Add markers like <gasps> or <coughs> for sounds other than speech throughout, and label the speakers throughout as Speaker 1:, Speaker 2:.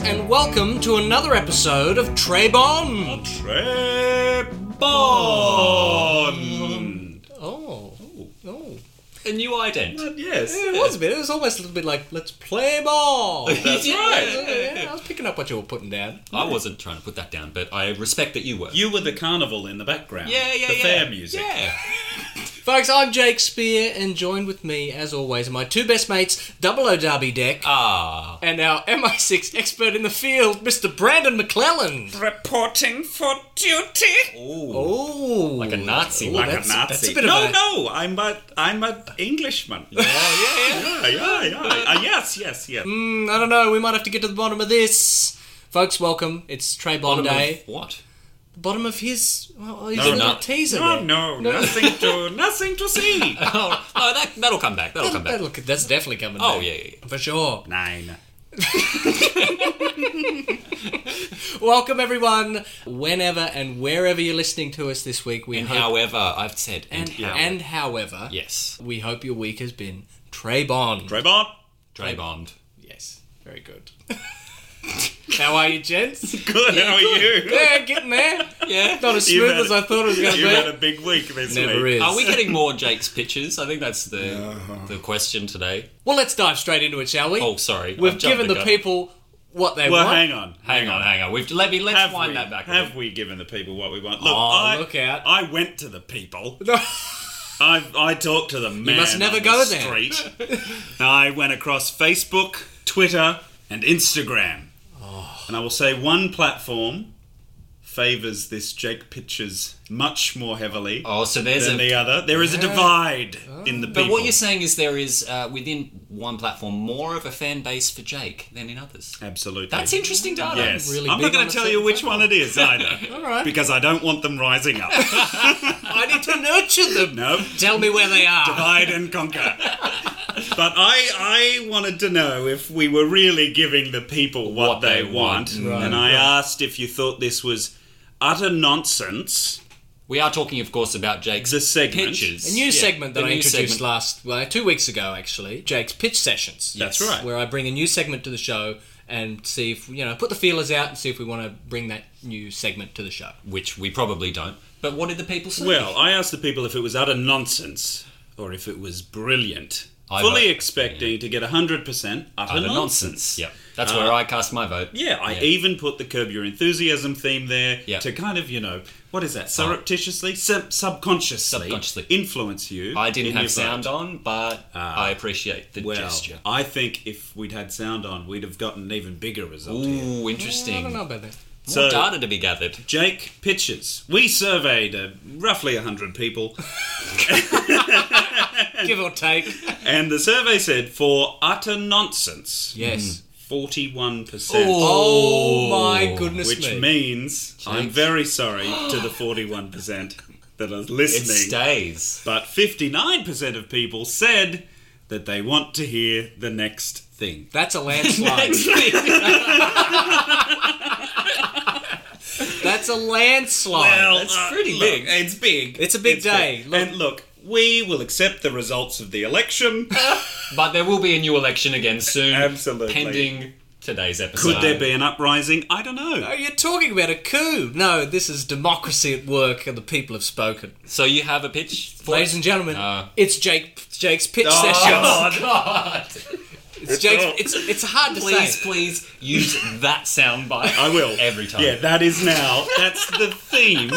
Speaker 1: welcome to another episode of Trey Bond.
Speaker 2: Trebon!
Speaker 1: Oh, oh,
Speaker 3: A new ident.
Speaker 2: Yes.
Speaker 1: it was a bit. It was almost a little bit like let's play ball.
Speaker 2: That's
Speaker 3: Yeah.
Speaker 2: right.
Speaker 1: Yeah, I was picking up what you were putting down.
Speaker 3: I wasn't trying to put that down, but I respect that you were.
Speaker 2: You were the carnival in the background.
Speaker 3: yeah, yeah,
Speaker 2: The
Speaker 3: yeah.
Speaker 2: fair music.
Speaker 3: Yeah.
Speaker 1: Folks, I'm Jake Spear, and joined with me, as always, are my two best mates, Double O Derby Deck,
Speaker 3: Ah.
Speaker 1: and our MI6 expert in the field, Mr. Brandon McClellan.
Speaker 2: Reporting for duty.
Speaker 3: Ooh.
Speaker 1: Oh,
Speaker 3: Like a Nazi,
Speaker 1: Ooh,
Speaker 3: like
Speaker 1: that's,
Speaker 2: a Nazi.
Speaker 1: That's a bit
Speaker 2: no,
Speaker 1: of a,
Speaker 2: no. I'm a, I'm an Englishman.
Speaker 3: Oh, yeah, yeah.
Speaker 2: yeah, yeah, yeah. Uh, yes, yes, yes.
Speaker 1: Mm, I don't know. We might have to get to the bottom of this. Folks, welcome. It's Trey Bond Day.
Speaker 3: Of Ah. what?
Speaker 1: bottom of his. Well, he's
Speaker 2: No,
Speaker 1: a little
Speaker 3: not-
Speaker 1: teaser.
Speaker 2: No,
Speaker 1: there.
Speaker 2: no, nothing to, nothing to
Speaker 1: <laughs>
Speaker 2: see.
Speaker 3: Oh, oh, that, that'll come back. That'll come
Speaker 1: That-
Speaker 3: back.
Speaker 1: look, that's definitely coming.
Speaker 3: Oh,
Speaker 1: back.
Speaker 3: yeah, yeah,
Speaker 1: for sure.
Speaker 2: Nine.
Speaker 1: Welcome everyone, whenever and wherever you're listening to us this week. We
Speaker 3: And
Speaker 1: hope,
Speaker 3: however, I've said. And,
Speaker 1: and,
Speaker 3: how.
Speaker 1: and however,
Speaker 3: yes.
Speaker 1: we hope your week has been Trey Bond.
Speaker 2: Trebon.
Speaker 3: Dre Bond.
Speaker 1: yes, very good. <laughs> How are you, gents?
Speaker 2: <laughs> <laughs> Good. how are you?
Speaker 1: yeah, getting there.
Speaker 3: Yeah.
Speaker 1: Not as
Speaker 2: <laughs> You've
Speaker 1: smooth
Speaker 2: had
Speaker 1: as
Speaker 2: a-
Speaker 1: I thought it was going
Speaker 2: You've had
Speaker 1: to
Speaker 2: a big week this
Speaker 1: be. Never
Speaker 2: week.
Speaker 1: is.
Speaker 3: Are we getting more Jake's pictures? I think that's the
Speaker 2: Uh-huh.
Speaker 3: the question today.
Speaker 1: Well, let's dive straight into it, shall we?
Speaker 3: Oh, sorry.
Speaker 1: We've
Speaker 3: I've jumped
Speaker 1: given the
Speaker 3: gun.
Speaker 1: people what they
Speaker 2: Well,
Speaker 1: want.
Speaker 2: hang on.
Speaker 3: Hang on, hang on. We've let me let's
Speaker 2: Have
Speaker 3: wind
Speaker 2: we,
Speaker 3: that back. a
Speaker 2: have
Speaker 3: bit.
Speaker 2: we given the people what we want? Look,
Speaker 3: Oh,
Speaker 2: I,
Speaker 1: look out.
Speaker 2: I went to the people.
Speaker 1: No.
Speaker 2: I I talked to the man.
Speaker 1: must never
Speaker 2: on
Speaker 1: go
Speaker 2: the
Speaker 1: there.
Speaker 2: Street. I went across Facebook, Twitter, and Instagram, and I will say one platform favors this Jake Pictures much more heavily
Speaker 3: Oh, so there's
Speaker 2: than
Speaker 3: a.
Speaker 2: the other. There is a divide in the people.
Speaker 3: But what you're saying is there is uh, within one platform more of a fan base for Jake than in others.
Speaker 2: Absolutely.
Speaker 3: That's interesting data.
Speaker 2: Yes.
Speaker 1: really
Speaker 2: I'm not
Speaker 1: big
Speaker 2: going
Speaker 1: on the
Speaker 2: to tell
Speaker 1: same
Speaker 2: you which one it is either.
Speaker 1: All right.
Speaker 2: Because I don't want them rising up.
Speaker 1: I need to nurture them.
Speaker 2: <laughs> no.
Speaker 1: Tell me where
Speaker 2: <laughs>
Speaker 1: they are.
Speaker 2: divide and conquer. But I, I wanted to know if we were really giving the people what,
Speaker 3: What
Speaker 2: they,
Speaker 3: they
Speaker 2: want,
Speaker 3: want.
Speaker 2: and I asked if you thought this was utter nonsense.
Speaker 3: We are talking, of course, about Jake's
Speaker 2: The segment.
Speaker 3: pictures.
Speaker 1: A new segment that
Speaker 3: the
Speaker 1: I
Speaker 3: new
Speaker 1: introduced
Speaker 3: segment.
Speaker 1: last, well, two weeks ago actually, Jake's Pitch Sessions.
Speaker 2: That's right.
Speaker 1: Where I bring a new segment to the show and see if, you know, put the feelers out and see if we want to bring that new segment to the show.
Speaker 3: which we probably don't. But what did the people say?
Speaker 2: Well, I asked the people if it was utter nonsense or if it was brilliant.
Speaker 3: I
Speaker 2: Fully
Speaker 3: vote-
Speaker 2: expecting to get 100% utter,
Speaker 3: Utter
Speaker 2: nonsense. Uh,
Speaker 3: Yeah, that's where I cast my vote.
Speaker 2: Yeah, I e- even put the Curb Your Enthusiasm theme there
Speaker 3: Yeah.
Speaker 2: to kind of, you know, what is that? Surreptitiously? Sub- subconsciously,
Speaker 3: Uh, Subconsciously.
Speaker 2: influence you.
Speaker 3: I didn't
Speaker 2: in your
Speaker 3: have
Speaker 2: vote.
Speaker 3: sound on, but I appreciate the
Speaker 2: Ah. Well,
Speaker 3: gesture.
Speaker 2: I think if we'd had sound on, we'd have gotten an even bigger result here.
Speaker 3: Ooh,
Speaker 1: I
Speaker 3: interesting.
Speaker 1: don't know
Speaker 3: More
Speaker 1: about that.
Speaker 2: So,
Speaker 3: data to be gathered.
Speaker 2: Jake Pitches. We surveyed uh, roughly 100
Speaker 3: <laughs>
Speaker 2: people,
Speaker 1: Give or take. <laughs>
Speaker 2: and the survey said for utter nonsense,
Speaker 1: Yes.
Speaker 2: 41%.
Speaker 1: Oh my goodness
Speaker 2: which
Speaker 1: me.
Speaker 2: means I'm
Speaker 3: Jake. <gasps>
Speaker 2: very sorry to the 41% that are
Speaker 3: It
Speaker 2: listening.
Speaker 3: stays.
Speaker 2: but 59% of people said that they want to hear the next thing.
Speaker 1: That's a landslide. <laughs> That's a landslide.
Speaker 3: That's
Speaker 2: uh,
Speaker 3: pretty big.
Speaker 2: It's big.
Speaker 1: It's a big day.
Speaker 2: big.
Speaker 1: Look-
Speaker 2: And look, we will accept the results of the election.
Speaker 3: But there will be a new election again soon.
Speaker 2: Absolutely.
Speaker 3: Pending today's episode.
Speaker 2: Could there be an uprising? I don't know.
Speaker 1: Oh, you're talking about a coup. No, this is democracy at work and the people have spoken.
Speaker 3: So you have a pitch?
Speaker 1: <laughs>
Speaker 3: For
Speaker 1: Ladies and gentlemen,
Speaker 3: No.
Speaker 1: it's Jake Jake's pitch
Speaker 2: Oh,
Speaker 1: sessions.
Speaker 3: <laughs> Oh, God.
Speaker 1: It's Jake's.
Speaker 2: all-
Speaker 1: It's it's hard to
Speaker 3: Please,
Speaker 1: say.
Speaker 3: please use that soundbite.
Speaker 2: I will.
Speaker 3: Every time.
Speaker 2: Yeah, that is now. That's the theme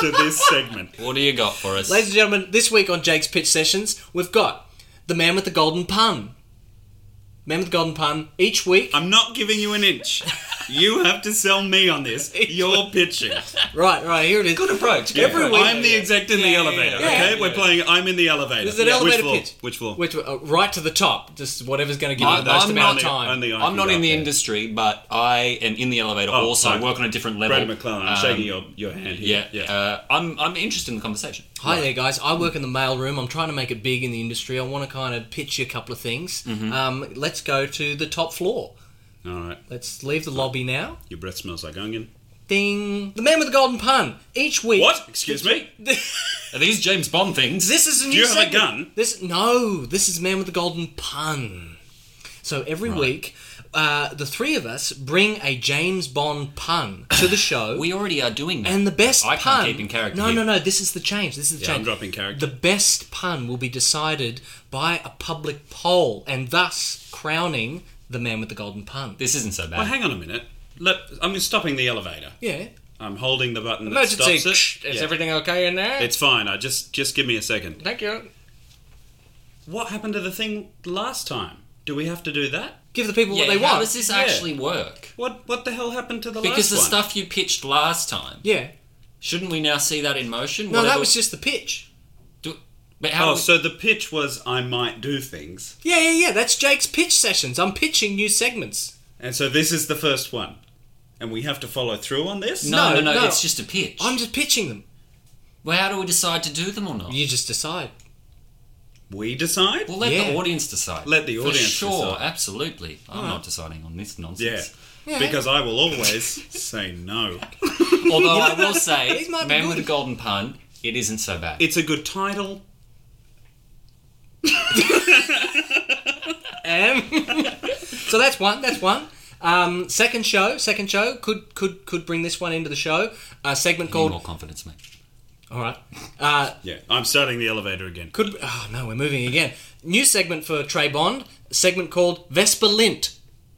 Speaker 2: to this segment.
Speaker 3: What do you got for us?
Speaker 1: Ladies and gentlemen, this week on Jake's pitch sessions, we've got the man with the golden pun. Man with the golden pun. Each week,
Speaker 2: I'm not giving you an inch. You have to sell me on this. You're pitching.
Speaker 1: right, right here it is.
Speaker 3: Good approach.
Speaker 1: <laughs>
Speaker 3: Good
Speaker 1: Every
Speaker 3: approach.
Speaker 1: week-
Speaker 2: I'm the exec in the
Speaker 3: yeah,
Speaker 2: elevator.
Speaker 3: yeah,
Speaker 2: okay,
Speaker 3: yeah.
Speaker 2: we're playing. I'm in the elevator.
Speaker 1: This is an elevator
Speaker 2: Which floor?
Speaker 1: pitch.
Speaker 2: Which floor?
Speaker 1: Which uh, right to the top, just whatever's going to give you the
Speaker 3: I'm-
Speaker 1: most
Speaker 3: I'm
Speaker 1: amount of
Speaker 2: not-
Speaker 1: time.
Speaker 2: only I
Speaker 3: I'm
Speaker 2: can
Speaker 3: not
Speaker 2: go
Speaker 3: in the
Speaker 2: up there.
Speaker 3: industry, but I am in the elevator
Speaker 2: Oh,
Speaker 3: also.
Speaker 2: sorry.
Speaker 3: I work on a different level.
Speaker 2: Brad McClellan. I'm
Speaker 3: Um,
Speaker 2: shaking your, your hand
Speaker 3: Yeah,
Speaker 2: here.
Speaker 3: Uh, I'm I'm interested in the conversation.
Speaker 1: Hi there, guys. I work in the mail room. I'm trying to make it big in the industry. I want to kind of pitch you a couple of things. Um, let's go to the top floor.
Speaker 2: All right.
Speaker 1: Let's leave the lobby now.
Speaker 2: Your breath smells like onion.
Speaker 1: Ding. The man with the golden pun. Each week.
Speaker 2: What? Excuse me?
Speaker 3: Are these James Bond things?
Speaker 1: This is a new
Speaker 2: you have a
Speaker 1: segment.
Speaker 2: gun?
Speaker 1: This no. This is man with the golden pun. So every week uh, the three of us bring a James Bond pun to the
Speaker 2: <coughs>
Speaker 1: show.
Speaker 3: We already are doing that.
Speaker 1: and the best
Speaker 3: I
Speaker 1: pun.
Speaker 3: can't keep in character.
Speaker 1: No,
Speaker 3: here.
Speaker 1: no, no. This is the change. This is the
Speaker 2: Yeah, I'm
Speaker 1: change.
Speaker 2: dropping character.
Speaker 1: The best pun will be decided by a public poll, and thus crowning the man with the golden pun.
Speaker 3: This isn't so
Speaker 2: Well,
Speaker 3: bad.
Speaker 2: hang on a minute. Let, I'm stopping the elevator.
Speaker 1: Yeah.
Speaker 2: I'm holding the button that
Speaker 1: Emergency.
Speaker 2: stops
Speaker 1: Is
Speaker 2: it. Yeah.
Speaker 1: everything okay in there?
Speaker 2: It's fine. I just just give me a second.
Speaker 1: Thank you.
Speaker 2: What happened to the thing last time? Do we have to do that?
Speaker 1: Give the people
Speaker 3: yeah,
Speaker 1: what they
Speaker 3: how
Speaker 1: want.
Speaker 3: does this
Speaker 2: Yeah.
Speaker 3: actually work?
Speaker 2: What what the hell happened to the
Speaker 3: Because
Speaker 2: last
Speaker 3: the
Speaker 2: one?
Speaker 3: stuff you pitched last time,
Speaker 1: Yeah.
Speaker 3: shouldn't we now see that in motion?
Speaker 1: No, that
Speaker 3: Whatever-
Speaker 1: was just the pitch.
Speaker 3: Do, but how?
Speaker 2: Oh,
Speaker 3: do we-
Speaker 2: so the pitch was I might do things,
Speaker 1: Yeah, yeah, yeah. That's Jake's pitch sessions. I'm pitching new segments.
Speaker 2: and so this is the first one, and we have to follow through on this.
Speaker 1: no,
Speaker 3: no, no, no,
Speaker 1: no.
Speaker 3: It's just a pitch.
Speaker 1: I'm just pitching them.
Speaker 3: Well, how do we decide to do them or not?
Speaker 1: You just decide.
Speaker 2: We decide.
Speaker 3: Well, let
Speaker 1: Yeah.
Speaker 3: the audience decide.
Speaker 2: Let the
Speaker 3: For
Speaker 2: audience
Speaker 3: sure,
Speaker 2: decide.
Speaker 3: absolutely. I'm not deciding on this
Speaker 2: yeah.
Speaker 3: nonsense.
Speaker 1: Yeah.
Speaker 2: Because I will always <laughs> say no.
Speaker 1: <laughs>
Speaker 3: Although I will
Speaker 1: These
Speaker 3: say,
Speaker 1: might be
Speaker 3: Man with a
Speaker 1: good.
Speaker 3: Golden Pun, it isn't so bad.
Speaker 2: It's a good title.
Speaker 1: Um, <laughs> so that's one. That's one. Um, second show. Second show could could could bring this one into the show. A segment
Speaker 3: Need
Speaker 1: called.
Speaker 3: more confidence,
Speaker 1: <laughs>
Speaker 3: mate.
Speaker 1: All right. Uh,
Speaker 2: Yeah, I'm starting the elevator again.
Speaker 1: could. Oh no, we're moving again. New segment for Trey Bond. A segment called Vesper Lint.
Speaker 3: <laughs>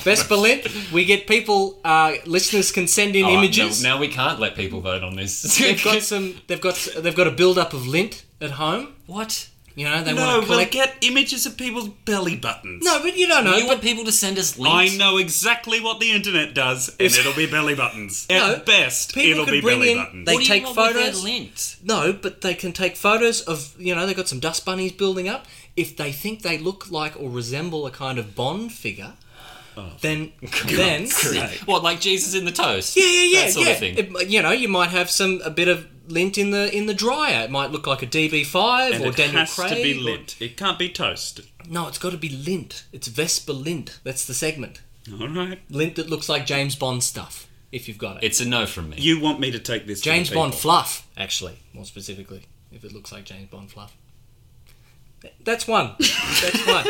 Speaker 1: Vesper Lint. We get people. Uh, listeners can send in
Speaker 3: Oh,
Speaker 1: images.
Speaker 3: no, now we can't let people vote
Speaker 1: <laughs>
Speaker 3: on this.
Speaker 1: They've got some. They've got. They've got a build up of lint at home.
Speaker 3: <laughs> what?
Speaker 1: You know they
Speaker 2: No,
Speaker 1: want to
Speaker 2: we'll
Speaker 1: collect.
Speaker 2: get images of people's belly buttons.
Speaker 1: No, but you don't know.
Speaker 3: you want people to send us links?
Speaker 2: I know exactly what the internet does, and it'll be belly buttons. At
Speaker 1: <laughs> No,
Speaker 2: best,
Speaker 1: people
Speaker 2: it'll
Speaker 1: could
Speaker 2: be
Speaker 1: bring
Speaker 2: belly
Speaker 1: in-
Speaker 2: buttons.
Speaker 1: they-
Speaker 3: What do
Speaker 1: take
Speaker 3: you want with their
Speaker 1: photos.
Speaker 3: lint?
Speaker 1: No, but they can take photos of, you know, they've got some dust bunnies building up. If they think they look like or resemble a kind of Bond figure,
Speaker 2: Oh. <laughs>
Speaker 1: then. <laughs> then
Speaker 3: <laughs> What, like Jesus in the toast?
Speaker 1: yeah, yeah, yeah.
Speaker 3: That sort
Speaker 1: yeah.
Speaker 3: of thing.
Speaker 1: It- you know, you might have some a bit of lint in the in the dryer. It might look like a DB5
Speaker 2: and
Speaker 1: or
Speaker 2: it
Speaker 1: Daniel
Speaker 2: has
Speaker 1: Craig.
Speaker 2: to be
Speaker 1: or-
Speaker 2: lint. It can't be toast.
Speaker 1: No, it's got to be lint. It's Vespa lint. That's the segment.
Speaker 2: All right.
Speaker 1: Lint that looks like James Bond stuff, if you've got it.
Speaker 3: It's a no from me.
Speaker 2: You want me to take this? to
Speaker 1: James
Speaker 2: the
Speaker 1: Bond
Speaker 2: people.
Speaker 1: fluff, actually, more specifically, if it looks like James Bond fluff. That's one.
Speaker 3: <laughs>
Speaker 1: That's one.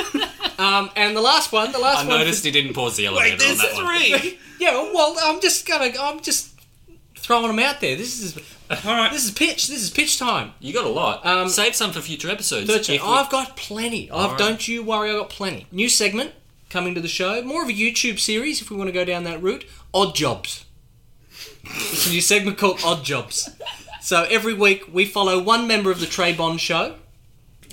Speaker 1: Um, and the last one, the last
Speaker 3: I
Speaker 1: one.
Speaker 3: noticed he didn't pause
Speaker 2: <laughs>
Speaker 3: the elevator
Speaker 2: Wait, there's
Speaker 3: on that one.
Speaker 2: three.
Speaker 1: Yeah, well, I'm just gonna, I'm just throwing them out there. This is
Speaker 2: <laughs> All right.
Speaker 1: this is pitch. This is pitch time.
Speaker 3: You got a lot.
Speaker 1: Um,
Speaker 3: Save some for future episodes.
Speaker 1: Virtue.
Speaker 3: if we-
Speaker 1: I've got plenty. I've
Speaker 3: right.
Speaker 1: don't you worry. I've got plenty. New segment coming to the show. More of a YouTube series if we want to go down that route. Odd jobs. it's a new segment called Odd Jobs. So every week we follow one member of the Trey Bond show. <laughs>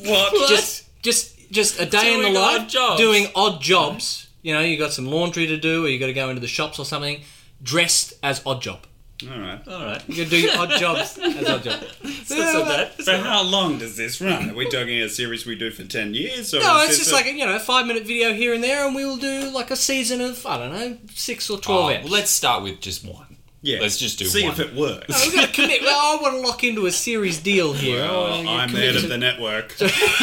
Speaker 2: What?
Speaker 1: just just just a day in
Speaker 3: Doing
Speaker 1: the
Speaker 3: odd
Speaker 1: life
Speaker 3: jobs.
Speaker 1: doing odd jobs you know you got some laundry to do or you got to go into the shops or something dressed as odd job
Speaker 2: All right.
Speaker 1: Oh,
Speaker 3: All right.
Speaker 1: you do
Speaker 3: <laughs>
Speaker 1: your odd jobs as odd job
Speaker 3: It's not so bad.
Speaker 2: For how long does this run? Are we talking a series we do for ten years? Or
Speaker 1: no it's
Speaker 2: is this
Speaker 1: just
Speaker 2: a-
Speaker 1: like a, you know a five minute video here and there and we will do like a season of i don't know six or twelve
Speaker 3: Oh,
Speaker 1: hours
Speaker 3: well, let's start with just one.
Speaker 2: yeah.
Speaker 3: let's just do
Speaker 2: see
Speaker 3: one.
Speaker 2: if it works.
Speaker 1: We've got to commit. Well, I want to lock into a series deal here. I wanna
Speaker 2: Well, <laughs> I'm
Speaker 1: commit
Speaker 2: head
Speaker 1: to-
Speaker 2: of the network.
Speaker 1: Oh, <laughs>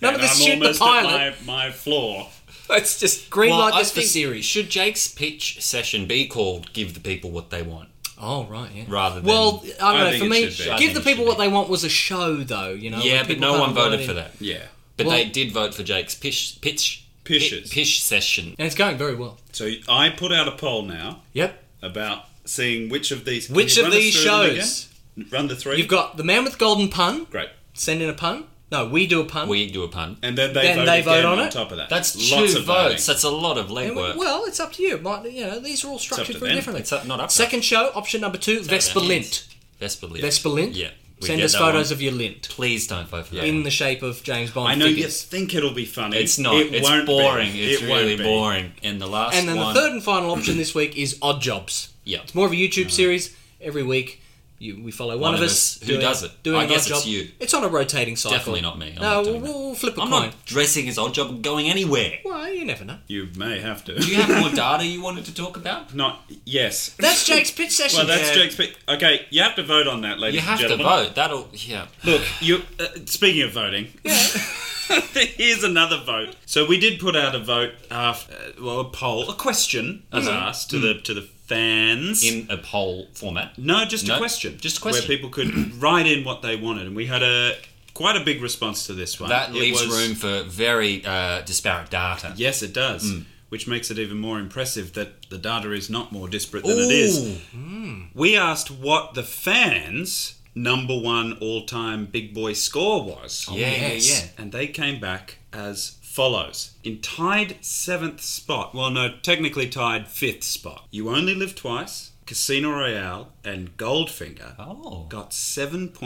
Speaker 1: None of
Speaker 2: and
Speaker 1: us
Speaker 2: I'm
Speaker 1: shoot the
Speaker 2: almost
Speaker 1: pilot.
Speaker 2: at my, my floor.
Speaker 1: It's just green
Speaker 3: Well,
Speaker 1: light
Speaker 3: I
Speaker 1: this for
Speaker 3: think-
Speaker 1: series.
Speaker 3: Should Jake's pitch session be called "Give the People What They Want"?
Speaker 1: Oh right, yeah.
Speaker 3: Rather than-
Speaker 1: well, I
Speaker 2: I
Speaker 1: don't know.
Speaker 2: think
Speaker 1: For
Speaker 2: it
Speaker 1: me,
Speaker 2: should be. I
Speaker 1: give
Speaker 3: think
Speaker 1: the
Speaker 3: it
Speaker 1: people
Speaker 3: should
Speaker 1: what
Speaker 3: be.
Speaker 1: they want was a show, though. You know.
Speaker 3: yeah,
Speaker 1: when
Speaker 3: but
Speaker 1: people
Speaker 3: no
Speaker 1: can't
Speaker 3: one voted
Speaker 1: vote in.
Speaker 3: for that.
Speaker 2: Yeah.
Speaker 3: But
Speaker 1: Well-
Speaker 3: they did vote for Jake's pitch, pitch,
Speaker 2: Pishes.
Speaker 3: pitch session.
Speaker 1: And it's going very well.
Speaker 2: So I put out a poll now
Speaker 1: Yep.
Speaker 2: about seeing which of these. can
Speaker 1: Which
Speaker 2: you
Speaker 1: of
Speaker 2: run us
Speaker 1: these
Speaker 2: through them
Speaker 1: shows?
Speaker 2: again? Run the three.
Speaker 1: You've got the man with the golden pun.
Speaker 2: great,
Speaker 1: Send in a pun. No, we do a pun.
Speaker 3: We do a pun.
Speaker 2: and then they
Speaker 1: Then
Speaker 2: vote,
Speaker 1: they vote
Speaker 2: again
Speaker 1: on
Speaker 2: on,
Speaker 1: it?
Speaker 2: top of that.
Speaker 3: That's two
Speaker 2: Lots
Speaker 3: votes.
Speaker 2: of voting.
Speaker 3: That's a lot of
Speaker 1: And we-
Speaker 3: legwork.
Speaker 1: well, it's up to you. Might, you know, these are all structured
Speaker 2: to
Speaker 1: very
Speaker 2: them.
Speaker 1: differently.
Speaker 3: it's up, not up.
Speaker 1: Second show, option number two, Vesper
Speaker 3: that.
Speaker 1: lint.
Speaker 3: Vesper Lint.
Speaker 1: Vesper lint.
Speaker 3: Yeah. we
Speaker 1: Send
Speaker 3: get
Speaker 1: us
Speaker 3: that
Speaker 1: photos
Speaker 3: one.
Speaker 1: of your lint
Speaker 3: Please don't vote for that.
Speaker 1: in
Speaker 3: one.
Speaker 1: the shape of James Bond
Speaker 2: I know you
Speaker 1: figures.
Speaker 2: think it'll be funny.
Speaker 3: It's not.
Speaker 2: It
Speaker 3: it's
Speaker 2: won't be.
Speaker 3: boring. It's
Speaker 2: It won't
Speaker 3: really
Speaker 2: be.
Speaker 3: boring. And the last
Speaker 1: And then
Speaker 3: one.
Speaker 1: the third and final option this week is odd jobs.
Speaker 3: Yeah.
Speaker 1: It's more of a YouTube series. Every week, you, we follow one,
Speaker 3: One
Speaker 1: of
Speaker 3: of
Speaker 1: us.
Speaker 3: us. Who does it?
Speaker 1: Doing
Speaker 3: I
Speaker 1: an
Speaker 3: guess
Speaker 1: odd
Speaker 3: it's
Speaker 1: job.
Speaker 3: you.
Speaker 1: It's on a rotating cycle.
Speaker 3: Definitely not me.
Speaker 1: no,
Speaker 3: I'm not doing
Speaker 1: we'll,
Speaker 3: that.
Speaker 1: we'll flip a
Speaker 3: I'm
Speaker 1: coin.
Speaker 3: not dressing as odd job going anywhere.
Speaker 1: Well, you never know.
Speaker 2: You may have to.
Speaker 3: Do you have more data you wanted to talk about?
Speaker 2: <laughs> Not yes.
Speaker 1: That's Jake's pitch session.
Speaker 2: <laughs> well, that's
Speaker 3: Yeah.
Speaker 2: Jake's pick. Okay, you have to vote on that, ladies
Speaker 3: You have
Speaker 2: and
Speaker 3: to
Speaker 2: gentlemen.
Speaker 3: vote. That'll yeah.
Speaker 2: Look, you. Uh, speaking of voting, <laughs>
Speaker 3: <laughs>
Speaker 2: here's another vote. So we did put out a vote after, uh, well, a poll, a question as asked to the to the fans.
Speaker 3: Mm-hmm. In a poll format.
Speaker 2: no, just a
Speaker 3: No,
Speaker 2: question.
Speaker 3: just a question.
Speaker 2: where people could <clears throat> write in what they wanted, and we had a quite a big response to this one.
Speaker 3: That
Speaker 2: It
Speaker 3: leaves
Speaker 2: was-
Speaker 3: room for very uh, disparate data.
Speaker 2: Yes, it does. which makes it even more impressive that the data is not more disparate than it is.
Speaker 3: Ooh.
Speaker 2: We asked what the fans' number one all time big boy score was.
Speaker 3: Yeah, Oh, yeah,
Speaker 1: yes.
Speaker 3: yeah.
Speaker 2: And they came back as follows In tied seventh spot, well, no, technically tied fifth spot, You Only Live Twice, Casino Royale, and Goldfinger
Speaker 3: Oh.
Speaker 2: got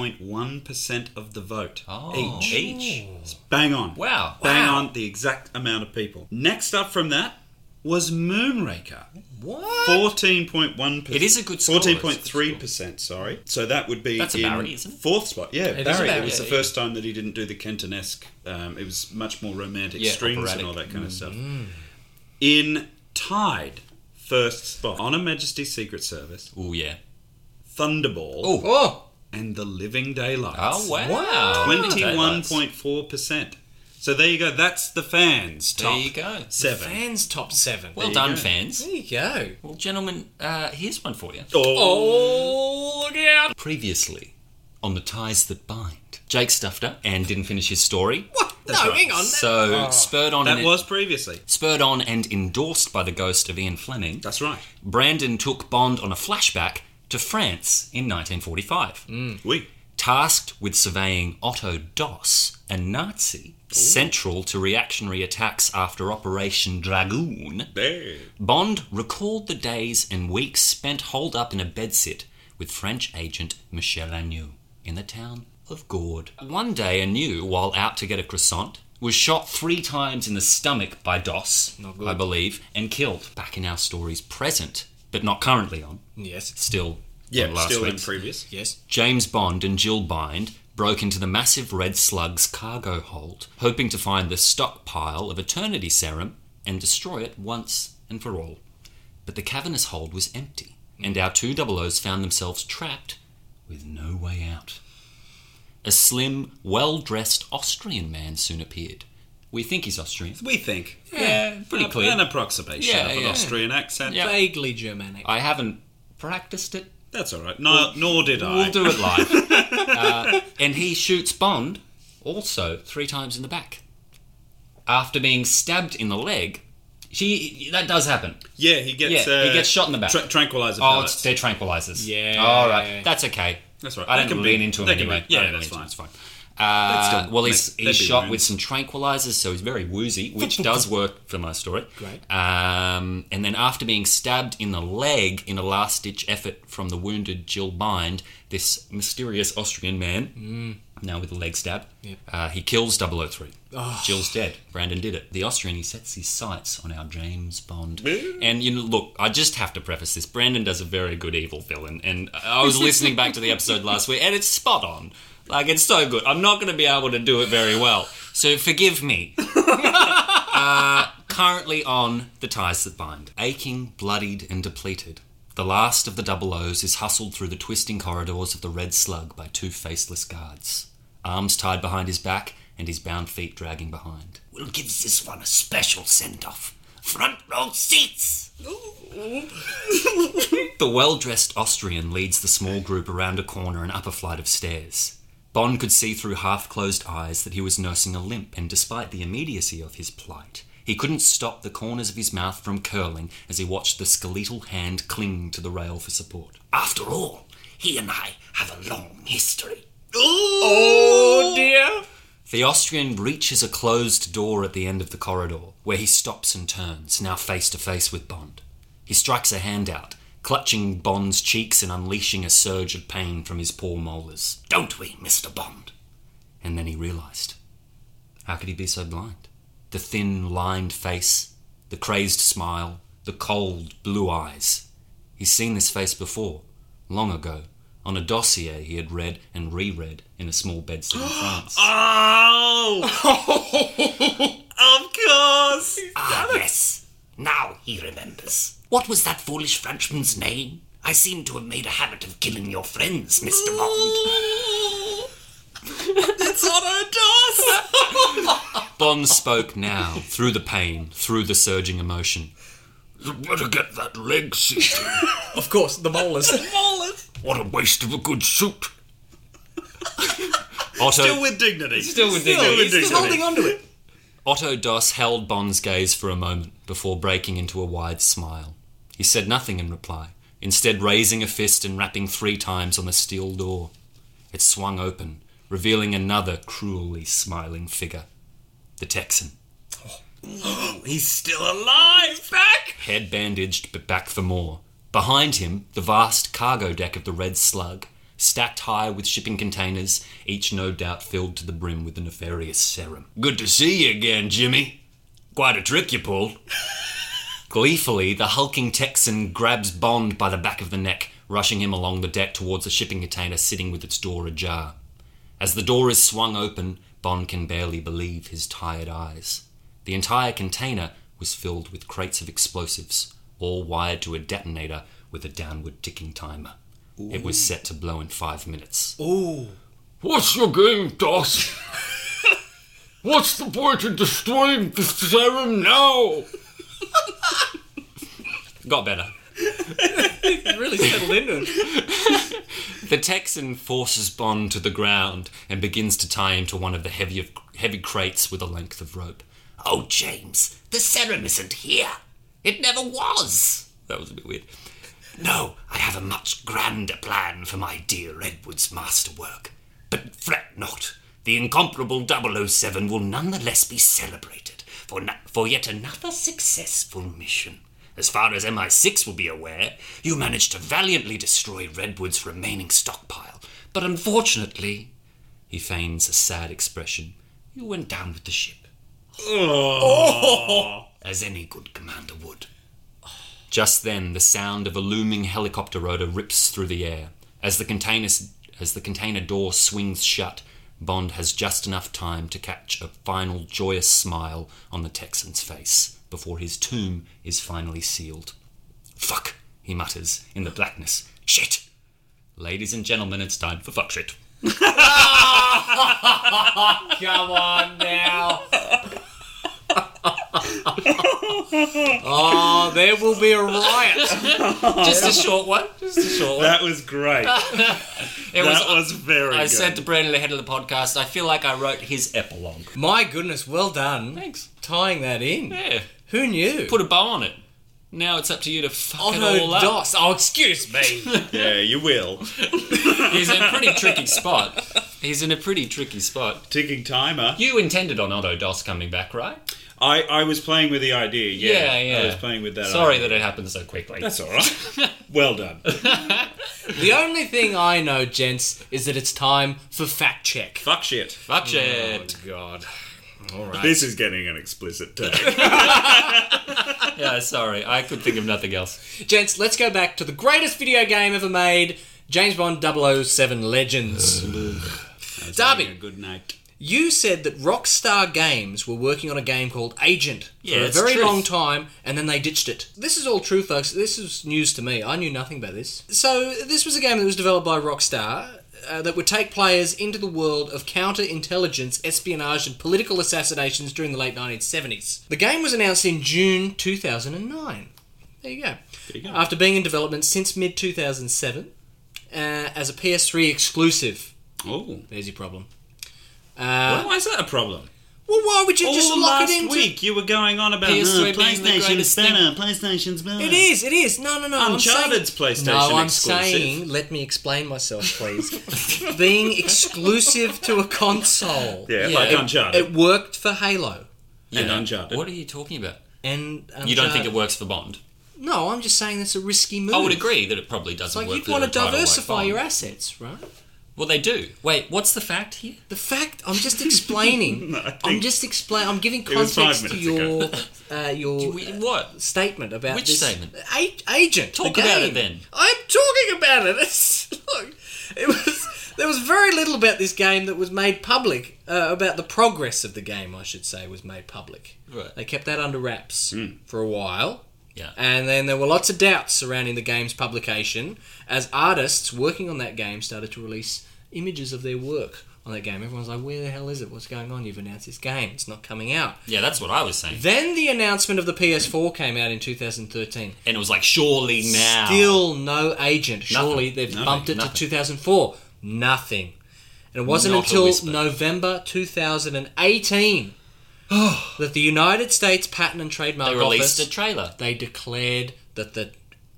Speaker 2: 7.1% of the vote
Speaker 3: Oh.
Speaker 2: each.
Speaker 3: Each.
Speaker 2: It's bang on.
Speaker 3: Wow.
Speaker 2: Bang
Speaker 3: Wow.
Speaker 2: on the exact amount of people. Next up from that was Moonraker.
Speaker 1: What?
Speaker 2: 14.1%.
Speaker 3: It is a good score, it's a good
Speaker 2: 14.3%, sorry. So that would be
Speaker 3: That's a
Speaker 2: in
Speaker 3: Barry, isn't it?
Speaker 2: fourth spot. Yeah,
Speaker 1: is a
Speaker 2: Barry.
Speaker 1: Barry,
Speaker 2: It was
Speaker 1: yeah,
Speaker 2: the
Speaker 1: yeah.
Speaker 2: first time that he didn't do the Kentonesque. Um, it was much more romantic
Speaker 3: Yeah,
Speaker 2: strings
Speaker 3: operatic. Mm-hmm.
Speaker 2: and all that kind of stuff. In tied first spot, Honor Majesty's Secret Service,
Speaker 3: Oh yeah.
Speaker 2: Thunderball,
Speaker 3: Oh.
Speaker 1: Oh,
Speaker 2: and The Living Daylights.
Speaker 3: Oh wow.
Speaker 1: Wow.
Speaker 2: Twenty-one point four percent. So there you go. That's the fans.
Speaker 3: There
Speaker 2: Top
Speaker 3: you go.
Speaker 2: Seven.
Speaker 1: fans top seven.
Speaker 3: Well
Speaker 2: you
Speaker 3: done,
Speaker 2: go.
Speaker 3: fans.
Speaker 1: there you go.
Speaker 3: Well, gentlemen, uh, here's one for you.
Speaker 1: Oh, look out!
Speaker 3: Previously, on the ties that bind, Jake stuffed up and didn't finish his story.
Speaker 1: What?
Speaker 2: That's
Speaker 1: no,
Speaker 2: right.
Speaker 1: hang on. Oh,
Speaker 3: So spurred on
Speaker 2: That
Speaker 3: and
Speaker 2: was previously.
Speaker 3: spurred on and endorsed by the ghost of Ian Fleming,
Speaker 2: That's right.
Speaker 3: Brandon took Bond on a flashback to France in 1945.
Speaker 1: Mm.
Speaker 2: We.
Speaker 3: Tasked with surveying Otto Doss, a Nazi central to reactionary attacks after Operation Dragoon,
Speaker 2: There.
Speaker 3: Bond recalled the days and weeks spent holed up in a bedsit with French agent Michel Agnew in the town of Gord. One day, Agnew, while out to get a croissant, was shot three times in the stomach by Doss,
Speaker 1: Not good.
Speaker 3: I believe, and killed. Back in our stories, present, but not currently on,
Speaker 1: yes,
Speaker 3: still
Speaker 2: Yeah.
Speaker 3: on last
Speaker 2: Still in
Speaker 3: week's.
Speaker 2: previous.
Speaker 1: yes.
Speaker 3: James Bond and Jill Bind broke into the massive Red Slug's cargo hold, hoping to find the stockpile of Eternity Serum and destroy it once and for all. But the cavernous hold was empty, and our two 00s found themselves trapped with no way out. A slim, well dressed Austrian man soon appeared. We think he's Austrian.
Speaker 2: We think.
Speaker 3: Yeah, pretty
Speaker 2: An-
Speaker 3: clear.
Speaker 2: An approximation
Speaker 3: Yeah,
Speaker 2: of an
Speaker 3: yeah.
Speaker 2: Austrian accent.
Speaker 3: Yeah.
Speaker 1: Vaguely Germanic.
Speaker 3: I haven't practiced it
Speaker 2: That's all right. No, nor did I.
Speaker 3: We'll do it live. <laughs> uh, and he shoots Bond also three times in the back. After being stabbed in the leg, she that does happen.
Speaker 2: Yeah, he gets.
Speaker 3: Yeah, he
Speaker 2: uh,
Speaker 3: gets shot in the back.
Speaker 2: Tra- tranquilizer
Speaker 3: Oh,
Speaker 2: pellets.
Speaker 3: it's, they're tranquilizers.
Speaker 1: Yeah.
Speaker 3: All right, that's okay.
Speaker 2: That's all right.
Speaker 3: I
Speaker 2: They
Speaker 3: don't
Speaker 2: can
Speaker 3: lean
Speaker 2: be-
Speaker 3: into him
Speaker 2: they can be-
Speaker 3: anyway.
Speaker 2: yeah,
Speaker 3: I don't
Speaker 2: that's
Speaker 3: lean into
Speaker 2: fine.
Speaker 3: him, It's fine. Uh,
Speaker 2: still
Speaker 3: well, he's, he's
Speaker 2: make- that'd be
Speaker 3: shot
Speaker 2: rude.
Speaker 3: with some tranquilizers, so he's very woozy,
Speaker 2: <laughs>
Speaker 3: which does work for my story.
Speaker 1: Great.
Speaker 3: Um, and then after being stabbed in the leg in a last ditch effort from the wounded Jill Bind, this mysterious Austrian man, now with a leg stab,
Speaker 1: Yep.
Speaker 3: uh, he kills 003. Jill's dead. Brandon did it. The Austrian, he sets his sights on our James Bond. and, you know, look, I just have to preface this. Brandon does a very good evil villain. And I was listening back to the episode last week, and it's spot on. Like, it's so good. I'm not going to be able to do it very well. So forgive me currently on The Ties That Bind. Aching, bloodied, and depleted, the last of the double O's is hustled through the twisting corridors of the Red Slug by two faceless guards, arms tied behind his back and his bound feet dragging behind. We'll give this one a special send off. Front row seats! the well dressed Austrian leads the small group around a corner and up a flight of stairs. Bond could see through half closed eyes that he was nursing a limp, and despite the immediacy of his plight, he couldn't stop the corners of his mouth from curling as he watched the skeletal hand cling to the rail for support. After all, he and I have a long history.
Speaker 1: Oh dear.
Speaker 3: The Austrian reaches a closed door at the end of the corridor, where he stops and turns, now face to face with Bond. He strikes a hand out, clutching Bond's cheeks and unleashing a surge of pain from his poor molars. Don't we, Mr. Bond? And then he realized. How could he be so blind? The thin, lined face, the crazed smile, the cold, blue eyes. He's seen this face before, long ago, on a dossier he had read and reread in a small bedstead in France.
Speaker 2: Oh!
Speaker 3: <laughs>
Speaker 2: of course!
Speaker 3: Ah, yes. Now he remembers. What was that foolish Frenchman's name? I seem to have made a habit of killing your friends, Mr. Bond.
Speaker 2: It's on our doors!
Speaker 3: Bond spoke now, through the pain, through the surging emotion. You better get that leg seat.
Speaker 1: Of course, the
Speaker 3: <laughs>
Speaker 1: molars.
Speaker 3: What a waste of a good suit. Otto,
Speaker 2: Still with dignity.
Speaker 3: Still with dignity.
Speaker 1: He's still holding on to it.
Speaker 3: Otto Doss held Bond's gaze for a moment before breaking into a wide smile. He said nothing in reply, instead, raising a fist and rapping three times on the steel door. It swung open, revealing another cruelly smiling figure the Texan.
Speaker 2: He's still alive! Back!
Speaker 3: head bandaged but back for more. Behind him, the vast cargo deck of the Red Slug, stacked high with shipping containers, each no doubt filled to the brim with the nefarious serum. Good to see you again, Jimmy. Quite a trick you pulled. <laughs> Gleefully, the hulking Texan grabs Bond by the back of the neck, rushing him along the deck towards a shipping container sitting with its door ajar. As the door is swung open, Bond can barely believe his tired eyes. The entire container was filled with crates of explosives, all wired to a detonator with a downward ticking timer. It was set to blow in five minutes.
Speaker 1: Ooh.
Speaker 4: What's your game,
Speaker 3: <laughs>
Speaker 4: Doss? What's the point of destroying the serum now?
Speaker 3: Got better.
Speaker 1: You really settled into it.
Speaker 3: The Texan forces Bond to the ground and begins to tie him to one of the heavy, heavy crates with a length of rope. Oh, James, the serum isn't here. It never was. That was a bit weird. No, I have a much grander plan for my dear Edward's masterwork. But fret not. The incomparable 007 will nonetheless be celebrated for, na- for yet another successful mission. As far as MI6 will be aware, you managed to valiantly destroy Redwood's remaining stockpile. But unfortunately, he feigns a sad expression, you went down with the ship. As any good commander would. Just then, the sound of a looming helicopter rotor rips through the air. As the container, as the container door swings shut, Bond has just enough time to catch a final joyous smile on the Texan's face before his tomb is finally sealed. Fuck, he mutters in the blackness. Shit! Ladies and gentlemen, it's time for fuck shit.
Speaker 1: Come on now. oh, there will be a riot.
Speaker 3: Just a short one. Just a short one.
Speaker 2: That was great. that
Speaker 3: It was
Speaker 2: was very
Speaker 3: I
Speaker 2: good.
Speaker 3: said to Brendan ahead of the podcast, I feel like I wrote his epilogue.
Speaker 1: My goodness, well done.
Speaker 3: Thanks.
Speaker 1: Tying that in.
Speaker 3: Yeah.
Speaker 1: Who knew?
Speaker 3: Put a bow on it. Now it's up to you to fuck it
Speaker 1: Otto
Speaker 3: all up.
Speaker 1: Doss. Oh, excuse me.
Speaker 2: yeah, you
Speaker 3: <laughs>
Speaker 2: will.
Speaker 3: He's in a pretty tricky spot. He's in a pretty tricky spot.
Speaker 2: Ticking timer.
Speaker 3: You intended on Otto Doss coming back, right?
Speaker 2: I, I was playing with the idea. Yeah,
Speaker 3: Yeah, yeah.
Speaker 2: I was playing with that.
Speaker 3: Sorry
Speaker 2: idea.
Speaker 3: that it happened so quickly.
Speaker 2: That's all right. well done.
Speaker 1: the only thing I know, gents, is that it's time for fact check.
Speaker 2: Fuck shit.
Speaker 3: Fuck it.
Speaker 1: God. All right.
Speaker 2: This is getting an explicit <laughs> take.
Speaker 3: <laughs> Yeah, sorry. I could think of nothing else.
Speaker 1: Gents, let's go back to the greatest video game ever made, James Bond 007 Legends. Darby.
Speaker 2: A good night.
Speaker 1: You said that Rockstar Games were working on a game called Agent
Speaker 3: Yeah,
Speaker 1: for a
Speaker 3: it's
Speaker 1: very
Speaker 3: truth.
Speaker 1: long time, and then they ditched it. This is all true, folks. This is news to me. I knew nothing about this. So this was a game that was developed by Rockstar. Uh, that would take players into the world of counterintelligence, espionage, and political assassinations during the late 1970s. The game was announced in June 2009. There you go.
Speaker 2: you go.
Speaker 1: After being in development since mid 2007 uh, as a PS3 exclusive.
Speaker 2: Oh,
Speaker 1: There's your problem. Uh,
Speaker 2: why is that a problem?
Speaker 1: Well, why would you just
Speaker 2: All
Speaker 1: lock
Speaker 2: last
Speaker 1: it into?
Speaker 2: week you were going on about
Speaker 3: PS3
Speaker 2: "Oh,
Speaker 3: being the greatest
Speaker 2: PlayStation's
Speaker 3: thing."
Speaker 2: better, PlayStation's better.
Speaker 1: It is. It is. No, no, no. I'm
Speaker 2: Uncharted's
Speaker 1: saying-
Speaker 2: PlayStation
Speaker 1: No, I'm
Speaker 2: exclusive.
Speaker 1: saying. Let me explain myself, please.
Speaker 2: <laughs>
Speaker 1: Being exclusive to a console.
Speaker 2: Yeah,
Speaker 3: Yeah,
Speaker 2: like
Speaker 3: it-
Speaker 2: Uncharted
Speaker 1: It worked for Halo.
Speaker 2: and Uncharted.
Speaker 3: What are you talking about?
Speaker 1: And Uncharted.
Speaker 3: You don't think it works for Bond?
Speaker 1: No, I'm just saying that's a risky move.
Speaker 3: I would agree that it probably
Speaker 1: It's
Speaker 3: doesn't
Speaker 1: like
Speaker 3: work
Speaker 1: you'd
Speaker 3: for
Speaker 1: want
Speaker 3: a
Speaker 1: to
Speaker 3: title like
Speaker 1: diversify
Speaker 3: Bond.
Speaker 1: your assets, right?
Speaker 3: Well, they do. Wait, what's the fact here?
Speaker 1: The fact I'm just
Speaker 2: <laughs>
Speaker 1: explaining.
Speaker 2: I think-
Speaker 1: I'm just explain. I'm giving
Speaker 2: It was five
Speaker 1: context to your
Speaker 2: minutes
Speaker 1: uh, your
Speaker 3: We- what?
Speaker 1: statement about
Speaker 3: Which
Speaker 1: this
Speaker 3: statement?
Speaker 1: A- agent.
Speaker 3: Talk
Speaker 1: the
Speaker 3: about
Speaker 1: game.
Speaker 3: it then.
Speaker 1: I'm talking about it. <laughs> It's, look, it was there was very little about this game that was made public. Uh, about the progress of the game, I should say, was made public.
Speaker 3: Right.
Speaker 1: They kept that under wraps for a while.
Speaker 3: Yeah.
Speaker 1: And then there were lots of doubts surrounding the game's publication as artists working on that game started to release images of their work on that game. Everyone's like, where the hell is it? What's going on? You've announced this game. It's not coming out.
Speaker 3: Yeah, that's what I was saying.
Speaker 1: Then the announcement of the PS4 came out in 2013.
Speaker 3: And it was like, surely now.
Speaker 1: Still no agent. Surely
Speaker 3: Nothing.
Speaker 1: they've
Speaker 3: Nothing.
Speaker 1: bumped it
Speaker 3: Nothing.
Speaker 1: to 2004. Nothing. And it wasn't
Speaker 3: Not a
Speaker 1: until
Speaker 3: whisper. <sighs>
Speaker 1: November 2018 that the United States Patent and Trademark
Speaker 4: They released
Speaker 1: Office
Speaker 4: a trailer.
Speaker 1: they declared that the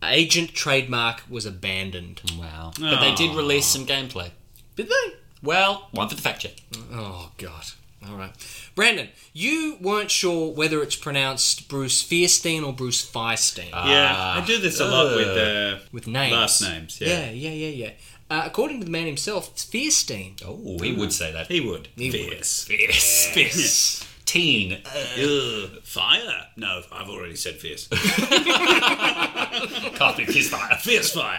Speaker 1: agent trademark was abandoned.
Speaker 4: Wow. But they
Speaker 2: Oh.
Speaker 4: did release some gameplay.
Speaker 1: Did they?
Speaker 4: Well, one for the fact check.
Speaker 1: Oh God! All right, Brandon, you weren't sure whether it's pronounced Bruce Feirstein or Bruce Feistein
Speaker 3: Uh,
Speaker 2: Yeah, I do this a lot with uh,
Speaker 1: with names.
Speaker 2: last names. Yeah,
Speaker 1: Ah. Yeah, yeah, yeah, yeah. Uh, according to the man himself, it's Feirstein.
Speaker 4: Oh, he would say that.
Speaker 2: he would.
Speaker 1: He would.
Speaker 2: Fierce.
Speaker 4: Fierce. Fierce. Teen.
Speaker 2: <laughs> Ugh, fire? No, I've already said fierce. <laughs>
Speaker 4: Can't be fierce fire.
Speaker 2: fierce fire.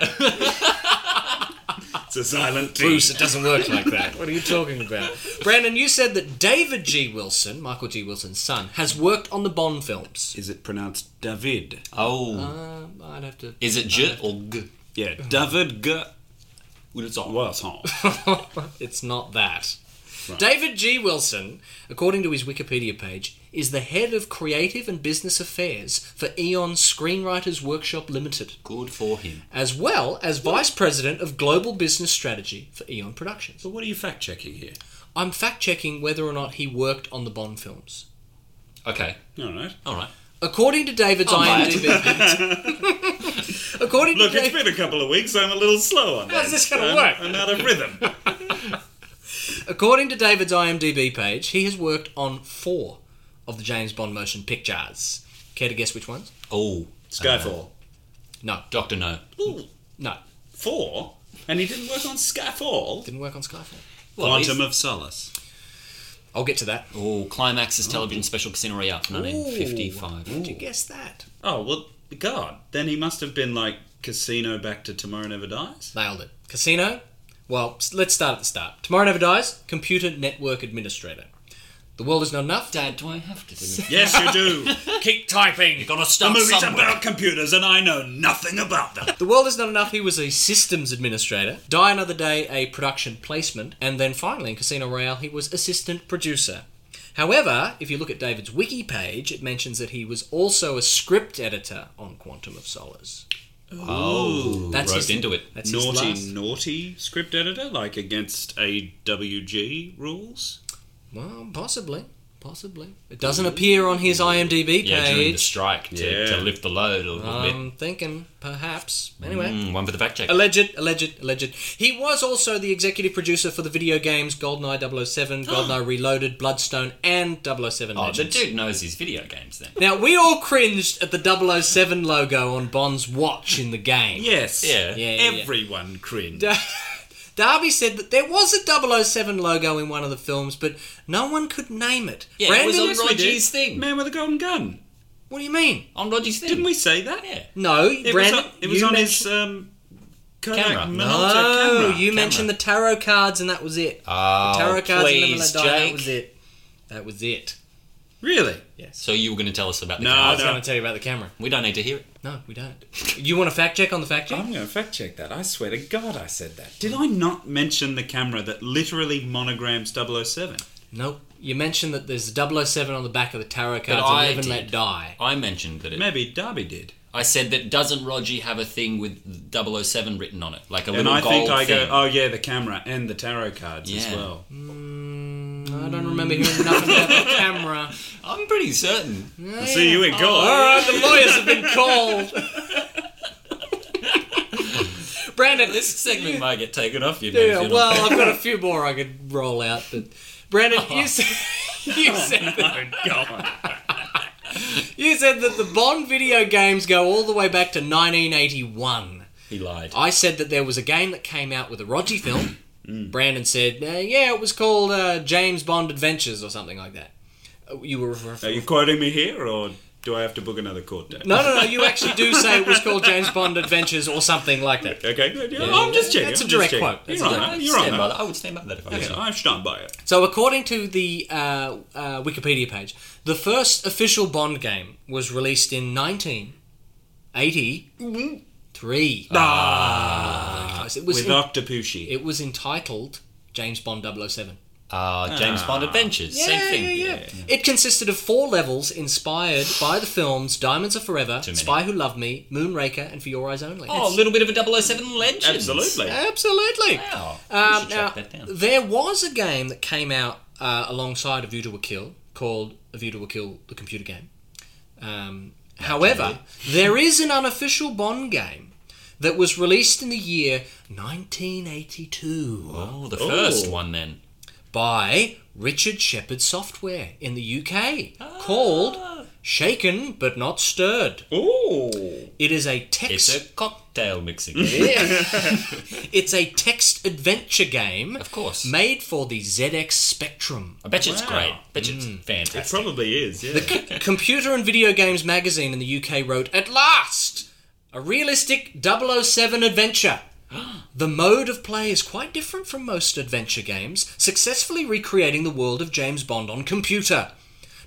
Speaker 2: it's a silent T.
Speaker 1: Bruce, it doesn't work like that. <laughs> What are you talking about? Brandon, you said that David G. Wilson, Michael G. Wilson's son, has worked on the Bond films.
Speaker 2: Is it pronounced David?
Speaker 4: <laughs> Oh.
Speaker 1: Um, I'd have to. <laughs>
Speaker 4: Is it J or G?
Speaker 2: Yeah, David G.
Speaker 4: Wilson.
Speaker 2: Wilson.
Speaker 1: it's not that. David G. Wilson, according to his Wikipedia page, is the head of creative and business affairs for Eon Screenwriters Workshop Limited,
Speaker 4: Good for him.
Speaker 1: as well as vice president of global business strategy for Eon Productions.
Speaker 2: <laughs> So what are you fact checking here?
Speaker 1: I'm fact checking whether or not he worked on the Bond films.
Speaker 4: Okay.
Speaker 2: All right.
Speaker 4: All right.
Speaker 1: According to David's
Speaker 4: mate.
Speaker 1: IMDb.
Speaker 2: <laughs>
Speaker 1: according
Speaker 2: Oh Look,
Speaker 1: to
Speaker 2: it's
Speaker 1: David,
Speaker 2: been a couple of weeks. I'm a little slow on
Speaker 1: How's this
Speaker 2: this.
Speaker 1: gonna
Speaker 2: I'm-
Speaker 1: work?
Speaker 2: I'm out of rhythm.
Speaker 1: according to David's IMDb page, he has worked on four of the James Bond motion pictures. Care to guess which ones?
Speaker 4: Oh.
Speaker 2: <laughs> Skyfall.
Speaker 1: No,
Speaker 4: Doctor No.
Speaker 2: Uh, Ooh,
Speaker 1: no.
Speaker 2: four? And he didn't work on Skyfall?
Speaker 1: Didn't work on Skyfall.
Speaker 2: Quantum of Solace.
Speaker 1: I'll get to that.
Speaker 4: Oh, Climax's television special Casino Royale, 1955.
Speaker 1: Did you guess that?
Speaker 2: Oh, well, God. Then he must have been like Casino back to Tomorrow Never Dies?
Speaker 1: Nailed it. Casino? Well, s- let's start at the start. Tomorrow Never Dies, Computer Network Administrator. The World Is Not Enough?
Speaker 4: Dad, do I have to do <laughs> this?
Speaker 2: Yes, you <laughs> do.
Speaker 4: Keep typing. You gotta
Speaker 2: the
Speaker 4: start
Speaker 2: movie's
Speaker 4: somewhere.
Speaker 2: about computers and I know nothing about <laughs> them.
Speaker 1: The World Is Not Enough, he was a systems administrator. Die Another Day, a production placement. And then finally, in Casino Royale, he was assistant producer. However, if you look at David's wiki page, it mentions that he was also a script editor on Quantum of Solace.
Speaker 4: Oh,
Speaker 1: That's
Speaker 4: roped
Speaker 1: his-
Speaker 4: into it.
Speaker 1: That's his
Speaker 2: naughty,
Speaker 1: last-
Speaker 2: naughty script editor, like against AWG rules?
Speaker 1: Well, possibly. Possibly. It doesn't appear on his IMDb page.
Speaker 4: Yeah, during the strike to,
Speaker 2: Yeah. Um,
Speaker 4: to lift the load a little
Speaker 1: I'm thinking, perhaps. Anyway.
Speaker 4: bit. Mm, one for the fact check.
Speaker 1: Alleged, alleged, alleged. He was also the executive producer for the video games GoldenEye
Speaker 4: <gasps>
Speaker 1: 007, GoldenEye Reloaded, Bloodstone, and 007
Speaker 4: Oh, the
Speaker 1: Legends.
Speaker 4: dude knows his video games then.
Speaker 1: Now, we all cringed at the 007 logo on Bond's watch in the game. <laughs>
Speaker 2: Yes.
Speaker 4: Yeah.
Speaker 1: Yeah, yeah, yeah.
Speaker 2: Everyone cringed.
Speaker 1: Darby said that there was a 007 logo in one of the films, but no one could name it.
Speaker 4: Yeah, it was
Speaker 1: Brandon,
Speaker 4: on
Speaker 2: Yes, we
Speaker 4: Roger's
Speaker 2: did.
Speaker 4: thing.
Speaker 2: Man with a golden gun.
Speaker 1: what do you mean?
Speaker 4: On Roger's thing.
Speaker 2: Didn't we say that?
Speaker 4: Yeah.
Speaker 1: No,
Speaker 2: It
Speaker 1: Brandon,
Speaker 2: was on, it was
Speaker 1: you
Speaker 2: on
Speaker 1: mentioned-
Speaker 2: his um, Kodak
Speaker 4: Camera.
Speaker 2: Minolta
Speaker 1: No,
Speaker 2: camera.
Speaker 1: you mentioned the tarot cards and that was it.
Speaker 4: Oh,
Speaker 1: tarot cards and
Speaker 4: please,
Speaker 1: Live and Let Die, that
Speaker 4: Jake.
Speaker 1: was it. That was it.
Speaker 2: Really?
Speaker 4: So you were going to tell us about the
Speaker 2: No,
Speaker 4: camera.
Speaker 1: I was
Speaker 2: no.
Speaker 1: going to tell you about the camera.
Speaker 4: We don't need to hear it.
Speaker 1: No, we don't. You want a fact check on the fact check?
Speaker 2: I'm going to fact check that. I swear to God, I said that. Did I not mention the camera that literally monograms 007?
Speaker 1: Nope. You mentioned that there's a 007 on the back of the tarot cards and
Speaker 4: I
Speaker 1: Live and
Speaker 4: did.
Speaker 1: Let Die.
Speaker 4: I mentioned that it.
Speaker 2: Maybe Darby did.
Speaker 4: I said that doesn't Roger have a thing with 007 written on it, like a
Speaker 2: and
Speaker 4: little
Speaker 2: I
Speaker 4: gold
Speaker 2: think I
Speaker 4: thing.
Speaker 2: go, oh yeah, the camera and the tarot cards as
Speaker 4: Yeah.
Speaker 2: well.
Speaker 1: I don't remember <laughs> hearing nothing about the camera.
Speaker 2: "Oh."
Speaker 4: I'm pretty certain.
Speaker 2: I'll see you in court. <laughs>
Speaker 1: Alright, the lawyers have been <laughs> called. Brandon,
Speaker 4: This segment might get taken off you.
Speaker 1: <laughs> Yeah, <laughs> well, I've got a few more I could roll out, but Brandon, <laughs> you said, you said that
Speaker 2: God.
Speaker 1: You said that the Bond video games go all the way back to 1981.
Speaker 4: he lied.
Speaker 1: I said that there was a game that came out with a Roger film. Brandon said, uh, yeah, it was called uh, James Bond Adventures or something like that. Uh, You were
Speaker 2: <laughs> Are
Speaker 1: referring.
Speaker 2: you quoting me here, or do I have to book another court date?
Speaker 1: No, no, no. You actually do say it was called James Bond Adventures or something like that.
Speaker 2: Okay, good. Yeah, I'm just checking.
Speaker 1: That's a
Speaker 2: I'm just
Speaker 1: direct
Speaker 2: checking.
Speaker 1: quote. That's
Speaker 2: You're
Speaker 1: a
Speaker 2: on
Speaker 1: direct-
Speaker 2: that.
Speaker 4: I'd
Speaker 2: You're on
Speaker 4: stand by
Speaker 2: that.
Speaker 4: that. I would stand by that if I was
Speaker 2: Yeah,
Speaker 4: you.
Speaker 2: I stand by it.
Speaker 1: So, according to the uh, uh, Wikipedia page, the first official Bond game was released in 1983. Ah, it was
Speaker 2: With
Speaker 1: in-
Speaker 2: Octopucci.
Speaker 1: It was entitled James Bond 007.
Speaker 4: Uh, James
Speaker 2: Ah.
Speaker 4: Bond Adventures, same thing.
Speaker 1: It consisted of four levels inspired by the films Diamonds Are Forever,
Speaker 4: many.
Speaker 1: Spy Who Loved Me, Moonraker, and For Your Eyes Only.
Speaker 4: Oh, a little bit of a 007 legend.
Speaker 2: Absolutely.
Speaker 1: Absolutely.
Speaker 4: Wow. We
Speaker 1: Um,
Speaker 4: should
Speaker 1: now,
Speaker 4: track that down.
Speaker 1: there was a game that came out uh, alongside A View to a Kill called A View to a Kill, the computer game. Um, however, <laughs> there is an unofficial Bond game that was released in the year 1982
Speaker 4: Oh, the first one then.
Speaker 1: by Richard Shepherd Software in the UK called Shaken But Not Stirred.
Speaker 2: Ooh.
Speaker 1: It is a text
Speaker 4: It's a cocktail mixing.
Speaker 2: <laughs>
Speaker 1: <laughs> It's a text adventure game.
Speaker 4: Of course.
Speaker 1: Made for the ZX Spectrum.
Speaker 4: I bet you it's
Speaker 2: Wow. Mm.
Speaker 4: great. Bet you it's
Speaker 2: It
Speaker 4: fantastic. <gasps>
Speaker 2: probably is, yeah.
Speaker 1: Computer and Video Games magazine in the UK wrote, At last! A realistic 007 adventure. The mode of play is quite different from most adventure games, successfully recreating the world of James Bond on computer.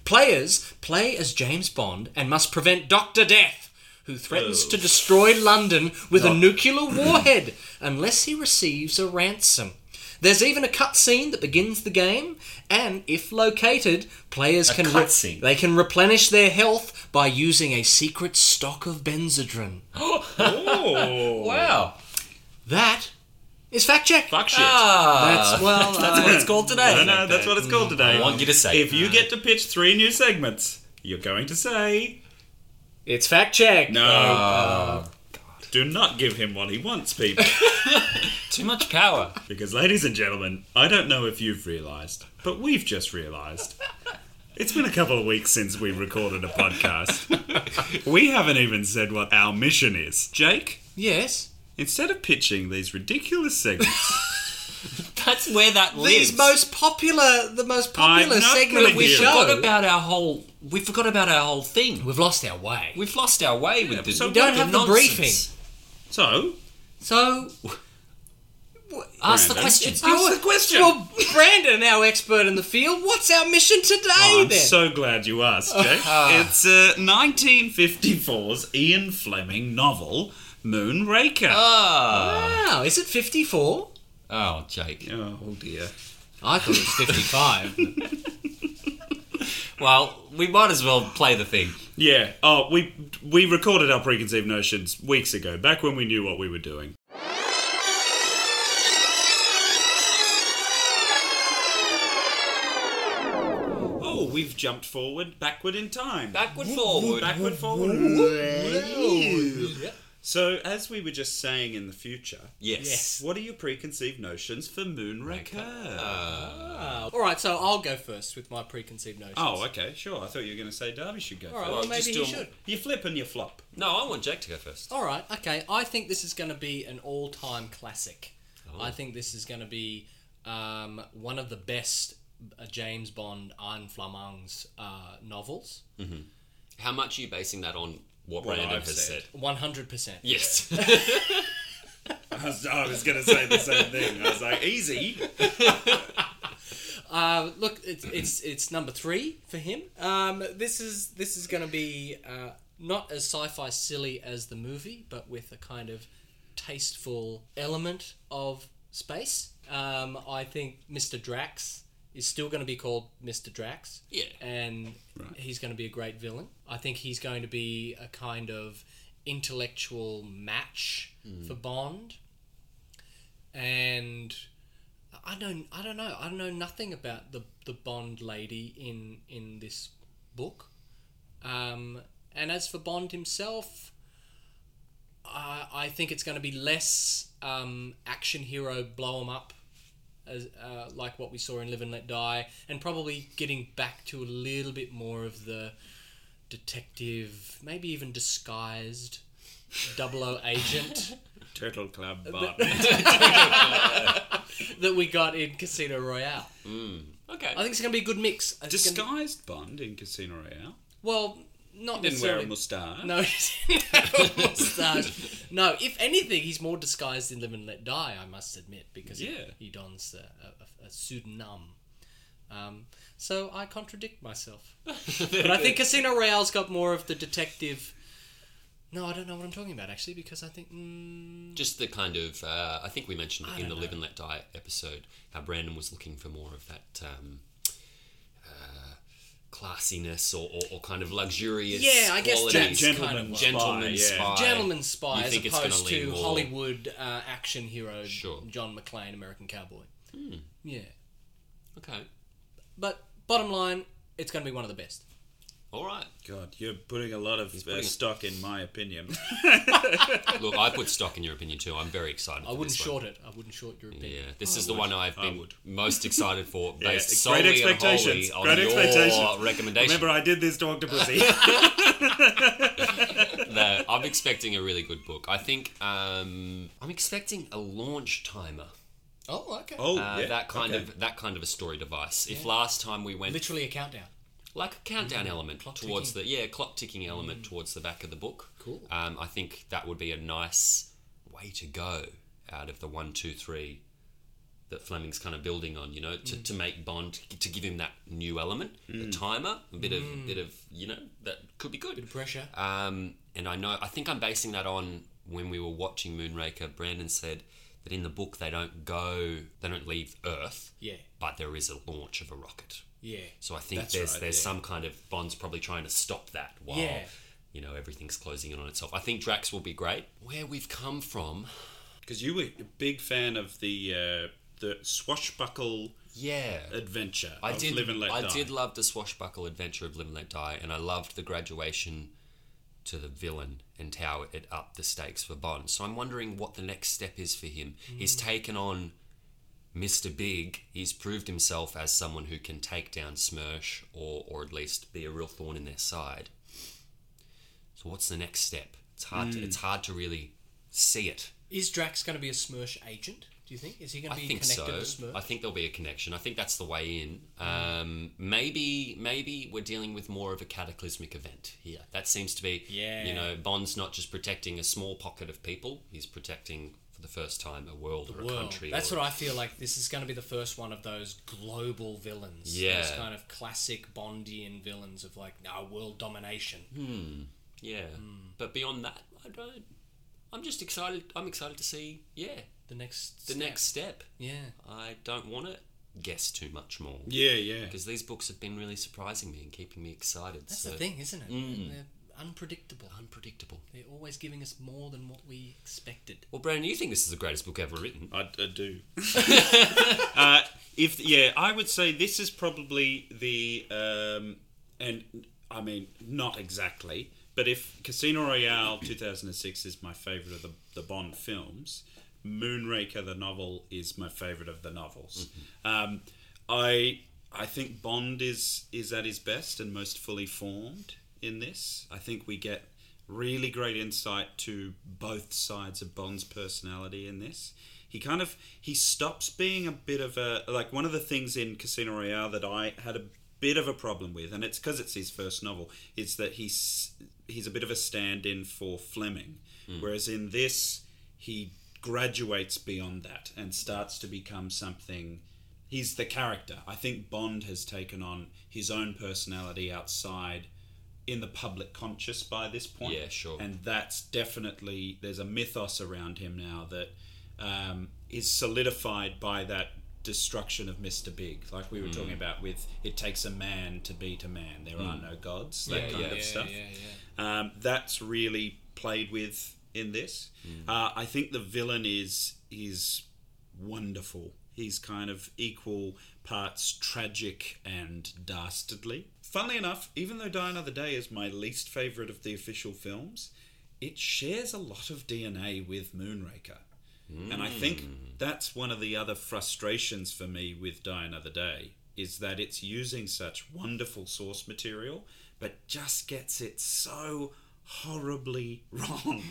Speaker 1: Players play as James Bond and must prevent Dr. Death, who threatens to destroy London with a nuclear warhead unless he receives a ransom. There's even a cutscene that begins the game, and if located, players can re-
Speaker 4: cutscene?
Speaker 1: they can replenish their health by using a secret stock of benzodrine.
Speaker 2: Oh. Ooh.
Speaker 4: Wow.
Speaker 1: That is fact check.
Speaker 2: Fuck shit.
Speaker 4: Ah,
Speaker 1: That's well.
Speaker 4: <laughs>
Speaker 1: uh,
Speaker 4: that's what it's called today.
Speaker 2: No, no, that's what it's called today.
Speaker 4: I want you to say
Speaker 2: If
Speaker 4: it.
Speaker 2: you get to pitch three new segments, you're going to say
Speaker 1: It's fact check. Uh,
Speaker 2: no. Do not give him what he wants, people.
Speaker 4: Too much power.
Speaker 2: because, ladies and gentlemen, I don't know if you've realised, but we've just realised. It's been a couple of weeks since we recorded a podcast. we haven't even said what our mission is. Jake,
Speaker 1: Yes.
Speaker 2: instead of pitching these ridiculous segments,
Speaker 4: <laughs> That's where that lives.
Speaker 1: These most popular, the most popular
Speaker 2: I'm not
Speaker 1: segment of
Speaker 2: gonna
Speaker 1: we
Speaker 2: hear it.
Speaker 4: forgot
Speaker 1: show.
Speaker 4: about our whole. We forgot about our whole thing.
Speaker 1: We've lost our way.
Speaker 4: We've lost our way with this.
Speaker 2: so
Speaker 4: with
Speaker 1: don't have the
Speaker 4: nonsense.
Speaker 1: briefing.
Speaker 2: so
Speaker 1: So,
Speaker 4: Ask the
Speaker 2: Brandon.
Speaker 4: questions.
Speaker 1: Ask
Speaker 2: the question.
Speaker 1: well, Brandon, our expert in the field, what's our mission today
Speaker 2: Oh, I'm
Speaker 1: then?
Speaker 2: so glad you asked, Jake. it's uh, 1954's Ian Fleming novel, Moonraker.
Speaker 1: wow, is it 54?
Speaker 4: Oh, Jake.
Speaker 2: oh dear.
Speaker 1: I thought it was
Speaker 2: <laughs>
Speaker 1: 55.
Speaker 4: Well, we might as well play the thing.
Speaker 2: Yeah. Oh, we we recorded our preconceived notions weeks ago, back when we knew what we were doing. Oh, we've jumped forward, backward in time.
Speaker 4: Backward, forward.
Speaker 2: backward, forward. So, as we were just saying in the future,
Speaker 4: Yes.
Speaker 2: what are your preconceived notions for Moonraker?
Speaker 1: Uh, All right, so I'll go first with my preconceived notions.
Speaker 2: oh, okay, sure. I thought you were going to say Darby should go
Speaker 1: All right,
Speaker 2: first.
Speaker 1: well,
Speaker 4: Well,
Speaker 1: maybe
Speaker 4: just
Speaker 1: he
Speaker 4: do 'em-
Speaker 1: should.
Speaker 2: You flip and you flop.
Speaker 4: No, I want Jake to go first.
Speaker 1: All right, okay. I think this is going to be an all-time classic. I think this is going to be um, one of the best uh, James Bond Iron Flamang's uh, novels.
Speaker 4: How much are you basing that on what,
Speaker 2: What
Speaker 4: Brandon
Speaker 2: I've
Speaker 4: has
Speaker 2: said.
Speaker 4: said?
Speaker 1: One hundred percent.
Speaker 4: Yes. <laughs>
Speaker 2: I was, I was going to say the same thing. I was like, easy.
Speaker 1: Uh, Look, it's it's it's number three for him. Um, this is this is going to be uh, not as sci-fi silly as the movie, but with a kind of tasteful element of space. Um, I think Mr. Drax is still going to be called Mr. Drax.
Speaker 4: Yeah.
Speaker 1: and he's going to be a great villain. I think he's going to be a kind of intellectual match for Bond. And I don't I don't know. I know nothing about the the Bond lady in in this book. Um, and as for Bond himself, I I think it's going to be less um, action hero blow 'em up as uh, like what we saw in Live and Let Die, and probably getting back to a little bit more of the detective, maybe even disguised. Double O agent
Speaker 2: Turtle Club
Speaker 1: that we got in Casino Royale.
Speaker 4: okay.
Speaker 1: I think it's going to be a good mix. I think it's gonna be-
Speaker 2: Disguised Bond in Casino Royale.
Speaker 1: Well, not
Speaker 2: Didn't wear
Speaker 1: necessarily.
Speaker 2: a moustache.
Speaker 1: no, he didn't <laughs> have a moustache. No, if anything, he's more disguised in Live and Let Die. I must admit, because he-
Speaker 2: Yeah.
Speaker 1: he, dons a, a, a pseudonym. Um, so I contradict
Speaker 4: <laughs>
Speaker 1: myself. but I think Casino Royale's got more of the detective. No, I don't know what I'm talking about actually, because I think mm,
Speaker 4: Just the kind of, uh, I think we mentioned in the
Speaker 1: don't
Speaker 4: Live and Let Die episode how Brandon was looking for more of that um, uh, classiness or, or, or kind of luxurious.
Speaker 1: Yeah, I guess
Speaker 2: Gen-
Speaker 4: qualities.
Speaker 1: Jack- kind of
Speaker 2: gentleman spy.
Speaker 4: gentleman
Speaker 2: yeah.
Speaker 4: spy.
Speaker 1: gentleman spy
Speaker 4: You
Speaker 1: as
Speaker 4: think it's gonna
Speaker 1: opposed
Speaker 4: lean
Speaker 1: to
Speaker 4: more-
Speaker 1: Hollywood uh, action hero
Speaker 4: Sure. Hmm.
Speaker 1: John McClane, American cowboy. Yeah.
Speaker 4: Okay.
Speaker 1: But bottom line, it's going to be one of the best.
Speaker 3: All right.
Speaker 2: God, you're putting a lot of
Speaker 3: putting
Speaker 2: uh,
Speaker 3: it-
Speaker 2: stock in my opinion.
Speaker 3: Look, I put stock in your opinion too. I'm very excited.
Speaker 1: I
Speaker 3: for
Speaker 1: wouldn't
Speaker 3: this one.
Speaker 1: short it. I wouldn't short your opinion.
Speaker 3: Yeah, this is the one I've
Speaker 2: I
Speaker 3: been
Speaker 2: would.
Speaker 3: most excited
Speaker 2: <laughs>
Speaker 3: for, based
Speaker 2: it's
Speaker 3: solely
Speaker 2: great
Speaker 3: and
Speaker 2: expectations.
Speaker 3: wholly on
Speaker 2: Great
Speaker 3: your
Speaker 2: expectations.
Speaker 3: recommendation.
Speaker 2: Remember, I did this to Octopussy.
Speaker 3: No, I'm expecting a really good book. I think um, I'm expecting a launch timer.
Speaker 1: Oh, okay.
Speaker 2: oh,
Speaker 3: Uh,
Speaker 2: yeah.
Speaker 3: that kind
Speaker 2: okay.
Speaker 3: of that kind of a story device. If last time we went
Speaker 1: Literally a countdown.
Speaker 3: like a countdown element towards
Speaker 1: ticking. Mm.
Speaker 3: the yeah clock ticking element towards the back of the book.
Speaker 1: Cool.
Speaker 3: Um, I think that would be a nice way to go out of the one two three that Fleming's kind of building on. You know,
Speaker 1: Mm.
Speaker 3: to, to make Bond to give him that new element, the timer, a bit
Speaker 1: Mm.
Speaker 3: of bit of you know that could be good.
Speaker 1: Pressure.
Speaker 3: Um, and I know, I think I'm basing that on when we were watching Moonraker. Brandon said that in the book they don't go, they don't leave Earth,
Speaker 1: Yeah.
Speaker 3: but there is a launch of a rocket.
Speaker 1: Yeah.
Speaker 3: So I think
Speaker 2: That's
Speaker 3: there's
Speaker 2: right,
Speaker 3: there's
Speaker 2: yeah.
Speaker 3: some kind of Bond's probably trying to stop that while
Speaker 1: Yeah.
Speaker 3: you know everything's closing in on itself. I think Drax will be great. Where we've come from,
Speaker 2: Because you were a big fan of the uh, the swashbuckle
Speaker 3: yeah.
Speaker 2: adventure.
Speaker 3: I
Speaker 2: of
Speaker 3: did.
Speaker 2: Live and Let
Speaker 3: I
Speaker 2: Die.
Speaker 3: did love the swashbuckle adventure of Live and Let Die, and I loved the graduation to the villain and how it upped the stakes for Bond. So I'm wondering what the next step is for him. He's
Speaker 2: Hmm.
Speaker 3: taken on Mr. Big. He's proved himself as someone who can take down Smirsh, or or at least be a real thorn in their side. So what's the next step? It's hard.
Speaker 2: Hmm.
Speaker 3: To, it's hard to really see it.
Speaker 1: Is Drax going to be a Smirsh agent? Do you think? Is he going
Speaker 3: I
Speaker 1: to be
Speaker 3: think
Speaker 1: connected
Speaker 3: so.
Speaker 1: to Smirsh?
Speaker 3: I think there'll be a connection. I think that's the way in. Um, maybe maybe we're dealing with more of a cataclysmic event here. That seems to be
Speaker 1: Yeah.
Speaker 3: you know, Bond's not just protecting a small pocket of people, he's protecting for the first time a world or a
Speaker 1: World.
Speaker 3: country.
Speaker 1: That's
Speaker 3: or,
Speaker 1: what I feel like. This is going to be the first one of those global villains.
Speaker 3: Yeah.
Speaker 1: Those kind of classic Bondian villains of like, no, world domination.
Speaker 3: Hmm. Yeah.
Speaker 1: Hmm.
Speaker 3: But beyond that, I don't I'm just excited I'm excited to see, yeah,
Speaker 1: The next.
Speaker 3: the
Speaker 1: step.
Speaker 3: next step.
Speaker 1: Yeah.
Speaker 3: I don't want to guess too much more.
Speaker 2: Yeah, yeah.
Speaker 3: Because these books have been really surprising me and keeping me excited.
Speaker 1: That's
Speaker 3: so Mm.
Speaker 1: the thing, isn't it? They're unpredictable.
Speaker 3: unpredictable.
Speaker 1: They're always giving us more than what we expected.
Speaker 3: Well, Brandon, you think this is the greatest book ever written?
Speaker 2: I, I do. <laughs> uh, if yeah, I would say this is probably the um, and I mean not exactly, but if Casino Royale 2006 is my favorite of the the Bond films, Moonraker the novel is my favorite of the novels. Um, I I think Bond is is at his best and most fully formed in this. I think we get really great insight to both sides of Bond's personality in this. He kind of he stops being a bit of a like one of the things in Casino Royale that I had a bit of a problem with, and it's because it's his first novel, is that he's he's a bit of a stand-in for Fleming, whereas in this he graduates beyond that and starts to become something he's the character. I think Bond has taken on his own personality outside in the public conscious by this point.
Speaker 3: Yeah, sure.
Speaker 2: And that's definitely there's a mythos around him now that um, is solidified by that destruction of Mr. Big, like we were talking about with "It takes a man to beat a man. There are no gods." That kind of stuff. Um, that's really played with in this. Uh, I think the villain is is wonderful. He's kind of equal parts tragic and dastardly. Funnily enough, even though Die Another Day is my least favorite of the official films, it shares a lot of DNA with Moonraker. And I think that's one of the other frustrations for me with Die Another Day is that it's using such wonderful source material, but just gets it so horribly <laughs> wrong.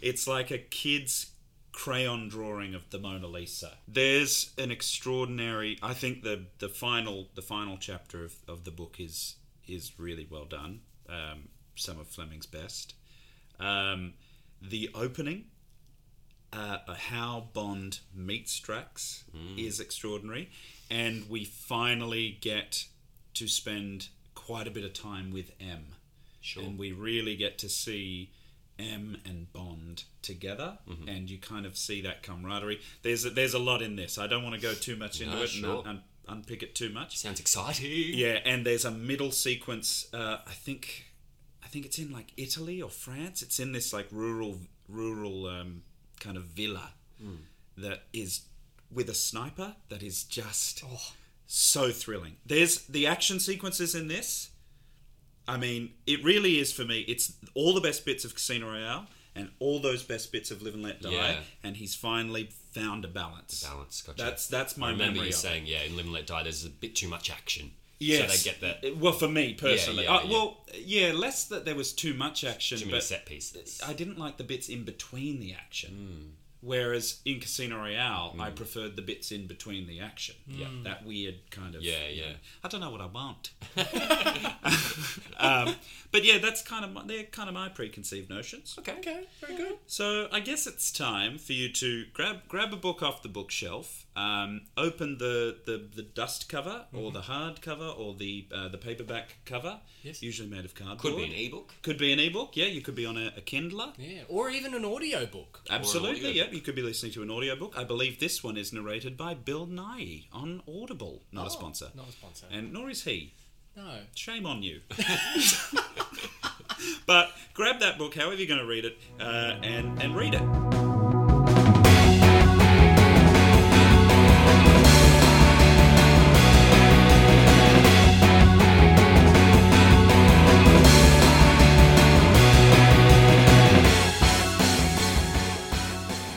Speaker 2: It's like a kid's crayon drawing of the Mona Lisa. There's an extraordinary. I think the the final the final chapter of, of the book is is really well done. Um, some of Fleming's best. Um, the opening uh, how Bond meets Drax is extraordinary, and we finally get to spend quite a bit of time with M. Sure. And we really get to see M and Bond together, and you kind of see that camaraderie. There's a, there's a lot in this. I don't want to go too much into
Speaker 3: No,
Speaker 2: it
Speaker 3: sure.
Speaker 2: and un- un- unpick it too much.
Speaker 3: Sounds exciting.
Speaker 2: Yeah, and there's a middle sequence. Uh, I think, I think it's in like Italy or France. It's in this like rural, rural um, kind
Speaker 3: Hmm. Oh.
Speaker 2: of villa that is with a sniper that is just so thrilling. There's the action sequences in this. I mean, it really is for me. It's all the best bits of Casino Royale and all those best bits of Live and Let Die.
Speaker 3: Yeah.
Speaker 2: And he's finally found a balance.
Speaker 3: Balance, gotcha.
Speaker 2: That's that's my
Speaker 3: I remember
Speaker 2: memory.
Speaker 3: you
Speaker 2: of it.
Speaker 3: saying, yeah, in Live and Let Die, there's a bit too much action.
Speaker 2: Yes.
Speaker 3: So they get that
Speaker 2: Uh, Well, for me personally,
Speaker 3: yeah,
Speaker 2: Uh,
Speaker 3: yeah.
Speaker 2: well, yeah, less that there was too much action,
Speaker 3: too many
Speaker 2: but
Speaker 3: set pieces.
Speaker 2: I didn't like the bits in between the
Speaker 3: Hmm.
Speaker 2: action. Whereas in Casino Royale, I preferred the bits in between the action. Yeah, that weird kind of.
Speaker 3: Yeah,
Speaker 2: you
Speaker 3: yeah.
Speaker 2: know, I don't know what
Speaker 3: <laughs>
Speaker 2: I want. <laughs> um, but yeah, that's kind of my, they're kind of my preconceived notions.
Speaker 3: okay, okay, very good.
Speaker 2: So I guess it's time for you to grab grab a book off the bookshelf, um, open the, the, the dust cover
Speaker 3: Mm-hmm.
Speaker 2: or the hard cover or the uh, the paperback cover,
Speaker 1: Yes.
Speaker 2: usually made of cardboard.
Speaker 3: Could be an e-, ebook.
Speaker 2: Could be an ebook. Yeah, you could be on a, a Kindler.
Speaker 1: Yeah, or even an audio book.
Speaker 3: Ah,
Speaker 2: Absolutely,
Speaker 3: audiobook.
Speaker 2: yeah. You could be listening to an audiobook. I believe this one is narrated by Bill Nye on Audible. Not
Speaker 3: Oh,
Speaker 2: a sponsor.
Speaker 1: Oh, Not a sponsor.
Speaker 2: And nor is he.
Speaker 1: no.
Speaker 2: Shame
Speaker 3: <laughs>
Speaker 2: on you. <laughs> but grab that book, however you're going to read it, uh, and, and read it.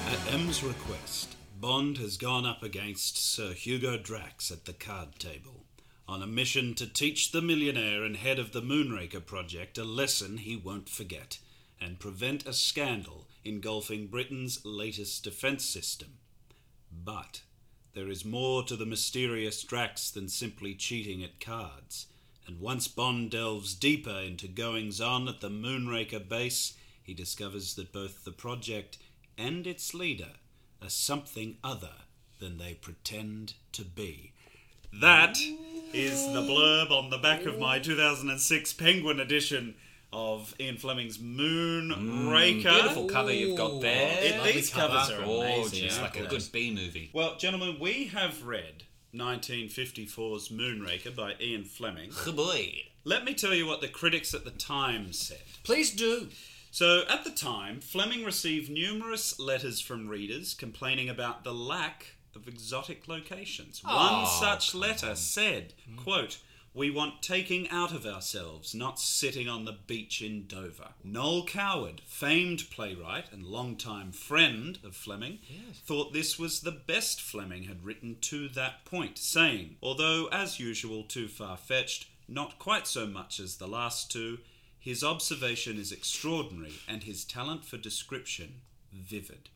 Speaker 2: At M's request, Bond has gone up against Sir Hugo Drax at the card table on a mission to teach the millionaire and head of the Moonraker project a lesson he won't forget and prevent a scandal engulfing Britain's latest defence system. But there is more to the mysterious Drax than simply cheating at cards, and once Bond delves deeper into goings on at the Moonraker base, he discovers that both the project and its leader are something other than they pretend to be. That is the blurb on the back of my 2006 Penguin edition of Ian Fleming's Moonraker.
Speaker 3: Beautiful cover you've got there.
Speaker 2: It-
Speaker 1: Lovely
Speaker 2: these covers are amazing,
Speaker 3: Gorgeous, like
Speaker 2: aren't
Speaker 3: a
Speaker 2: they?
Speaker 3: good B movie.
Speaker 2: Well, gentlemen, we have read 1954's Moonraker by Ian Fleming.
Speaker 3: Boy.
Speaker 2: Let me tell you what the critics at the time said.
Speaker 1: Please do.
Speaker 2: So, at the time, Fleming received numerous letters from readers complaining about the lack of exotic locations. One such letter said, quote, we want taking out of ourselves, not sitting on the beach in Dover. Noel Coward, famed playwright and longtime friend of Fleming, thought this was the best Fleming had written to that point, saying, although as usual too far fetched, not quite so much as the last two, his observation is extraordinary and his talent for description vivid.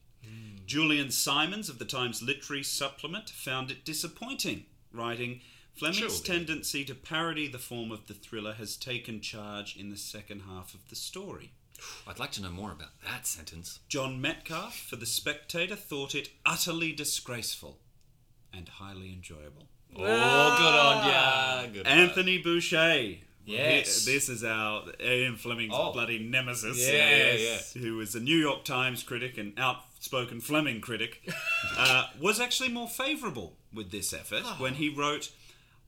Speaker 2: Julian Simons of the Times Literary Supplement found it disappointing, writing Fleming's tendency to parody the form of the thriller has taken charge in the second half of the story.
Speaker 4: I'd like to know more about that sentence.
Speaker 2: John Metcalfe for The Spectator thought it utterly disgraceful and highly enjoyable.
Speaker 3: Oh, good on ya. Good on
Speaker 2: Anthony Boucher.
Speaker 3: Yes.
Speaker 2: He- This is our Ian Fleming's
Speaker 3: Oh.
Speaker 2: bloody nemesis.
Speaker 3: Yes.
Speaker 2: Who was a New York Times critic and outspoken Fleming critic,
Speaker 1: <laughs>
Speaker 2: uh, was actually more favourable with this effort
Speaker 1: Oh.
Speaker 2: when he wrote,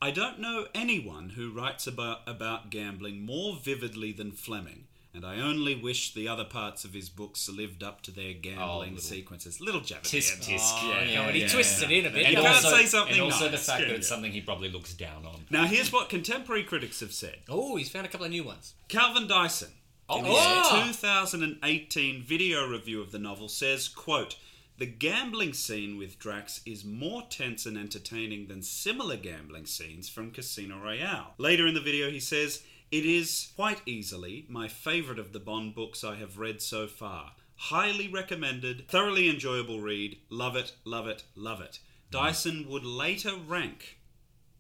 Speaker 2: I don't know anyone who writes about, about gambling more vividly than Fleming. And I only wish the other parts of his books lived up to
Speaker 1: Oh,
Speaker 2: their gambling
Speaker 3: little-
Speaker 2: sequences. Little Oh, jab at the
Speaker 3: Tisk
Speaker 2: end.
Speaker 3: tisk. Yeah,
Speaker 1: yeah, when he twists it in a bit.
Speaker 2: And
Speaker 1: yeah.
Speaker 2: can't say something
Speaker 3: And also the
Speaker 2: nice.
Speaker 3: fact
Speaker 2: Yeah,
Speaker 3: that it's
Speaker 2: yeah.
Speaker 3: something he probably looks down on.
Speaker 2: Now, here's what contemporary critics have said.
Speaker 1: Oh, he's found a couple of new ones.
Speaker 2: Calvin Dyson, in his
Speaker 1: yeah.
Speaker 2: 2018 video review of the novel, says, quote, the gambling scene with Drax is more tense and entertaining than similar gambling scenes from Casino Royale. Later in the video, he says, It is quite easily my favourite of the Bond books I have read so far. Highly recommended, thoroughly enjoyable read. Love it, love it, love it. Dyson would later rank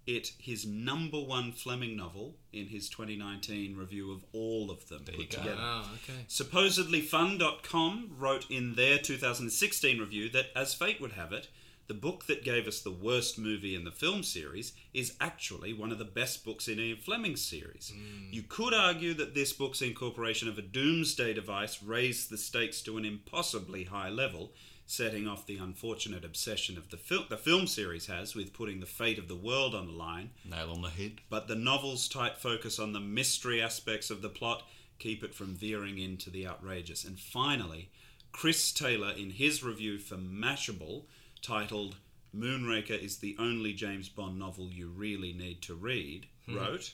Speaker 2: it his number one Fleming novel in his 2019 review of all of them put together.
Speaker 1: Oh, okay.
Speaker 2: Supposedly Fun.com wrote in their 2016 review that, as fate would have it, the book that gave us the worst movie in the film series is actually one of the best books in Ian Fleming's series. You could argue that this book's incorporation of a doomsday device raised the stakes to an impossibly high level, setting off the unfortunate obsession of the, fil- the film series has with putting the fate of the world on the line
Speaker 3: Nail on the head.
Speaker 2: but the novel's tight focus on the mystery aspects of the plot keep it from veering into the outrageous. And finally, Chris Taylor, in his review for Mashable, titled Moonraker is the only James Bond novel you really need to read, wrote,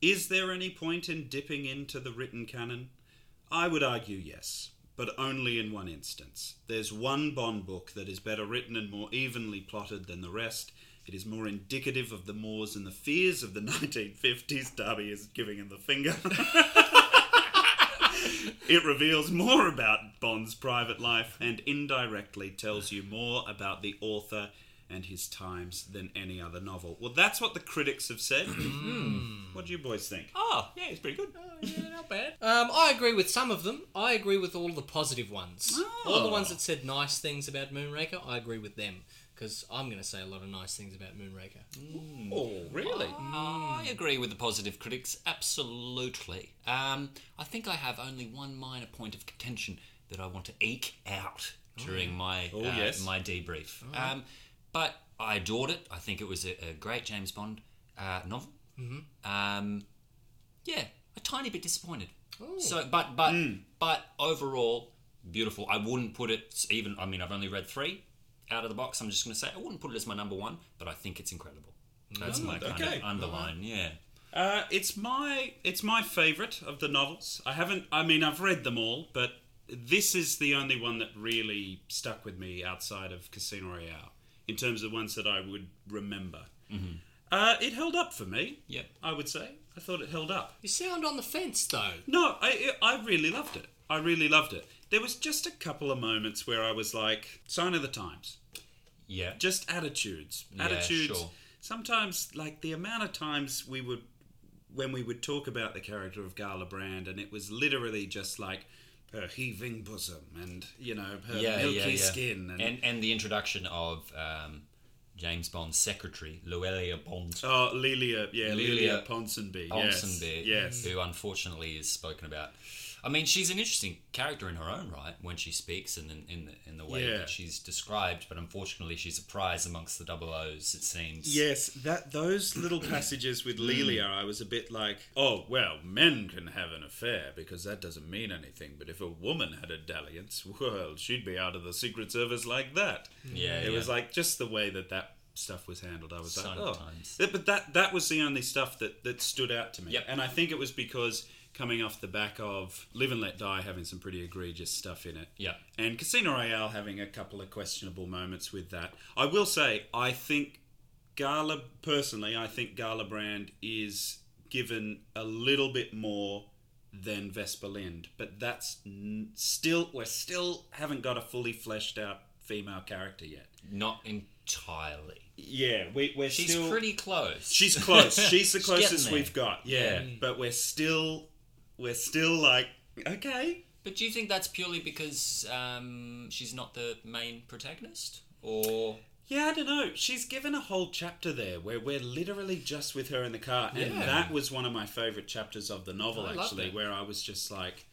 Speaker 2: Is there any point in dipping into the written canon? I would argue yes, but only in one instance. There's one Bond book that is better written and more evenly plotted than the rest. It is more indicative of the mores and the fears of the <laughs> 1950s. Darby is giving him the finger. <laughs> It reveals more about Bond's private life and indirectly tells you more about the author and his times than any other novel. Well, that's what the critics have said. what do you boys think?
Speaker 5: Oh, yeah, it's pretty good.
Speaker 1: Yeah, not bad. Um, I agree with some of them. I agree with all the positive ones. All the ones that said nice things about Moonraker, I agree with them. Because I'm going to say a lot of nice things about Moonraker.
Speaker 2: Oh, really?
Speaker 3: Hmm. I agree with the positive critics, absolutely. Um, I think I have only one minor point of contention that I want to eke out during my uh,
Speaker 2: yes.
Speaker 3: my debrief. Um, but I adored it. I think it was a, a great James Bond uh, novel. Mm-hmm. Um, yeah, a tiny bit disappointed.
Speaker 2: Oh.
Speaker 3: So, but but
Speaker 2: Hmm.
Speaker 3: but overall, beautiful. I wouldn't put it even. I mean, I've only read three out of the box. I'm just going to say I wouldn't put it as my number one, but I think it's incredible. That's my kind
Speaker 2: Oh, okay.
Speaker 3: of underline. Yeah.
Speaker 2: Uh, it's my it's my favorite of the novels. I haven't. I mean, I've read them all, but this is the only one that really stuck with me outside of Casino Royale in terms of ones that I would remember. Uh, it held up for me.
Speaker 3: Yeah.
Speaker 2: I would say. I thought it held up.
Speaker 1: You sound on the fence, though.
Speaker 2: No, I I really loved it. I really loved it. There was just a couple of moments where I was like, sign of the times.
Speaker 3: Yeah.
Speaker 2: Just attitudes.
Speaker 3: Yeah,
Speaker 2: Attitudes.
Speaker 3: sure.
Speaker 2: Sometimes, like the amount of times we would, when we would talk about the character of Gala Brand, and it was literally just like her heaving bosom and you know her milky skin and,
Speaker 3: and and the introduction of um, James Bond's secretary, Luelia Bond
Speaker 2: oh Lilia, yeah, Lilia,
Speaker 3: Lilia
Speaker 2: Ponsonby, yes,
Speaker 3: Ponsonby,
Speaker 2: yes,
Speaker 3: who unfortunately is spoken about. I mean, she's an interesting character in her own right when she speaks and in, in, the, in the way
Speaker 2: Yeah.
Speaker 3: that she's described, but unfortunately, she's a prize amongst the double O's, it seems.
Speaker 2: Yes, that those little passages with Lelia, I was a bit like, oh well, men can have an affair because that doesn't mean anything. But if a woman had a dalliance, <laughs> well, she'd be out of the Secret Service like that.
Speaker 3: Mm. Yeah,
Speaker 2: it
Speaker 3: yeah.
Speaker 2: was like just the way that that stuff was handled. I was like, oh,
Speaker 3: Sometimes.
Speaker 2: Th- but that that was the only stuff that that stood out to me.
Speaker 3: Yep.
Speaker 2: And I think it was because coming off the back of Live and Let Die having some pretty egregious stuff in it.
Speaker 3: Yeah.
Speaker 2: And Casino Royale having a couple of questionable moments with that. I will say, I think Gala, personally, I think Gala Brand is given a little bit more than Vespa Lind, but that's n- still, we're still haven't got a fully fleshed out female character yet.
Speaker 3: Not entirely.
Speaker 2: Yeah, we, we're
Speaker 3: She's
Speaker 2: still.
Speaker 3: pretty close.
Speaker 2: She's
Speaker 3: <laughs>
Speaker 2: close. She's the
Speaker 3: She's getting
Speaker 2: closest
Speaker 3: there.
Speaker 2: we've got. Yeah, but we're still, we're still like, okay.
Speaker 3: But do you think that's purely because um, she's not the main protagonist? Or.
Speaker 2: Yeah, I don't know. She's given a whole chapter there where we're literally just with her in the car, and
Speaker 3: Yeah.
Speaker 2: that was one of my favorite chapters of the novel.
Speaker 1: I loved
Speaker 2: actually,
Speaker 1: it.
Speaker 2: where I was just like,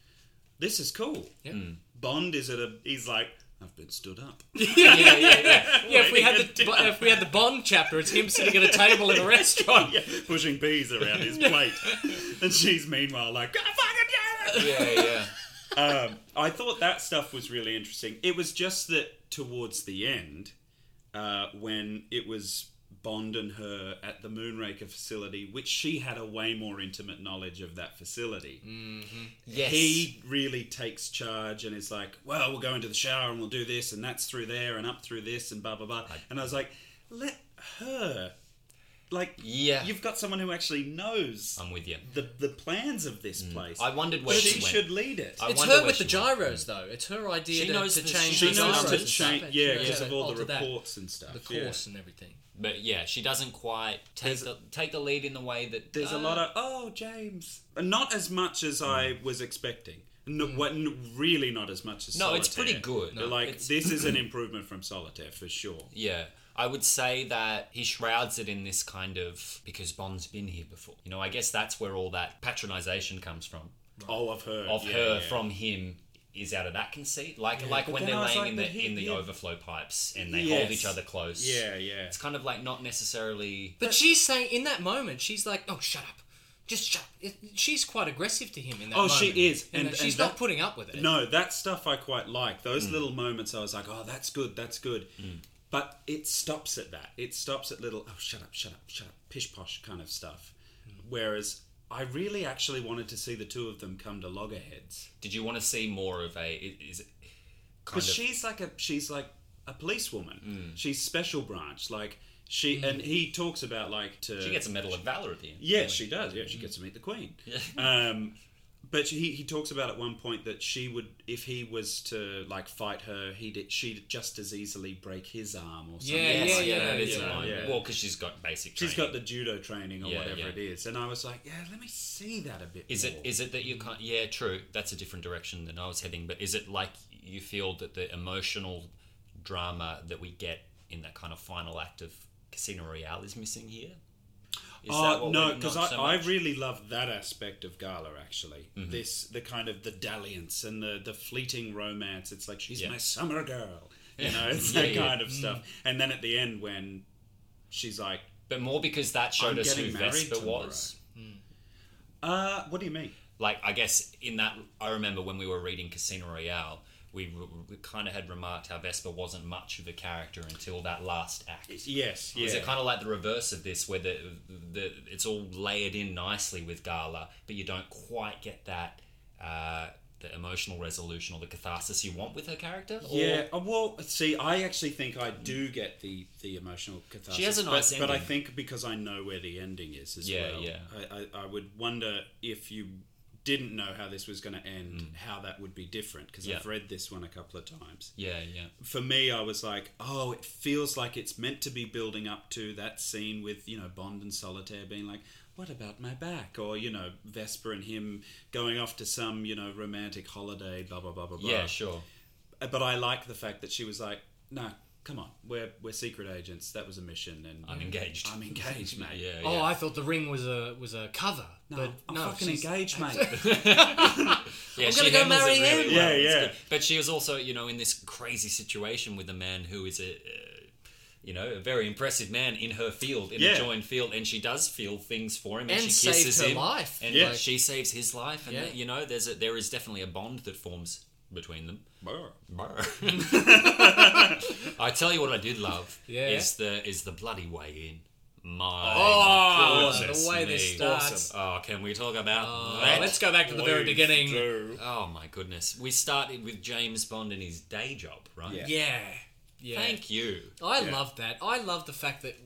Speaker 2: "This is cool."
Speaker 1: Yep.
Speaker 2: Bond is at a. He's like, "I've been stood up."
Speaker 1: <laughs>
Speaker 2: <laughs>
Speaker 3: Yeah, yeah, yeah.
Speaker 1: Yeah, if we had
Speaker 2: Waiting
Speaker 1: the
Speaker 2: at dinner.
Speaker 1: if we had the Bond chapter, it's him sitting at a table in a restaurant.
Speaker 2: yeah, pushing peas around his plate, and she's meanwhile like, "I fucking <laughs> yeah!"
Speaker 3: yeah, yeah.
Speaker 2: um, I thought that stuff was really interesting. It was just that towards the end, uh, when it was Bond and her at the Moonraker facility, which she had a way more intimate knowledge of that facility.
Speaker 3: Mm. Yes.
Speaker 2: He really takes charge and is like, "Well, we'll go into the shower and we'll do this and that's through there and up through this and blah blah blah." and I was like, "Let her." Like
Speaker 3: Yeah.
Speaker 2: you've got someone who actually knows
Speaker 3: I'm with you.
Speaker 2: the the plans of this place.
Speaker 3: Mm. I wondered where
Speaker 2: she
Speaker 3: she went.
Speaker 2: should lead it.
Speaker 3: I
Speaker 1: It's
Speaker 3: wonder
Speaker 1: her
Speaker 3: where
Speaker 1: with the
Speaker 3: she went.
Speaker 1: gyros, though. It's her idea
Speaker 3: She
Speaker 1: to,
Speaker 3: knows
Speaker 1: to
Speaker 3: the-
Speaker 1: change
Speaker 3: she
Speaker 2: She
Speaker 1: the
Speaker 3: knows
Speaker 2: knows
Speaker 1: gyros
Speaker 2: to
Speaker 1: and
Speaker 2: change,
Speaker 1: stuff.
Speaker 2: yeah,
Speaker 1: She knows
Speaker 2: because of all the
Speaker 1: alter that,
Speaker 2: reports and stuff.
Speaker 1: the
Speaker 2: yeah.
Speaker 1: course and everything.
Speaker 3: But yeah, she doesn't quite take the, take the lead in the way that uh,
Speaker 2: There's a lot of oh James, And not as much as I was expecting. No, what, n- really not as much as
Speaker 3: Mm. No,
Speaker 2: solitaire.
Speaker 3: it's pretty good. No,
Speaker 2: like
Speaker 3: it's- <clears throat>
Speaker 2: this is an improvement from solitaire for sure.
Speaker 3: Yeah. I would say that he shrouds it in this kind of because Bond's been here before. You know, I guess that's where all that patronization comes from.
Speaker 2: Oh, of her,
Speaker 3: Of
Speaker 2: yeah,
Speaker 3: her
Speaker 2: yeah.
Speaker 3: from him is out of that conceit. Like like
Speaker 2: but
Speaker 3: when
Speaker 2: then
Speaker 3: they're
Speaker 2: I was
Speaker 3: laying
Speaker 2: like,
Speaker 3: in the
Speaker 2: but he-
Speaker 3: in the
Speaker 2: yeah.
Speaker 3: overflow pipes and they
Speaker 2: Yes.
Speaker 3: hold each other close.
Speaker 2: Yeah, yeah.
Speaker 3: It's kind of like not necessarily
Speaker 1: But she's saying in that moment, she's like, "Oh, shut up, just shut." up. It- She's quite aggressive to him in that.
Speaker 2: Oh,
Speaker 1: moment.
Speaker 2: she is,
Speaker 1: You know,
Speaker 2: and-
Speaker 1: she's
Speaker 2: and
Speaker 1: not
Speaker 2: that-
Speaker 1: putting up with it.
Speaker 3: Mm.
Speaker 2: No, that stuff I quite like. Those little moments I was like, oh, that's good, that's good. But it stops at that. It stops at little, oh, shut up, shut up, shut up, pish posh kind of stuff.
Speaker 3: Mm.
Speaker 2: Whereas I really actually wanted to see the two of them come to loggerheads.
Speaker 3: Did you want to see more of a? i- Is it kind
Speaker 2: Because
Speaker 3: of Mm.
Speaker 2: she's like a she's like a policewoman. She's special branch. Like she and he talks about like to
Speaker 3: she gets a medal of valor at the end.
Speaker 2: Yeah, she does. Yeah, she gets to meet the Queen. <laughs> um, but he, he talks about at one point that she would, if he was to like fight her, he did, she'd just as easily break his arm or something.
Speaker 1: Yeah,
Speaker 3: Yes,
Speaker 1: yeah,
Speaker 3: yeah,
Speaker 1: yeah,
Speaker 3: that is
Speaker 1: yeah,
Speaker 3: a line.
Speaker 2: yeah.
Speaker 3: Well, because she's got basic.
Speaker 2: She's
Speaker 3: training.
Speaker 2: got the judo training or
Speaker 3: Yeah,
Speaker 2: whatever
Speaker 3: yeah.
Speaker 2: it is, and I was like, yeah, let me see that a bit.
Speaker 3: Is
Speaker 2: more.
Speaker 3: it is it that you can't? Yeah, true. That's a different direction than I was heading. But is it like you feel that the emotional drama that we get in that kind of final act of Casino Royale is missing here? Is that
Speaker 2: Oh
Speaker 3: what
Speaker 2: no,
Speaker 3: we're-
Speaker 2: because I,
Speaker 3: not so
Speaker 2: I
Speaker 3: much? Mm-hmm.
Speaker 2: really love that aspect of Gala actually. This the kind of the dalliance and the the fleeting romance. It's like she's
Speaker 3: Yeah.
Speaker 2: my summer girl, you know,
Speaker 3: <laughs>
Speaker 2: it's
Speaker 3: Yeah,
Speaker 2: that
Speaker 3: yeah. Mm.
Speaker 2: kind of stuff. And then at the end when she's like,
Speaker 3: but more because that showed
Speaker 2: I'm
Speaker 3: us
Speaker 2: getting
Speaker 3: who
Speaker 2: married
Speaker 3: Vespa
Speaker 2: tomorrow.
Speaker 3: was.
Speaker 2: uh, what do you mean?
Speaker 3: Like I guess in that I remember when we were reading Casino Royale. We, we kind of had remarked how Vespa wasn't much of a character until that last act.
Speaker 2: Yes,
Speaker 3: Oh,
Speaker 2: yeah.
Speaker 3: Is it kind of like the reverse of this, where the, the it's all layered in nicely with Gala, but you don't quite get that uh, the emotional resolution or the catharsis you want with her character? Or-
Speaker 2: yeah, uh, well, see, I actually think I do get the the emotional catharsis.
Speaker 3: She has a
Speaker 2: but-
Speaker 3: nice
Speaker 2: but, I
Speaker 3: ending.
Speaker 2: think because I know where the ending is as
Speaker 3: Yeah,
Speaker 2: well.
Speaker 3: yeah.
Speaker 2: I, I, I would wonder if you didn't know how this was going to end, how that would be different. Because
Speaker 3: Hmm. Yeah.
Speaker 2: I've read this one a couple of times.
Speaker 3: yeah, yeah,
Speaker 2: For me, I was like, oh, it feels like it's meant to be building up to that scene with you know Bond and Solitaire being like. What about my back? Or, you know, Vesper and him going off to some, you know, romantic holiday, blah, blah, blah, blah, blah.
Speaker 3: yeah, sure.
Speaker 2: Uh, but I like the fact that she was like, "Nah, come on, we're we're secret agents. That was a mission, and
Speaker 3: I'm engaged.
Speaker 2: I'm engaged, mate.
Speaker 3: <laughs> yeah,
Speaker 1: Oh,
Speaker 3: yeah.
Speaker 1: I thought the ring was a was a cover.
Speaker 2: no,
Speaker 1: but
Speaker 2: I'm
Speaker 1: no,
Speaker 2: fucking
Speaker 1: she's- <laughs>
Speaker 2: engaged, mate.
Speaker 3: yeah,
Speaker 1: gonna go
Speaker 3: handles it
Speaker 1: marry him.
Speaker 3: well.
Speaker 2: Yeah,
Speaker 3: It's
Speaker 2: yeah.
Speaker 3: good. But she was also, you know, in this crazy situation with a man who is a. Uh, you know, a very impressive man in her field, in
Speaker 2: Yeah.
Speaker 3: the joined field, and she does feel things for him, and,
Speaker 1: And
Speaker 3: she
Speaker 1: saved
Speaker 3: kisses
Speaker 1: her
Speaker 3: him,
Speaker 1: life.
Speaker 3: and
Speaker 2: Yeah.
Speaker 3: she saves his life, and
Speaker 1: Yeah.
Speaker 3: you know, there's a, there is definitely a bond that forms between them. I tell you what <laughs> I did love
Speaker 1: Yeah.
Speaker 3: is the is the bloody way in. My
Speaker 1: Oh,
Speaker 3: goodness
Speaker 1: the way
Speaker 3: me.
Speaker 1: this starts.
Speaker 3: Oh, can we talk about
Speaker 1: Oh,
Speaker 3: that?
Speaker 1: let's go back to the very beginning.
Speaker 3: Oh my goodness. We started with James Bond in his day job, right?
Speaker 2: Yeah.
Speaker 1: Yeah, yeah.
Speaker 3: Thank you.
Speaker 1: I love that. I love the fact that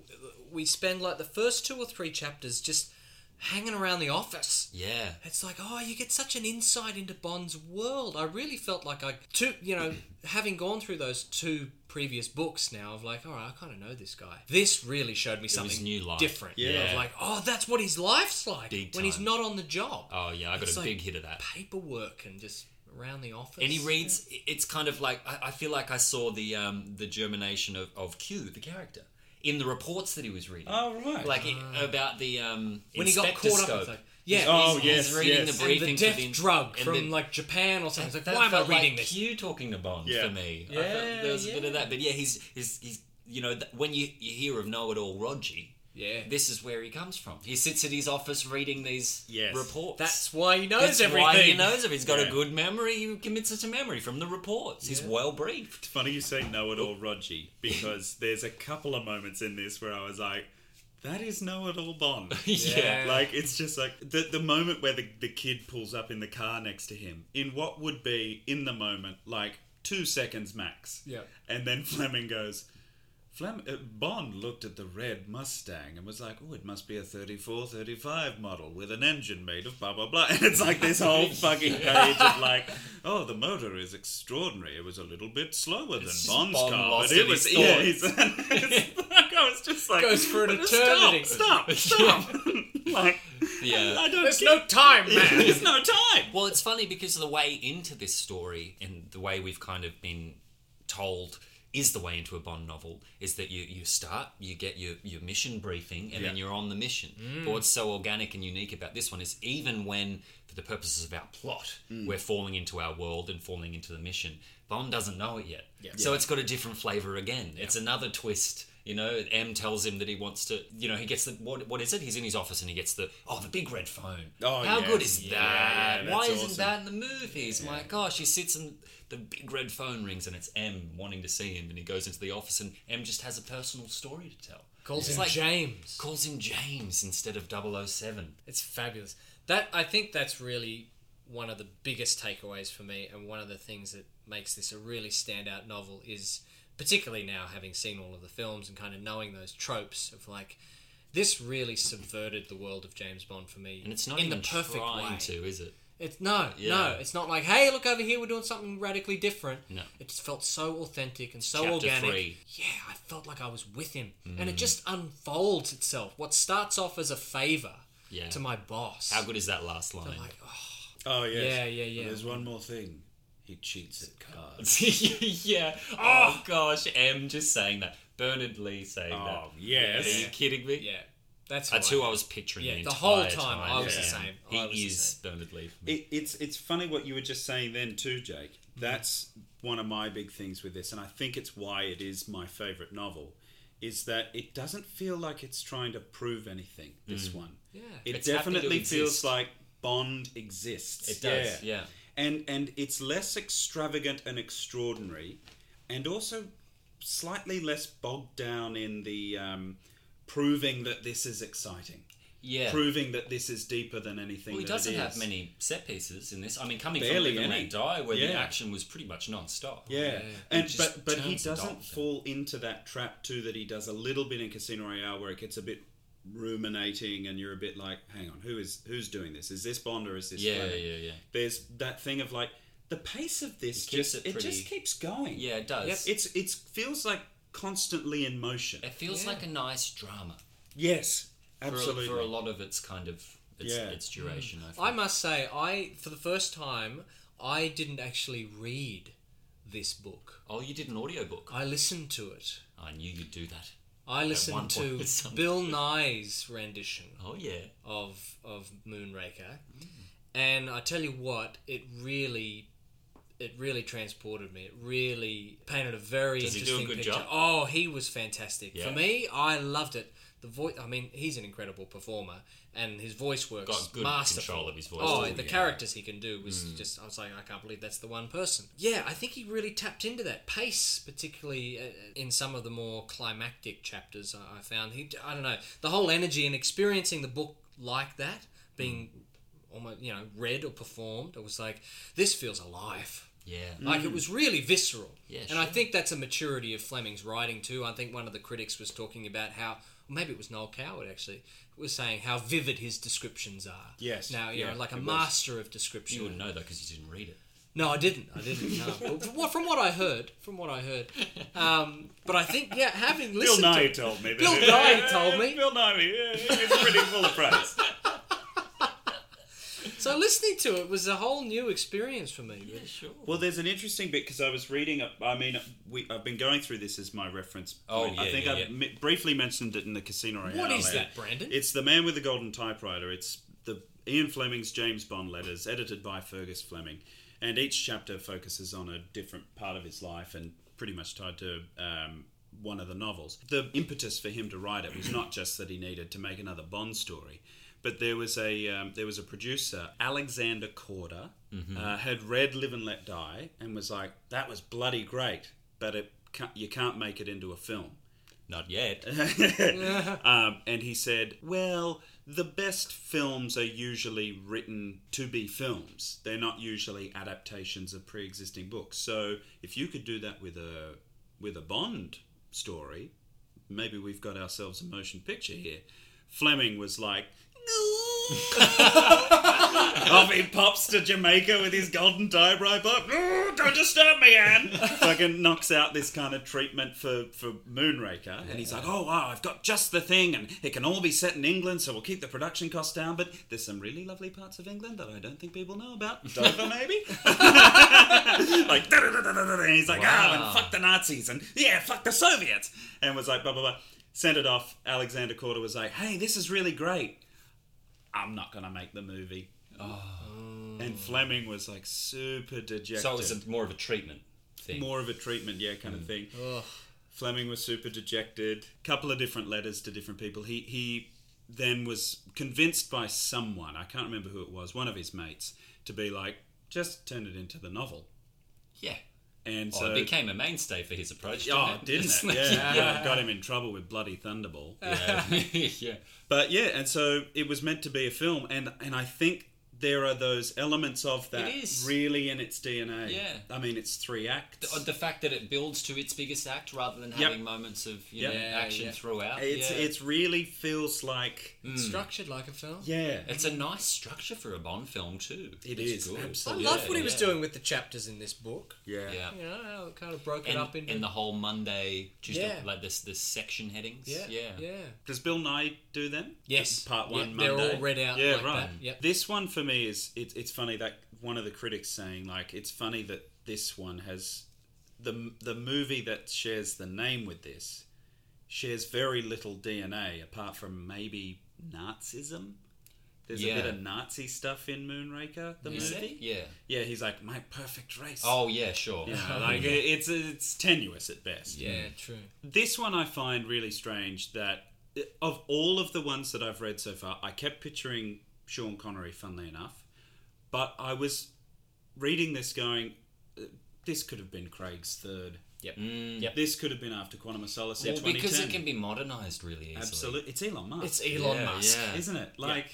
Speaker 1: we spend like the first two or three chapters just hanging around the office.
Speaker 3: Yeah.
Speaker 1: It's like, oh, you get such an insight into Bond's world. I really felt like I, two, you know, having gone through those two previous books now, of like, all right, I kind of know this guy. This really showed me something
Speaker 3: new life.
Speaker 1: different.
Speaker 3: Yeah.
Speaker 1: Of like, oh, that's what his life's like
Speaker 3: Big
Speaker 1: when he's
Speaker 3: time.
Speaker 1: not on the job.
Speaker 3: Oh yeah, I got
Speaker 1: It's
Speaker 3: a
Speaker 1: like-
Speaker 3: big hit of that.
Speaker 1: Paperwork and just around the office.
Speaker 3: And he reads. It's kind of like I, I feel like I saw the um, the germination of, of Q, the character, in the reports that he was reading.
Speaker 2: Oh, right.
Speaker 3: Like it, about the um,
Speaker 1: when he got
Speaker 3: inspector
Speaker 1: caught up.
Speaker 3: scope.
Speaker 1: It's like, yeah.
Speaker 2: Oh,
Speaker 1: he's-
Speaker 2: yes,
Speaker 3: he's reading
Speaker 2: yes.
Speaker 3: the
Speaker 1: and the
Speaker 3: briefing for
Speaker 1: death
Speaker 3: the-
Speaker 1: drug
Speaker 3: and
Speaker 1: from
Speaker 3: the-
Speaker 1: like Japan or something. It's
Speaker 3: that
Speaker 1: like, why am I
Speaker 3: felt
Speaker 1: reading
Speaker 3: like
Speaker 1: this?
Speaker 3: You talking to Bond
Speaker 2: Yeah.
Speaker 3: for me? I
Speaker 1: Yeah,
Speaker 3: felt there was a bit of
Speaker 1: yeah.
Speaker 3: that, but yeah, he's he's, he's you know th- when you, you hear of know-it-all Rogie,
Speaker 1: Yeah.
Speaker 3: this is where he comes from. He sits at his office reading these
Speaker 2: Yes.
Speaker 3: reports.
Speaker 1: That's why he knows
Speaker 3: That's
Speaker 1: everything.
Speaker 3: why he knows if he's got
Speaker 2: Yeah.
Speaker 3: a good memory. He commits it to memory from the reports. He's well briefed.
Speaker 2: Funny you say know-it-all, Rogie, because there's a couple of moments in this where I was like, "That is know-it-all Bond."
Speaker 1: <laughs> Yeah.
Speaker 2: <laughs> Like it's just like the the moment where the, the kid pulls up in the car next to him in what would be in the moment like two seconds max.
Speaker 1: Yeah.
Speaker 2: And then <laughs> Fleming goes. Flem- uh, Bond looked at the red Mustang and was like, "Oh, it must be a 34, 35 model with an engine made of blah blah blah." <laughs> And it's like this
Speaker 3: <laughs>
Speaker 2: whole fucking page of like, "Oh, the motor is extraordinary. It was a little bit slower
Speaker 3: It's
Speaker 2: than
Speaker 3: just
Speaker 2: Bond's
Speaker 3: Bond
Speaker 2: car,
Speaker 3: lost
Speaker 2: but it
Speaker 3: in his
Speaker 2: was yeah."
Speaker 3: thought.
Speaker 2: He's, <laughs> it's like, I was just like,
Speaker 1: Goes for an
Speaker 2: "Well,
Speaker 1: eternity." <laughs>
Speaker 2: Stop! Stop! stop. <laughs> like,
Speaker 3: Yeah.
Speaker 2: I don't
Speaker 1: There's
Speaker 2: get-
Speaker 1: no time,
Speaker 3: <laughs>
Speaker 1: man. <laughs>
Speaker 2: <laughs> There's no time.
Speaker 3: Well, it's funny because the way into this story and the way we've kind of been told is the way into a Bond novel is that you, you start, you get your, your mission briefing, and then
Speaker 2: Yeah. Mm.
Speaker 3: you're on the mission. But what's so organic and unique about this one is even when, for the purposes of our plot,
Speaker 2: Mm.
Speaker 3: we're falling into our world and falling into the mission, Bond doesn't know it yet. So it's got a different flavour again. It's another twist. You know, M tells him that he wants to. You know, he gets the what? What is it? He's in his office and he gets the oh, the big red phone.
Speaker 2: Oh,
Speaker 3: how
Speaker 2: yeah.
Speaker 3: good is
Speaker 2: Yeah,
Speaker 3: that?
Speaker 2: yeah,
Speaker 3: Uh, Why
Speaker 2: that's
Speaker 3: isn't
Speaker 2: awesome.
Speaker 3: that in the movies? My gosh, he sits and the big red phone rings and it's M wanting to see him, and he goes into the office and M just has a personal story to tell.
Speaker 1: Calls
Speaker 3: It's
Speaker 1: him
Speaker 3: like-
Speaker 1: James.
Speaker 3: Calls him James instead of 007.
Speaker 1: It's fabulous. That I think that's really one of the biggest takeaways for me, and one of the things that makes this a really standout novel is particularly now having seen all of the films and kind of knowing those tropes of like this really subverted the world of James Bond for me,
Speaker 3: And it's not
Speaker 1: in
Speaker 3: even
Speaker 1: the perfect
Speaker 3: trying
Speaker 1: way.
Speaker 3: to, is it?
Speaker 1: It's no,
Speaker 3: Yeah.
Speaker 1: no. It's not like hey, look over here, we're doing something radically different.
Speaker 3: No.
Speaker 1: it just felt so authentic and so
Speaker 3: Chapter
Speaker 1: organic.
Speaker 3: three. Mm.
Speaker 1: Yeah, I felt like I was with him, and it just unfolds itself. What starts off as a favor
Speaker 3: Yeah.
Speaker 1: to my boss,
Speaker 3: How good is that last line?
Speaker 1: <laughs>
Speaker 3: <laughs>
Speaker 1: I'm like, oh,
Speaker 2: Oh yes.
Speaker 1: Yeah, yeah, yeah.
Speaker 2: But there's one more thing. He cheats at cards.
Speaker 3: yeah. Oh gosh, M just saying that. Bernard Lee saying that.
Speaker 2: Oh
Speaker 3: Are you
Speaker 2: yes.
Speaker 3: kidding me?
Speaker 1: yeah, that's
Speaker 3: That's
Speaker 1: who
Speaker 3: who I was picturing.
Speaker 1: Yeah,
Speaker 3: the,
Speaker 1: the whole
Speaker 3: entire
Speaker 1: time I was
Speaker 2: the
Speaker 1: same.
Speaker 3: He
Speaker 1: I was the
Speaker 3: is
Speaker 1: same.
Speaker 3: Bernard Lee. For me.
Speaker 2: It, it's it's funny what you were just saying then too, Jake. That's one of my big things with this, and I think it's why it is my favorite novel. Is that it doesn't feel like it's trying to prove anything. This one, yeah, it
Speaker 3: It's happy to
Speaker 2: definitely feels
Speaker 3: exist.
Speaker 2: like Bond exists.
Speaker 3: It does, yeah.
Speaker 2: and and it's less extravagant and extraordinary, and also slightly less bogged down in the um, proving that this is exciting,
Speaker 3: yeah.
Speaker 2: proving that this is deeper than anything.
Speaker 3: well, he
Speaker 2: that it
Speaker 3: doesn't have
Speaker 2: is.
Speaker 3: many set pieces in this. I mean, coming
Speaker 2: Barely
Speaker 3: from Live and
Speaker 2: any.
Speaker 3: Let Die, where the
Speaker 2: Yeah.
Speaker 3: action was pretty much non-stop.
Speaker 2: Yeah,
Speaker 3: It
Speaker 2: and
Speaker 3: just
Speaker 2: but but he
Speaker 3: turns the
Speaker 2: doesn't
Speaker 3: dial.
Speaker 2: fall into that trap too that he does a little bit in Casino Royale where it gets a bit ruminating and you're a bit like, hang on, who is who's doing this? Is this Bond or is this?
Speaker 3: Yeah, yeah,
Speaker 2: Fleming?
Speaker 3: yeah, yeah.
Speaker 2: There's that thing of like the pace of this
Speaker 3: It keeps
Speaker 2: just
Speaker 3: it
Speaker 2: it just
Speaker 3: pretty-
Speaker 2: keeps going.
Speaker 3: Yeah, it does.
Speaker 2: it's it's feels like constantly in motion.
Speaker 3: it feels like a nice drama
Speaker 2: Yes,
Speaker 3: for a,
Speaker 2: absolutely.
Speaker 3: for a lot of its kind of its,
Speaker 2: Yeah.
Speaker 3: its duration. I, feel.
Speaker 1: I must say, I for the first time, I didn't actually read this book.
Speaker 3: oh, you did an audiobook.
Speaker 1: I listened to it.
Speaker 3: I knew you'd do that.
Speaker 1: I
Speaker 3: one
Speaker 1: listened to
Speaker 3: point <laughs> something.
Speaker 1: Bill Nye's rendition
Speaker 3: Oh yeah.
Speaker 1: of of Moonraker,
Speaker 3: Mm.
Speaker 1: and I tell you what, it really, it really transported me. It really painted a very
Speaker 3: Does he do a
Speaker 1: interesting
Speaker 3: good
Speaker 1: picture.
Speaker 3: job?
Speaker 1: Oh, he was fantastic
Speaker 3: Yeah.
Speaker 1: for me. I loved it. The voice. I mean, he's an incredible performer, and his voice works
Speaker 3: Got good
Speaker 1: masterful.
Speaker 3: control of his voice
Speaker 1: Oh,
Speaker 3: too,
Speaker 1: the
Speaker 3: yeah. Mm.
Speaker 1: characters he can do was just. I was like, I can't believe that's the one person. Yeah, I think he really tapped into that pace, particularly uh, in some of the more climactic chapters. I, I found he. I don't know the whole energy and experiencing the book like that, being
Speaker 3: Mm.
Speaker 1: almost you know read or performed. It was like this feels alive.
Speaker 3: Yeah.
Speaker 2: Mm.
Speaker 1: Like it was really visceral.
Speaker 3: Mm. Yeah,
Speaker 1: and
Speaker 3: sure.
Speaker 1: I think that's a maturity of Fleming's writing too. I think one of the critics was talking about how maybe it was Noel Coward actually was saying how vivid his descriptions are.
Speaker 2: Yes,
Speaker 1: Now you
Speaker 2: yeah,
Speaker 1: know, like a
Speaker 2: it was.
Speaker 1: master of
Speaker 3: You wouldn't
Speaker 1: description.
Speaker 3: know though because you didn't read it.
Speaker 1: No, I didn't. I didn't.
Speaker 3: <laughs>
Speaker 1: No. But what- from what I heard, from what I heard. Um, but I think yeah, having
Speaker 2: Bill
Speaker 1: listened to
Speaker 2: Nye told me.
Speaker 1: Bill Nye told me.
Speaker 2: <laughs> Bill Nye, yeah, he's pretty full of praise.
Speaker 1: so listening to it was a whole new experience for me.
Speaker 3: Yeah, sure.
Speaker 2: Well, there's an interesting bit because I was reading. I mean, we, I've been going through this as my reference.
Speaker 3: Oh,
Speaker 2: point. I
Speaker 3: yeah,
Speaker 2: think
Speaker 3: yeah,
Speaker 2: I
Speaker 3: yeah.
Speaker 2: mi- briefly mentioned it in the Casino Royale.
Speaker 1: What is
Speaker 2: ad.
Speaker 1: that, Brandon?
Speaker 2: It's the Man with the Golden Typewriter. It's the Ian Fleming's James Bond letters, edited by Fergus Fleming, and each chapter focuses on a different part of his life and pretty much tied to. Um, one of the novels. The impetus for him to write it was not just that he needed to make another Bond story, but there was a um, there was a producer Alexander Corder
Speaker 1: Mm-hmm.
Speaker 2: uh, had read Live and Let Die and was like that was bloody great, but it can you can't make it into a film.
Speaker 3: Not
Speaker 2: <laughs>
Speaker 3: yet.
Speaker 2: Um, and he said, Well, the best films are usually written to be films. They're not usually adaptations of pre existing books. So if you could do that with a with a Bond story, maybe we've got ourselves a motion picture here. Fleming was like <laughs> off he pops to Jamaica with his golden typewriter. No, "Mm, don't disturb me, Anne. <laughs> Fucking knocks out this kind of treatment for, for Moonraker. And he's like, oh, wow, I've got just the thing. And it can all be set in England, so we'll keep the production costs down. But there's some really lovely parts of England that I don't think people know about. Dover, <laughs> maybe? like, da, da, da, da, da, da. and he's like, ah, and fuck the Nazis, and yeah, fuck the Soviets, and was like, blah, blah, blah. Sent it off. Alexander Corder was like, hey, this is really great. I'm not going to make the movie. And Fleming was like super dejected.
Speaker 3: so it was a, more of a treatment thing.
Speaker 2: Mm. more of a treatment, yeah, kind of thing. Fleming was super dejected. Couple of different letters to different people. He he then was convinced by someone, I can't remember who it was, one of his mates, to be like, just turn it into the novel.
Speaker 3: Yeah.
Speaker 2: And
Speaker 3: Oh,
Speaker 2: so
Speaker 3: it became a mainstay for his approach. Didn't
Speaker 2: Oh,
Speaker 3: it?
Speaker 2: didn't it?
Speaker 3: <laughs>
Speaker 2: Yeah, <laughs> yeah. Got him in trouble with bloody Thunderball.
Speaker 3: yeah. <laughs>
Speaker 2: But yeah, and so it was meant to be a film, and and I think there are those elements of that
Speaker 3: It is.
Speaker 2: really in its DNA.
Speaker 3: Yeah.
Speaker 2: I mean, it's three acts.
Speaker 3: The, uh, the fact that it builds to its biggest act rather than having moments of you
Speaker 2: Yep.
Speaker 3: know,
Speaker 2: Yeah,
Speaker 3: action
Speaker 1: yeah.
Speaker 3: throughout.
Speaker 2: it's
Speaker 3: yeah. Mm.
Speaker 2: it's really feels like
Speaker 1: It's structured like a film.
Speaker 2: yeah,
Speaker 3: It's a nice structure for a Bond film too.
Speaker 2: It
Speaker 3: It's
Speaker 2: is,
Speaker 3: good.
Speaker 1: I
Speaker 2: absolutely.
Speaker 1: love
Speaker 3: Yeah,
Speaker 1: what he was
Speaker 3: yeah.
Speaker 1: doing with the chapters in this book.
Speaker 2: yeah.
Speaker 3: Yeah.
Speaker 1: You know, how it kind of broke it
Speaker 3: And,
Speaker 1: up into.
Speaker 3: and the whole Monday, Tuesday,
Speaker 1: Yeah.
Speaker 3: like this, this section headings.
Speaker 1: yeah, yeah, yeah.
Speaker 3: Mm.
Speaker 2: Does Bill Nye do them?
Speaker 1: Yes.
Speaker 2: Part one.
Speaker 1: Yeah, they're
Speaker 2: Monday.
Speaker 1: all read out
Speaker 2: Yeah,
Speaker 1: like
Speaker 2: right.
Speaker 1: that, yep.
Speaker 2: This one for me is it's it's funny that one of the critics saying like it's funny that this one has the the movie that shares the name with this shares very little DNA apart from maybe Nazism. There's
Speaker 3: Yeah.
Speaker 2: a bit of Nazi stuff in Moonraker, the
Speaker 3: Is
Speaker 2: movie.
Speaker 3: it? Yeah.
Speaker 2: Yeah, he's like my perfect race.
Speaker 3: Oh yeah, sure.
Speaker 1: <laughs>
Speaker 2: Yeah, like it- it's it's tenuous at best.
Speaker 1: Yeah, true.
Speaker 2: This one I find really strange that uh, of all of the ones that I've read so far, I kept picturing Sean Connery, funnily enough, but I was reading this going, uh, this could have been Craig's third.
Speaker 3: Yep.
Speaker 2: This could have been after Quantum of Solace in
Speaker 3: Well, because it
Speaker 2: 2010.
Speaker 3: can be modernized really easily.
Speaker 2: Absolutely. It's Elon Musk.
Speaker 1: It's Elon
Speaker 3: Yeah,
Speaker 1: Musk.
Speaker 3: yeah.
Speaker 2: Isn't it? Like,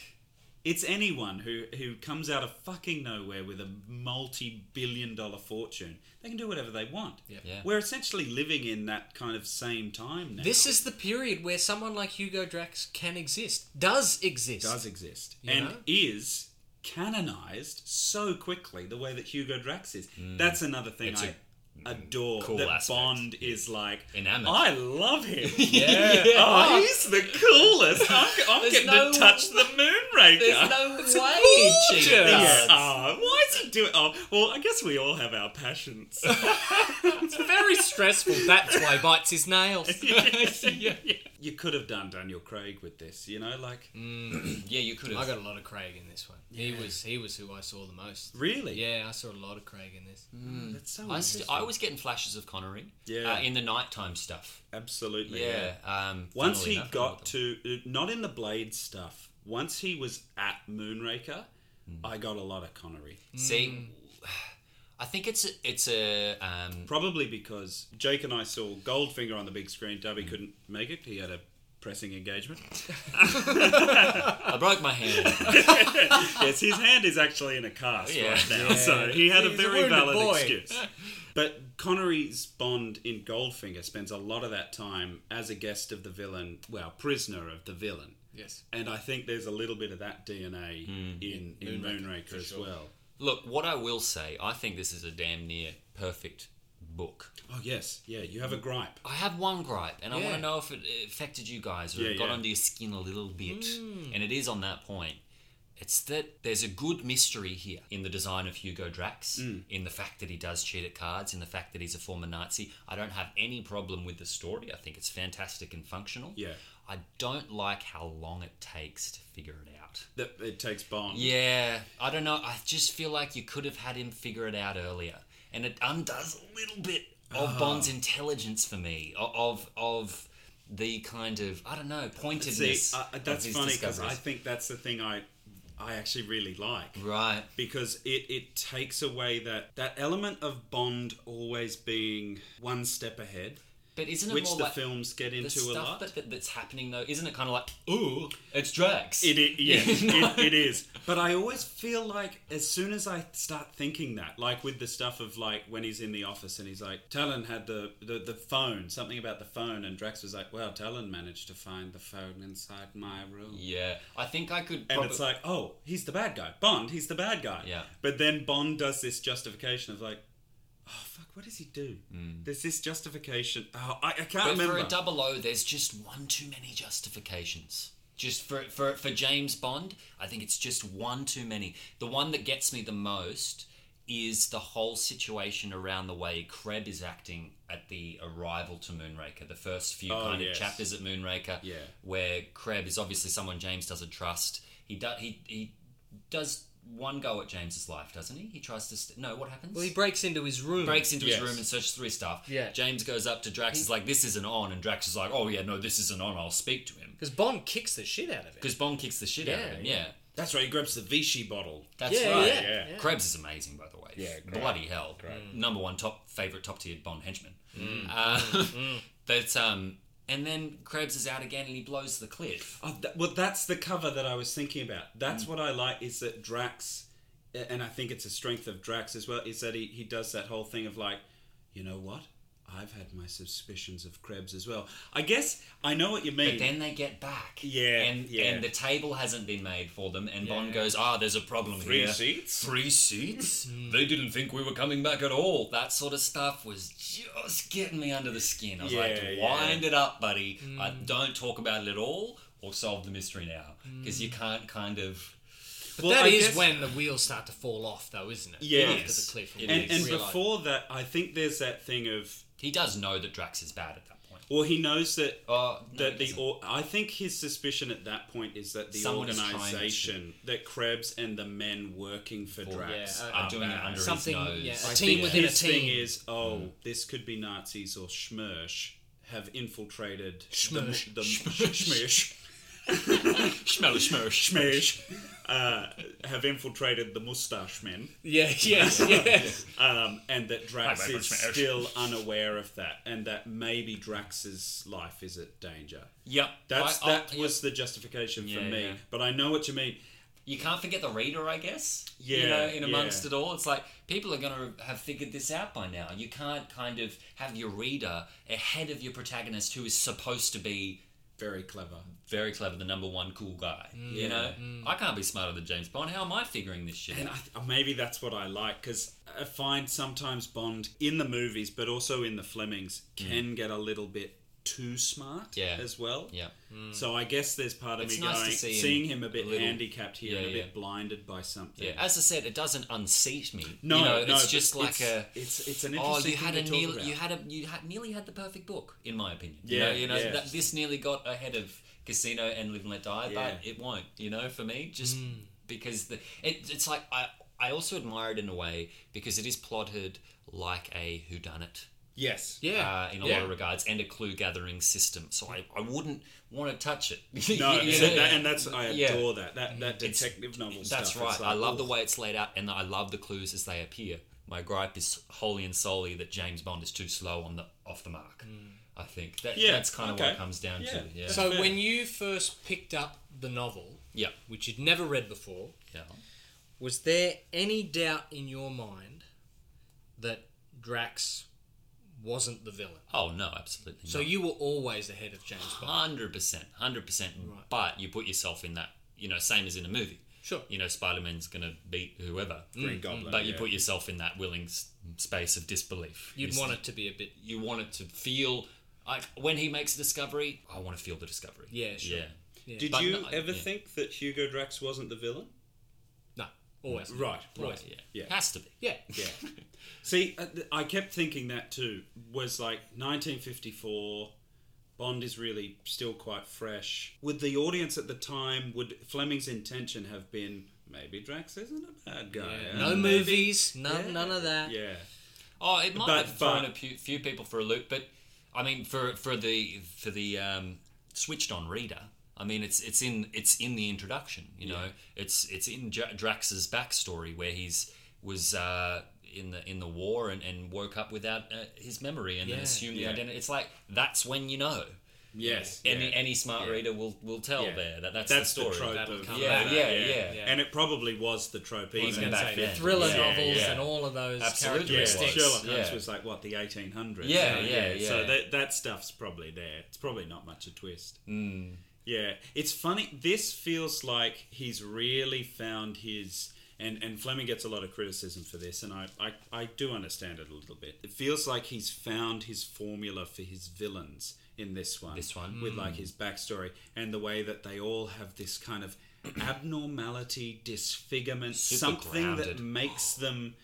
Speaker 2: it's anyone who, who comes out of fucking nowhere with a multi billion dollar fortune. They can do whatever they want.
Speaker 3: Yeah.
Speaker 2: We're essentially living in that kind of same time now.
Speaker 1: This is the period where someone like Hugo Drax can exist, does exist.
Speaker 2: does exist
Speaker 1: You
Speaker 2: and
Speaker 1: know?
Speaker 2: is canonized so quickly the way that Hugo Drax is. That's another thing
Speaker 3: Hmm. It's
Speaker 2: I adore
Speaker 3: cool
Speaker 2: that
Speaker 3: aspect.
Speaker 2: Bond is like
Speaker 3: Enamored.
Speaker 2: I
Speaker 3: <laughs>
Speaker 2: love him. yeah. Oh, he's the coolest. I'm, I'm
Speaker 3: There's
Speaker 2: getting
Speaker 3: no-
Speaker 2: to touch the
Speaker 3: There's
Speaker 2: Moonraker. <laughs>
Speaker 3: no way
Speaker 1: gorgeous.
Speaker 3: he cheated.
Speaker 2: yeah. Oh, why is he doing? Oh, well, I guess we all have our passions.
Speaker 3: <laughs>
Speaker 1: Very stressful. That's why he bites his
Speaker 2: <laughs>
Speaker 1: nails.
Speaker 2: You could have done Daniel Craig with this, you know, like
Speaker 3: Mm. Yeah, you could
Speaker 1: I
Speaker 3: have.
Speaker 1: got a lot of Craig in this one. He was he was who I saw the most.
Speaker 2: really. Mm.
Speaker 1: Yeah, I saw a lot of Craig in this.
Speaker 2: that's so.
Speaker 3: I, st-
Speaker 2: interesting.
Speaker 3: I was getting flashes of Connery.
Speaker 2: Yeah.
Speaker 3: Uh, in the nighttime stuff.
Speaker 2: absolutely.
Speaker 3: Yeah. Um,
Speaker 2: Once
Speaker 3: funnily
Speaker 2: he
Speaker 3: enough,
Speaker 2: got
Speaker 3: I
Speaker 2: to not in the blade stuff. Once he was at Moonraker, I got a lot of Connery.
Speaker 1: Mm.
Speaker 3: see. I think it's a, it's a um,
Speaker 2: Probably because Jake and I saw Goldfinger on the big screen. Dubby couldn't make it. He had a pressing engagement. <laughs>
Speaker 3: I broke my hand.
Speaker 2: yes, his hand is actually in a cast
Speaker 3: Yeah.
Speaker 2: right now, so he had a
Speaker 1: He's a
Speaker 2: very
Speaker 1: wounded
Speaker 2: valid
Speaker 1: boy.
Speaker 2: excuse. But Connery's Bond in Goldfinger spends a lot of that time as a guest of the villain, well, prisoner of the villain.
Speaker 1: Yes.
Speaker 2: And I think there's a little bit of that DNA in, in Moonraker, as well.
Speaker 3: Look, what I will say, I think this is a damn near perfect book.
Speaker 2: Oh yes, yeah. You have a gripe.
Speaker 3: I have one gripe, and I want
Speaker 1: Yeah.
Speaker 3: to know if it affected you guys or
Speaker 2: Yeah,
Speaker 3: it got
Speaker 2: yeah. Hmm.
Speaker 3: under your skin a little bit. And it is on that point. It's that there's a good mystery here in the design of Hugo Drax,
Speaker 2: Hmm.
Speaker 3: in the fact that he does cheat at cards, in the fact that he's a former Nazi. I don't have any problem with the story. I think it's fantastic and functional.
Speaker 2: Yeah.
Speaker 3: I don't like how long it takes to figure it out.
Speaker 2: That it takes Bond.
Speaker 3: Yeah, I don't know. I just feel like you could have had him figure it out earlier, and it undoes a little bit
Speaker 2: Ah.
Speaker 3: of Bond's intelligence for me, o- of of the kind of I don't know
Speaker 2: See,
Speaker 3: pointedness.
Speaker 2: uh,
Speaker 3: of
Speaker 2: that's
Speaker 3: his
Speaker 2: funny because I
Speaker 3: discoveries.
Speaker 2: think that's the thing I, I actually really like
Speaker 3: right.
Speaker 2: because it it takes away that that element of Bond always being one step ahead,
Speaker 3: But isn't it
Speaker 2: which
Speaker 3: more
Speaker 2: the
Speaker 3: like
Speaker 2: films get
Speaker 3: the
Speaker 2: into a
Speaker 3: stuff
Speaker 2: lot.
Speaker 3: that, that, that's happening though? Isn't it kind of like ooh, it's Drax?
Speaker 2: It is, yeah,
Speaker 3: <laughs> You know?
Speaker 2: it, it is. But I always feel like as soon as I start thinking that, like with the stuff of like when he's in the office and he's like, Talon had the, the, the phone, something about the phone, and Drax was like, well, Talon managed to find the phone inside my room.
Speaker 3: Yeah, I think I could.
Speaker 2: And
Speaker 3: probably-
Speaker 2: it's like, oh, he's the bad guy. Bond, he's the bad guy.
Speaker 3: Yeah.
Speaker 2: But then Bond does this justification of like, oh, fuck, what does he do? There's this justification. Oh, I, I can't
Speaker 3: Mm. But
Speaker 2: remember.
Speaker 3: for a double O, there's just one too many justifications. Just for, for for James Bond, I think it's just one too many. The one that gets me the most is the whole situation around the way Kreb is acting at the arrival to Moonraker, the first few
Speaker 2: Oh,
Speaker 3: kind
Speaker 2: yes.
Speaker 3: of chapters at Moonraker,
Speaker 2: Yeah.
Speaker 3: where Kreb is obviously someone James doesn't trust. He do, he he does one go at James's life, doesn't he? He tries to. St- no, what happens?
Speaker 1: Well, he breaks into his room.
Speaker 3: breaks into his
Speaker 6: Yes.
Speaker 3: room and searches through his stuff.
Speaker 1: Yeah.
Speaker 3: James goes up to Drax. He's like, "This isn't on," and Drax is like, "Oh yeah, no, this isn't on. I'll speak to him."
Speaker 1: because Bond kicks the shit out of him.
Speaker 3: Because Bond kicks the shit out of
Speaker 1: Yeah,
Speaker 3: him.
Speaker 1: yeah.
Speaker 3: Yeah,
Speaker 2: That's right. He grabs the Vichy bottle.
Speaker 3: that's
Speaker 1: Yeah,
Speaker 3: right.
Speaker 1: yeah,
Speaker 2: yeah.
Speaker 1: yeah. Mm.
Speaker 3: Krebs is amazing, by the way.
Speaker 2: Yeah, great.
Speaker 3: bloody hell, number one top favorite top tier Bond henchman. Uh,
Speaker 1: Mm.
Speaker 3: <laughs> but um, and then Krebs is out again, and he blows the cliff.
Speaker 2: Oh, that, well, that's the cover that I was thinking about.
Speaker 3: Mm.
Speaker 2: That's what I like is that Drax, and I think it's a strength of Drax as well, is that he, he does that whole thing of like, you know what? I've had my suspicions of Krebs as well. I guess I know what you
Speaker 3: But
Speaker 2: mean.
Speaker 3: then they get back.
Speaker 2: Yeah,
Speaker 3: And
Speaker 2: yeah.
Speaker 3: and the table hasn't been made for them and Bond goes, Ah, there's a problem
Speaker 2: Three
Speaker 3: here.
Speaker 2: seats? Hmm.
Speaker 3: Three
Speaker 2: <laughs>
Speaker 3: seats? they didn't think we were coming back at all. That sort of stuff was just getting me under the skin. I was like,
Speaker 2: Yeah, Hmm. yeah.
Speaker 3: wind it up, buddy. Uh, don't talk about it at all or solve the mystery now.
Speaker 2: Hmm.
Speaker 3: Because you can't kind of
Speaker 2: well,
Speaker 1: That
Speaker 2: I
Speaker 1: is
Speaker 2: guess-
Speaker 1: when the wheels start to fall off, though, isn't it?
Speaker 2: Yeah.
Speaker 1: After
Speaker 2: Yes.
Speaker 1: the cliff.
Speaker 3: It
Speaker 2: And,
Speaker 3: is.
Speaker 2: and before that, I think there's that thing of,
Speaker 3: he does know that Drax is bad at that point.
Speaker 2: or he knows that
Speaker 3: Oh, no,
Speaker 2: Uh, that
Speaker 3: he
Speaker 2: the
Speaker 3: doesn't.
Speaker 2: or, I think his suspicion at that point is that the
Speaker 3: Someone is trying to-
Speaker 2: organization that Krebs and the men working for Drax
Speaker 1: yeah, uh,
Speaker 2: are
Speaker 3: doing it
Speaker 2: bad.
Speaker 3: under his
Speaker 1: something,
Speaker 3: nose.
Speaker 1: yeah, a
Speaker 3: I
Speaker 1: team
Speaker 2: think
Speaker 1: within a
Speaker 2: his thing
Speaker 1: team.
Speaker 2: is oh this could be Nazis or Schmersh have infiltrated
Speaker 1: Schmersh.
Speaker 2: the, the Schmersh
Speaker 3: Schmelly Schmersh.
Speaker 2: Schmersh uh, have infiltrated the mustache men
Speaker 1: Yeah, <laughs> yes, yes.
Speaker 2: um, and that Drax
Speaker 3: Hi, my
Speaker 2: is
Speaker 3: friend Schmersh.
Speaker 2: still unaware of that and that maybe Drax's life is at danger.
Speaker 3: <laughs> Yep.
Speaker 2: That's
Speaker 3: I- I-
Speaker 2: that was the justification for
Speaker 3: Yeah,
Speaker 2: me.
Speaker 3: yeah.
Speaker 2: But I know what you mean.
Speaker 3: you can't forget the reader, I guess.
Speaker 2: Yeah,
Speaker 3: You know, in amongst
Speaker 2: yeah.
Speaker 3: it all, it's like people are going to have figured this out by now. You can't kind of have your reader ahead of your protagonist who is supposed to be
Speaker 2: Very clever.
Speaker 3: very clever, the number one cool guy. You know, I can't be smarter than James Bond. How am I figuring this shit
Speaker 2: Mm, And
Speaker 3: out?
Speaker 2: I th- maybe that's what I like because I find sometimes Bond in the movies, but also in the Flemings, can get a little bit too smart
Speaker 3: Mm. Yeah.
Speaker 2: as well.
Speaker 3: Yeah.
Speaker 2: So I guess there's part of
Speaker 3: It's
Speaker 2: me
Speaker 3: nice to
Speaker 2: going,
Speaker 3: see him
Speaker 2: seeing him a bit
Speaker 3: a little-
Speaker 2: handicapped here
Speaker 3: Yeah,
Speaker 2: and a
Speaker 3: yeah.
Speaker 2: bit blinded by something.
Speaker 3: Yeah. As I said, it doesn't unseat me.
Speaker 2: No,
Speaker 3: you know,
Speaker 2: no,
Speaker 3: it's
Speaker 2: but
Speaker 3: just like
Speaker 2: it's-
Speaker 3: a.
Speaker 2: It's it's an
Speaker 3: Oh,
Speaker 2: interesting.
Speaker 3: you had a
Speaker 2: thing to talk
Speaker 3: nearly,
Speaker 2: about.
Speaker 3: you had a, you had nearly had the perfect book, in my opinion.
Speaker 2: Yeah,
Speaker 3: you know, you know
Speaker 2: yeah.
Speaker 3: that, this nearly got ahead of Casino and Live and Let Die,
Speaker 2: Yeah. Mm.
Speaker 3: but it won't. You know, for me, just because the it, it's like I I also admire it in a way because it is plotted like a whodunit.
Speaker 2: yes.
Speaker 1: Yeah.
Speaker 3: Uh, in a
Speaker 1: yeah.
Speaker 3: lot of regards, and a clue gathering system. So I, I wouldn't want to touch it. <laughs>
Speaker 2: No,
Speaker 3: You
Speaker 2: so
Speaker 3: know?
Speaker 2: that- and that's I
Speaker 3: Yeah.
Speaker 2: adore that that that detective novel stuff.
Speaker 3: That's
Speaker 2: It's
Speaker 3: right. I
Speaker 2: like,
Speaker 3: love
Speaker 2: oh,
Speaker 3: the way it's laid out, and I love the clues as they appear. My gripe is wholly and solely that James Bond is too slow on the off the mark. I think that,
Speaker 2: Mm. Yeah,
Speaker 3: that's kind of what
Speaker 2: okay.
Speaker 3: it comes down
Speaker 2: Yeah.
Speaker 3: to. Yeah.
Speaker 1: So
Speaker 2: Fair.
Speaker 1: when you first picked up the novel,
Speaker 3: yeah.
Speaker 1: which you'd never read before,
Speaker 3: Yeah.
Speaker 1: was there any doubt in your mind that Drax wasn't the villain?
Speaker 3: Oh no, absolutely.
Speaker 1: So you were always ahead of James Bond.
Speaker 3: hundred percent, hundred percent. But you put yourself in that, you know, same as in a movie.
Speaker 1: Sure.
Speaker 3: You know, Spider Man's gonna beat whoever.
Speaker 2: Mm. Green Goblin.
Speaker 3: But you
Speaker 2: yeah.
Speaker 3: put yourself in that willing s- space of disbelief.
Speaker 1: You'd
Speaker 3: You
Speaker 1: want
Speaker 3: s-
Speaker 1: it to be a bit.
Speaker 3: You want it to feel. I, when he makes a discovery, I want to feel the discovery.
Speaker 1: Yeah, sure.
Speaker 3: Yeah.
Speaker 2: Did
Speaker 3: But
Speaker 2: you
Speaker 3: no, I-
Speaker 2: ever
Speaker 3: yeah.
Speaker 2: think that Hugo Drax wasn't the villain?
Speaker 1: No, always.
Speaker 2: Right.
Speaker 1: Always.
Speaker 3: Yeah.
Speaker 2: Yeah.
Speaker 3: Has to be.
Speaker 1: Yeah.
Speaker 2: Yeah. See, uh, th- I kept thinking that too. Was like 1954. Bond is really still quite fresh. Would the audience at the time, would Fleming's intention have been maybe Drax isn't a bad guy? eh?
Speaker 1: No
Speaker 2: Maybe-
Speaker 1: movies, none,
Speaker 2: Yeah.
Speaker 1: none of that.
Speaker 2: Yeah.
Speaker 3: Oh, it might
Speaker 2: But-
Speaker 3: have thrown
Speaker 2: but-
Speaker 3: a few, few people for a loop, but I mean, for for the for the um, switched on reader, I mean, it's it's in it's in the introduction. You know, it's it's in J- Drax's backstory where he's was uh, in the in the war and, and woke up without uh, his memory and then
Speaker 1: Yeah.
Speaker 3: assumed
Speaker 2: Yeah.
Speaker 3: the identity. It's like that's when you know.
Speaker 2: Yes.
Speaker 3: Any
Speaker 2: yeah.
Speaker 3: any smart reader will will tell
Speaker 2: Yeah.
Speaker 3: there that that's,
Speaker 2: That's
Speaker 3: the story.
Speaker 2: the trope.
Speaker 1: That'll
Speaker 2: of-
Speaker 1: come
Speaker 3: Yeah,
Speaker 1: back.
Speaker 3: yeah, yeah.
Speaker 1: Yeah.
Speaker 2: And it probably was the trope
Speaker 3: was gonna
Speaker 2: even
Speaker 3: say
Speaker 2: back then.
Speaker 3: that.
Speaker 1: Thriller
Speaker 3: Yeah,
Speaker 1: novels
Speaker 3: yeah.
Speaker 1: and all of those
Speaker 3: Absolutely.
Speaker 2: Yeah,
Speaker 3: Sticks.
Speaker 1: characteristics.
Speaker 2: Sherlock Holmes
Speaker 3: Yeah.
Speaker 2: was like what the 1800s.
Speaker 3: Yeah,
Speaker 2: you know?
Speaker 3: yeah, yeah.
Speaker 2: So that that stuff's probably there. It's probably not much a twist.
Speaker 3: Mm.
Speaker 2: Yeah, it's funny. This feels like he's really found his. And, and Fleming gets a lot of criticism for this, and I, I, I do understand it a little bit. It feels like he's found his formula for his villains in this one.
Speaker 3: This one. Mm.
Speaker 2: With like his backstory and the way that they all have this kind of abnormality, disfigurement,
Speaker 3: Super
Speaker 2: something that
Speaker 3: grounded.
Speaker 2: makes them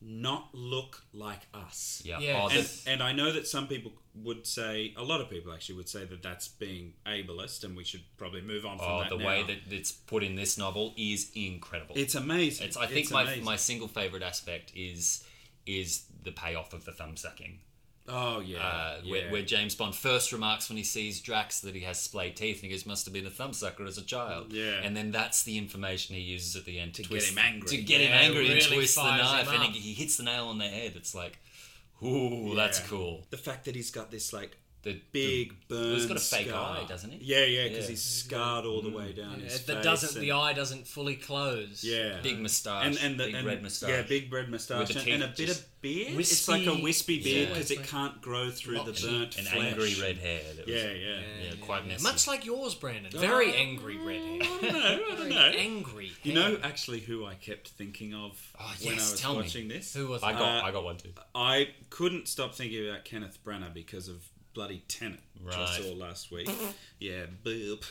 Speaker 2: not look like us.
Speaker 3: Yeah.
Speaker 1: Yeah.
Speaker 3: Oh,
Speaker 2: And,
Speaker 3: that's-
Speaker 2: and I know that some people would say, a lot of people actually would say that that's being ableist, and we should probably move on from
Speaker 3: oh,
Speaker 2: that.
Speaker 3: the
Speaker 2: now.
Speaker 3: way that it's put in this novel is incredible.
Speaker 2: it's amazing.
Speaker 3: It's I think my,
Speaker 2: amazing.
Speaker 3: my single favorite aspect is is the payoff of the thumb sucking,
Speaker 2: oh yeah,
Speaker 3: uh,
Speaker 2: yeah.
Speaker 3: where, where James Bond first remarks when he sees Drax that he has splayed teeth and he goes, "Must have been a thumb sucker as a child."
Speaker 2: Yeah.
Speaker 3: and then that's the information he uses at the end to,
Speaker 2: get
Speaker 3: twist
Speaker 2: him angry.
Speaker 3: to get him
Speaker 1: Yeah,
Speaker 3: angry and
Speaker 1: really
Speaker 3: twist the
Speaker 1: fires him
Speaker 3: knife, and
Speaker 1: up.
Speaker 3: he, he hits the nail on the head. It's like, ooh, that's
Speaker 2: Yeah.
Speaker 3: cool.
Speaker 2: the fact that he's got this like
Speaker 3: The
Speaker 2: big burn.
Speaker 3: he's got a fake
Speaker 2: scar.
Speaker 3: eye, doesn't he?
Speaker 2: Yeah, yeah,
Speaker 3: Yeah.
Speaker 2: because
Speaker 3: Mm.
Speaker 2: he's scarred all the way down
Speaker 1: Yeah,
Speaker 2: his
Speaker 1: Uh, that
Speaker 2: face
Speaker 1: doesn't
Speaker 2: and-
Speaker 1: the eye doesn't fully close.
Speaker 2: Yeah,
Speaker 3: big moustache
Speaker 2: and and the
Speaker 3: big
Speaker 2: and-
Speaker 3: red moustache.
Speaker 2: Yeah, big red moustache
Speaker 3: With the
Speaker 2: and, and a
Speaker 3: teeth
Speaker 2: bit
Speaker 3: just
Speaker 2: of beard. it's
Speaker 1: wispy.
Speaker 2: like a wispy beard
Speaker 3: Yeah.
Speaker 2: because it can't grow through the burnt
Speaker 3: and
Speaker 2: flesh.
Speaker 3: angry red hair. That was,
Speaker 2: Yeah, yeah.
Speaker 3: yeah, quite messy.
Speaker 1: Much like yours, Brandon. Very angry redhead.
Speaker 2: Oh, I
Speaker 1: <laughs>
Speaker 2: don't know. I don't know.
Speaker 1: Angry.
Speaker 2: You know, actually, who I kept thinking of
Speaker 3: Oh,
Speaker 2: when I
Speaker 3: yes,
Speaker 2: was
Speaker 3: tell me.
Speaker 2: watching this?
Speaker 1: Who was
Speaker 3: I
Speaker 1: it?
Speaker 3: got
Speaker 2: Uh,
Speaker 3: I got one too.
Speaker 2: I couldn't stop thinking about Kenneth Branagh because of bloody Tenet, which I
Speaker 3: Right.
Speaker 2: saw last week. yeah, boop.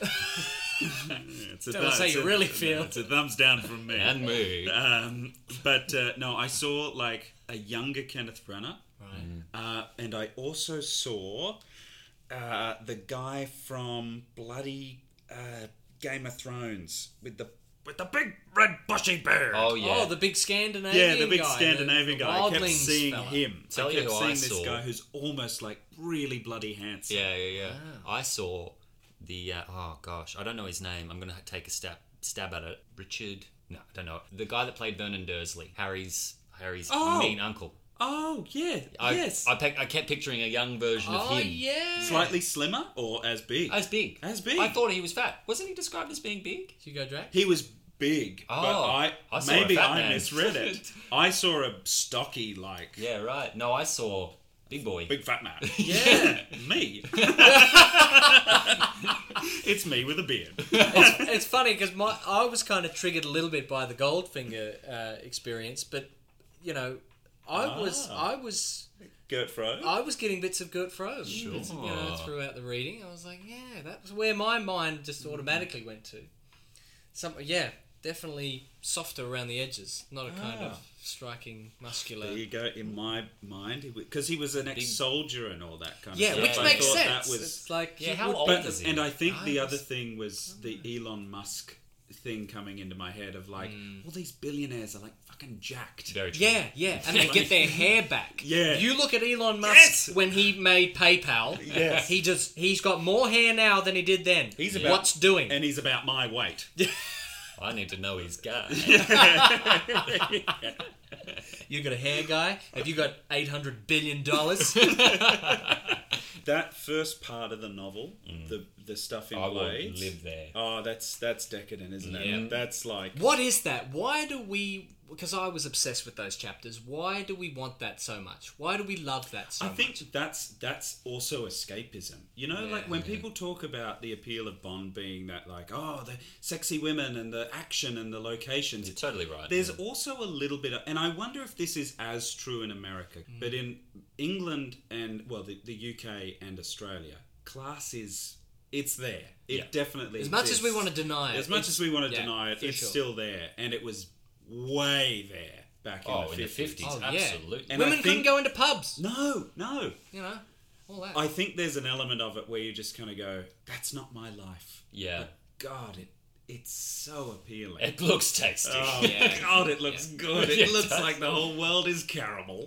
Speaker 2: it's a
Speaker 1: Tell us how
Speaker 2: it's
Speaker 1: you
Speaker 2: a-
Speaker 1: really feel.
Speaker 2: It's a thumbs down from me.
Speaker 3: And me.
Speaker 2: Um, but uh, no, I saw like a younger Kenneth Branagh,
Speaker 3: Mm.
Speaker 1: Right.
Speaker 2: uh, and I also saw uh, the guy from bloody uh, Game of Thrones with the with the big red bushy beard.
Speaker 3: Oh yeah.
Speaker 1: Oh, the big Scandinavian
Speaker 2: Yeah, the big
Speaker 1: guy,
Speaker 2: Scandinavian
Speaker 1: the- the
Speaker 2: guy. I kept
Speaker 1: wildlings
Speaker 2: seeing
Speaker 1: fella.
Speaker 2: him.
Speaker 3: Tell
Speaker 2: I
Speaker 3: you
Speaker 2: kept
Speaker 3: who I
Speaker 2: seeing this
Speaker 3: saw.
Speaker 2: guy who's almost like really bloody handsome.
Speaker 3: yeah, yeah, yeah. I saw the uh, oh gosh, I don't know his name. I'm gonna take a stab stab at it. Richard. No, I don't know. The guy that played Vernon Dursley, Harry's Harry's
Speaker 2: Oh!
Speaker 3: mean uncle.
Speaker 2: Oh yeah.
Speaker 3: I,
Speaker 2: yes.
Speaker 3: I, pe- I kept picturing a young version
Speaker 1: Oh
Speaker 3: of him.
Speaker 1: yeah.
Speaker 2: Slightly slimmer or as big?
Speaker 3: As big.
Speaker 2: As big.
Speaker 3: I thought he was fat. Wasn't he described as being big?
Speaker 1: Did you go Drax?
Speaker 2: he was big,
Speaker 3: Oh,
Speaker 2: but I,
Speaker 3: I saw a
Speaker 2: maybe
Speaker 3: fat
Speaker 2: I
Speaker 3: man.
Speaker 1: <laughs>
Speaker 2: misread it. I saw a stocky like
Speaker 3: Yeah, right. No, I saw big boy.
Speaker 2: big fat man.
Speaker 1: <laughs> Yeah.
Speaker 2: <laughs>
Speaker 1: <laughs>
Speaker 2: me. it's me with a beard.
Speaker 1: it's funny because my I was kind of triggered a little bit by the Goldfinger uh, experience, but you know, I was
Speaker 2: Ah.
Speaker 1: I was
Speaker 2: Gert Fro.
Speaker 1: I was getting bits of Gert Frobe bits, you know, throughout the reading. I was like, yeah, that was where my mind just automatically went to. Some yeah, definitely softer around the edges, not a kind of striking muscular.
Speaker 2: There you go. In my mind, because he was an ex-soldier and all that kind
Speaker 1: Yeah,
Speaker 2: of stuff.
Speaker 1: which
Speaker 2: I
Speaker 1: makes
Speaker 2: thought
Speaker 1: sense.
Speaker 2: That was
Speaker 1: it's like
Speaker 3: Yeah,
Speaker 1: you
Speaker 3: how
Speaker 1: would-
Speaker 3: old
Speaker 2: But
Speaker 3: is he?
Speaker 2: and I think the
Speaker 1: I
Speaker 2: other
Speaker 1: was-
Speaker 2: thing
Speaker 1: Oh,
Speaker 2: was the Elon Musk thing coming into my head of like all these billionaires are like fucking jacked.
Speaker 3: Very true.
Speaker 1: Mm. Yeah, yeah, and they get their hair back.
Speaker 2: <laughs> Yeah.
Speaker 1: you look at Elon Musk
Speaker 2: Yes!
Speaker 1: when he made PayPal.
Speaker 2: Yes.
Speaker 1: he just he's got more hair now than he did then.
Speaker 2: He's about-
Speaker 1: what's doing.
Speaker 2: And he's about my weight.
Speaker 3: I need to know his guy.
Speaker 1: you got a hair guy. Have you got eight hundred billion
Speaker 2: <laughs>
Speaker 1: dollars?
Speaker 2: That first part of the novel, the the stuff in
Speaker 3: Mm. I will
Speaker 2: Blades.
Speaker 3: live there.
Speaker 2: Oh, that's that's decadent, isn't it?
Speaker 3: Yeah.
Speaker 2: That's like
Speaker 1: what is that? Why do we? Because I was obsessed with those chapters. Why do we want that so much? Why do we love that so
Speaker 2: I think
Speaker 1: much?
Speaker 2: that's that's also escapism. You know, like when people talk about the appeal of Bond being that like, oh, the sexy women and the action and the locations.
Speaker 3: You're totally right.
Speaker 2: There's also a little bit of, and I wonder if this is as true in America,
Speaker 1: Hmm.
Speaker 2: but in England and well, the, the UK and Australia, class is it's there. It
Speaker 3: Yeah.
Speaker 2: definitely
Speaker 1: As much as we
Speaker 2: exists.
Speaker 1: want to deny it,
Speaker 2: as much
Speaker 1: it's-
Speaker 2: as we want to
Speaker 1: yeah,
Speaker 2: deny it,
Speaker 1: for
Speaker 2: it's
Speaker 1: sure.
Speaker 2: still there, and it was way there back
Speaker 3: oh,
Speaker 2: in the fifties.
Speaker 1: Oh, yeah.
Speaker 3: absolutely.
Speaker 2: And I
Speaker 1: Women couldn't
Speaker 2: think-
Speaker 1: go into pubs.
Speaker 2: No, no.
Speaker 1: You know, all that.
Speaker 2: I think there's an element of it where you just kind of go, "That's not my life."
Speaker 3: Yeah.
Speaker 2: But God, it it's so appealing.
Speaker 3: It looks tasty. <laughs>
Speaker 2: Oh
Speaker 1: <laughs> Yeah.
Speaker 2: God, it
Speaker 1: <laughs>
Speaker 2: looks good. It
Speaker 3: Yeah, it
Speaker 2: looks
Speaker 3: does.
Speaker 2: like the whole world is caramel.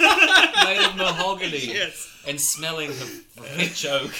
Speaker 3: Made of mahogany.
Speaker 2: yes.
Speaker 3: And smelling of rich oak.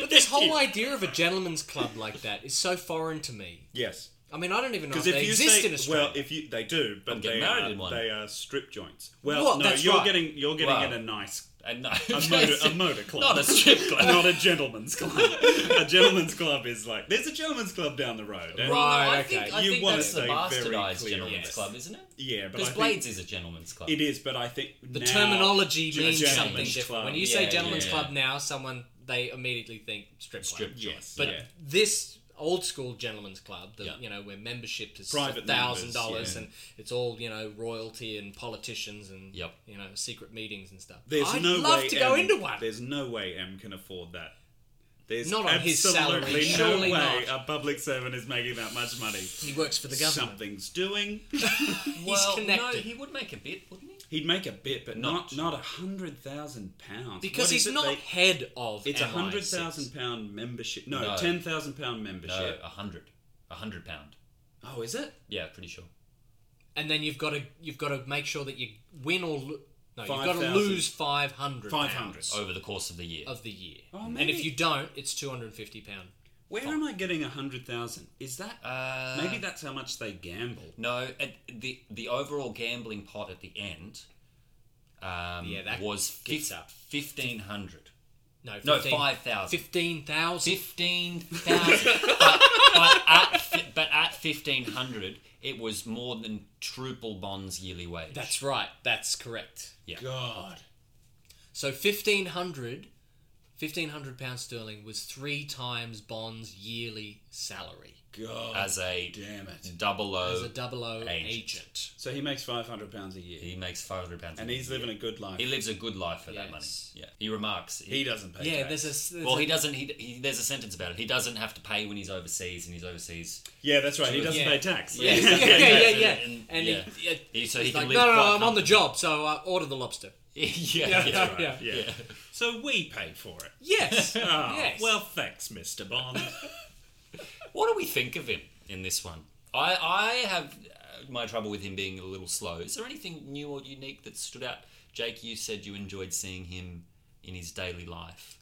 Speaker 1: but this whole idea of a gentleman's club like that is so foreign to me.
Speaker 2: Yes.
Speaker 1: I mean, I don't even know if
Speaker 2: Because if
Speaker 1: they
Speaker 2: you
Speaker 1: exist
Speaker 2: say,
Speaker 1: in Australia.
Speaker 2: well, if you they do, but
Speaker 3: I'm getting
Speaker 2: they
Speaker 3: married
Speaker 2: are,
Speaker 3: in one.
Speaker 2: they are strip joints. Well,
Speaker 1: What?
Speaker 2: no,
Speaker 1: That's
Speaker 2: you're
Speaker 1: right.
Speaker 2: getting you're getting
Speaker 3: Wow.
Speaker 2: in a nice
Speaker 3: And no,
Speaker 1: <laughs>
Speaker 2: a motor, a motor club,
Speaker 3: Not a strip club.
Speaker 2: <laughs> not a gentleman's club. a gentleman's club is like there's a gentleman's club down the road. and-
Speaker 1: Right,
Speaker 3: I
Speaker 1: okay.
Speaker 3: think, I
Speaker 2: You
Speaker 3: think
Speaker 2: wanna
Speaker 3: that's the
Speaker 2: stay very
Speaker 3: bastardized
Speaker 2: clear on
Speaker 3: gentleman's
Speaker 2: this.
Speaker 3: club, isn't it?
Speaker 2: Yeah, but I
Speaker 3: Because
Speaker 2: think
Speaker 3: Blades is a gentleman's club.
Speaker 2: it is. But I think
Speaker 1: the terminology means
Speaker 2: gentleman's
Speaker 1: something
Speaker 2: club.
Speaker 1: different. When you say
Speaker 3: Yeah,
Speaker 1: gentleman's
Speaker 3: yeah.
Speaker 1: club now, someone they immediately think strip club.
Speaker 3: Strip
Speaker 2: yes,
Speaker 1: But
Speaker 2: yeah.
Speaker 1: this old school gentleman's club, that
Speaker 3: Yeah.
Speaker 1: you know, where membership is
Speaker 2: Private
Speaker 1: thousand
Speaker 2: members,
Speaker 1: dollars
Speaker 2: yeah.
Speaker 1: and it's all you know royalty and politicians and
Speaker 3: Yep.
Speaker 1: you know secret meetings and stuff.
Speaker 2: There's
Speaker 1: I'd
Speaker 2: no
Speaker 1: love
Speaker 2: way
Speaker 1: to go
Speaker 2: M,
Speaker 1: into one.
Speaker 2: There's no way M can afford that There's
Speaker 1: Not on his salary,
Speaker 2: absolutely
Speaker 1: surely
Speaker 2: no way
Speaker 1: not.
Speaker 2: a public servant is making that much money.
Speaker 1: He works for the government.
Speaker 2: Something's doing.
Speaker 1: He's
Speaker 3: well, no,
Speaker 1: connected.
Speaker 3: he would make a bit, wouldn't he?
Speaker 2: He'd make a bit, but
Speaker 3: Not-
Speaker 2: not not a hundred thousand pounds.
Speaker 1: because
Speaker 2: What
Speaker 1: he's
Speaker 2: is it
Speaker 1: not
Speaker 2: they-
Speaker 1: head of.
Speaker 2: it's a
Speaker 1: MI6.
Speaker 2: hundred thousand pound membership. No,
Speaker 3: No.
Speaker 2: ten thousand pound
Speaker 3: No,
Speaker 2: membership.
Speaker 3: a hundred, a hundred pound.
Speaker 2: Oh, is it?
Speaker 3: Yeah, pretty sure.
Speaker 1: and then you've got to you've got to make sure that you win or lo- no, you've got to
Speaker 2: 5,000.
Speaker 1: lose five hundred.
Speaker 2: 500.
Speaker 1: Oh,
Speaker 3: Over the course of the year,
Speaker 1: of the year.
Speaker 2: Oh,
Speaker 1: and
Speaker 2: maybe-
Speaker 1: if you don't, it's two hundred and fifty pound.
Speaker 2: Where am I getting a hundred thousand? Is that
Speaker 3: Uh,
Speaker 2: maybe that's how much they gamble?
Speaker 3: No, at the the overall gambling pot at the end um,
Speaker 1: Yeah, that
Speaker 3: was
Speaker 1: gets up.
Speaker 3: fifteen hundred.
Speaker 1: No,
Speaker 3: No,
Speaker 1: 15
Speaker 3: five thousand.
Speaker 1: Fifteen thousand.
Speaker 3: Fifteen thousand. but, but at fi- but at fifteen hundred, it was more than triple Bond's yearly wage.
Speaker 1: That's right. That's correct.
Speaker 2: God.
Speaker 1: So 1500 1500 pounds sterling was three times Bond's yearly salary
Speaker 2: God.
Speaker 3: as a
Speaker 2: damn it.
Speaker 3: double O
Speaker 1: as a double O agent.
Speaker 3: Oh, agent.
Speaker 2: So he makes five hundred pounds a year,
Speaker 3: He makes five hundred pounds,
Speaker 2: and he's living a good life.
Speaker 3: he lives a good life for that money.
Speaker 1: Yes.
Speaker 3: Yeah, he remarks.
Speaker 2: He doesn't pay.
Speaker 1: Yeah,
Speaker 2: tax.
Speaker 1: there's a there's
Speaker 3: well,
Speaker 1: a- <laughs>
Speaker 3: he doesn't. He, he there's a sentence about it. He doesn't have to pay when he's overseas, and he's overseas.
Speaker 2: Yeah, that's right. He doesn't
Speaker 1: Yeah.
Speaker 2: pay tax. <laughs>
Speaker 3: Yeah.
Speaker 1: yeah, yeah, yeah,
Speaker 3: and-
Speaker 1: yeah.
Speaker 3: and-
Speaker 1: And
Speaker 3: yeah.
Speaker 1: He, yeah,
Speaker 3: He- so he
Speaker 1: he's
Speaker 3: can
Speaker 1: like,
Speaker 3: live
Speaker 1: no, no,
Speaker 3: quite
Speaker 1: no, I'm on the
Speaker 3: comfortably." <laughs>
Speaker 1: job, so uh, order the lobster.
Speaker 3: yeah,
Speaker 2: Yeah,
Speaker 3: yeah.
Speaker 2: that's right.
Speaker 1: yeah.
Speaker 2: Yeah. So we pay for it.
Speaker 1: <laughs> Yes,
Speaker 2: Oh,
Speaker 1: yes.
Speaker 2: Well, thanks,
Speaker 1: <laughs>
Speaker 2: Mr. Bond.
Speaker 3: What do we think of him in this one? I I have uh, my trouble with him being a little slow. Is there anything new or unique that stood out? Jake, you said you enjoyed seeing him in his daily life.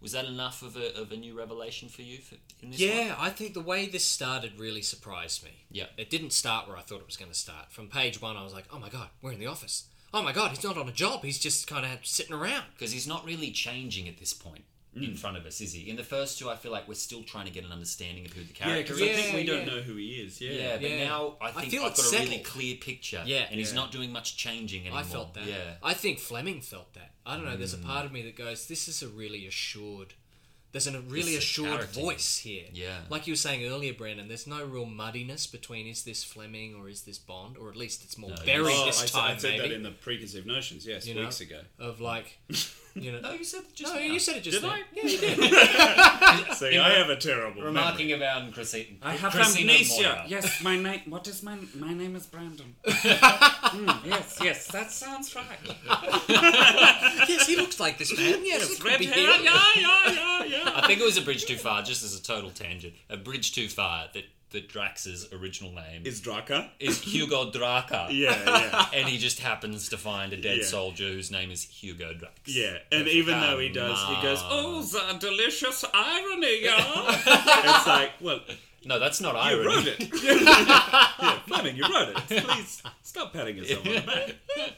Speaker 3: Was that enough of a, of a new revelation for you for, in this one?
Speaker 1: Yeah, I think the way this started really surprised me.
Speaker 3: Yeah.
Speaker 1: It didn't start where I thought it was going to start. From page one, I was like, oh my god, we're in the office. Oh my god, he's not on a job. He's just kind of sitting around.
Speaker 3: Because he's not really changing at this point
Speaker 1: Mm.
Speaker 3: in front of us, is he? In the first two, I feel like we're still trying to get an understanding of who the
Speaker 2: yeah,
Speaker 3: character
Speaker 2: because
Speaker 3: is.
Speaker 2: I think we
Speaker 1: yeah.
Speaker 2: don't know who he is. Yeah. Oh,
Speaker 3: Yeah, but
Speaker 1: Yeah.
Speaker 3: now I
Speaker 1: I
Speaker 3: think I
Speaker 1: feel
Speaker 3: have got
Speaker 1: it's
Speaker 3: a really
Speaker 1: settled.
Speaker 3: clear picture.
Speaker 1: Yeah.
Speaker 3: and he's
Speaker 2: Yeah.
Speaker 3: not doing much changing anymore.
Speaker 1: I felt that.
Speaker 3: Yeah, Mm.
Speaker 1: I think Fleming felt that. I don't know. There's a part of me that goes, this is a really assured. There's an- a really
Speaker 3: This is
Speaker 1: assured
Speaker 3: clarity.
Speaker 1: voice here.
Speaker 3: Yeah.
Speaker 1: Like you were saying earlier, Brandon, there's no real muddiness between is this Fleming or is this Bond, or at least it's more buried
Speaker 2: Oh, I,
Speaker 1: this
Speaker 2: said-
Speaker 1: time,
Speaker 2: I said
Speaker 1: maybe.
Speaker 2: that in the preconceived notions. Yes,
Speaker 1: You know?
Speaker 2: weeks ago.
Speaker 1: Of like, you know.
Speaker 3: <laughs> no, you said that just
Speaker 1: no,
Speaker 3: now.
Speaker 1: you said it just
Speaker 2: Did
Speaker 1: then.
Speaker 2: I? <laughs> See, I have a terrible memory.
Speaker 3: remarking about Christine.
Speaker 2: I have
Speaker 3: Christina
Speaker 2: amnesia.
Speaker 3: Moira.
Speaker 6: Yes, my name. What is my my name is
Speaker 2: <laughs>
Speaker 6: Brandon.
Speaker 2: Hmm,
Speaker 6: yes, yes, that sounds right.
Speaker 1: yes, he looks like this man. Yes, it could
Speaker 2: Red
Speaker 1: be
Speaker 2: hair.
Speaker 1: him.
Speaker 2: Yeah, yeah, yeah, yeah.
Speaker 3: I think it was a bridge too far. Just as a total tangent, a bridge too far that that Drax's original name is,
Speaker 2: <laughs> Is <laughs> Draka?
Speaker 3: Hugo Draca,
Speaker 2: <laughs> Yeah, yeah.
Speaker 3: and he just happens to find a dead
Speaker 2: Yeah.
Speaker 3: soldier whose name is Hugo Drax.
Speaker 2: Yeah, and even though he does, he goes, "Oh,
Speaker 6: Oh, the delicious
Speaker 2: <laughs>
Speaker 6: irony, y'all.
Speaker 2: it's like, well,
Speaker 3: No, that's not
Speaker 2: you
Speaker 3: irony.
Speaker 2: wrote it. <laughs> yeah, Fleming, you wrote <laughs> it. Please stop patting yourself on the back."
Speaker 3: <laughs>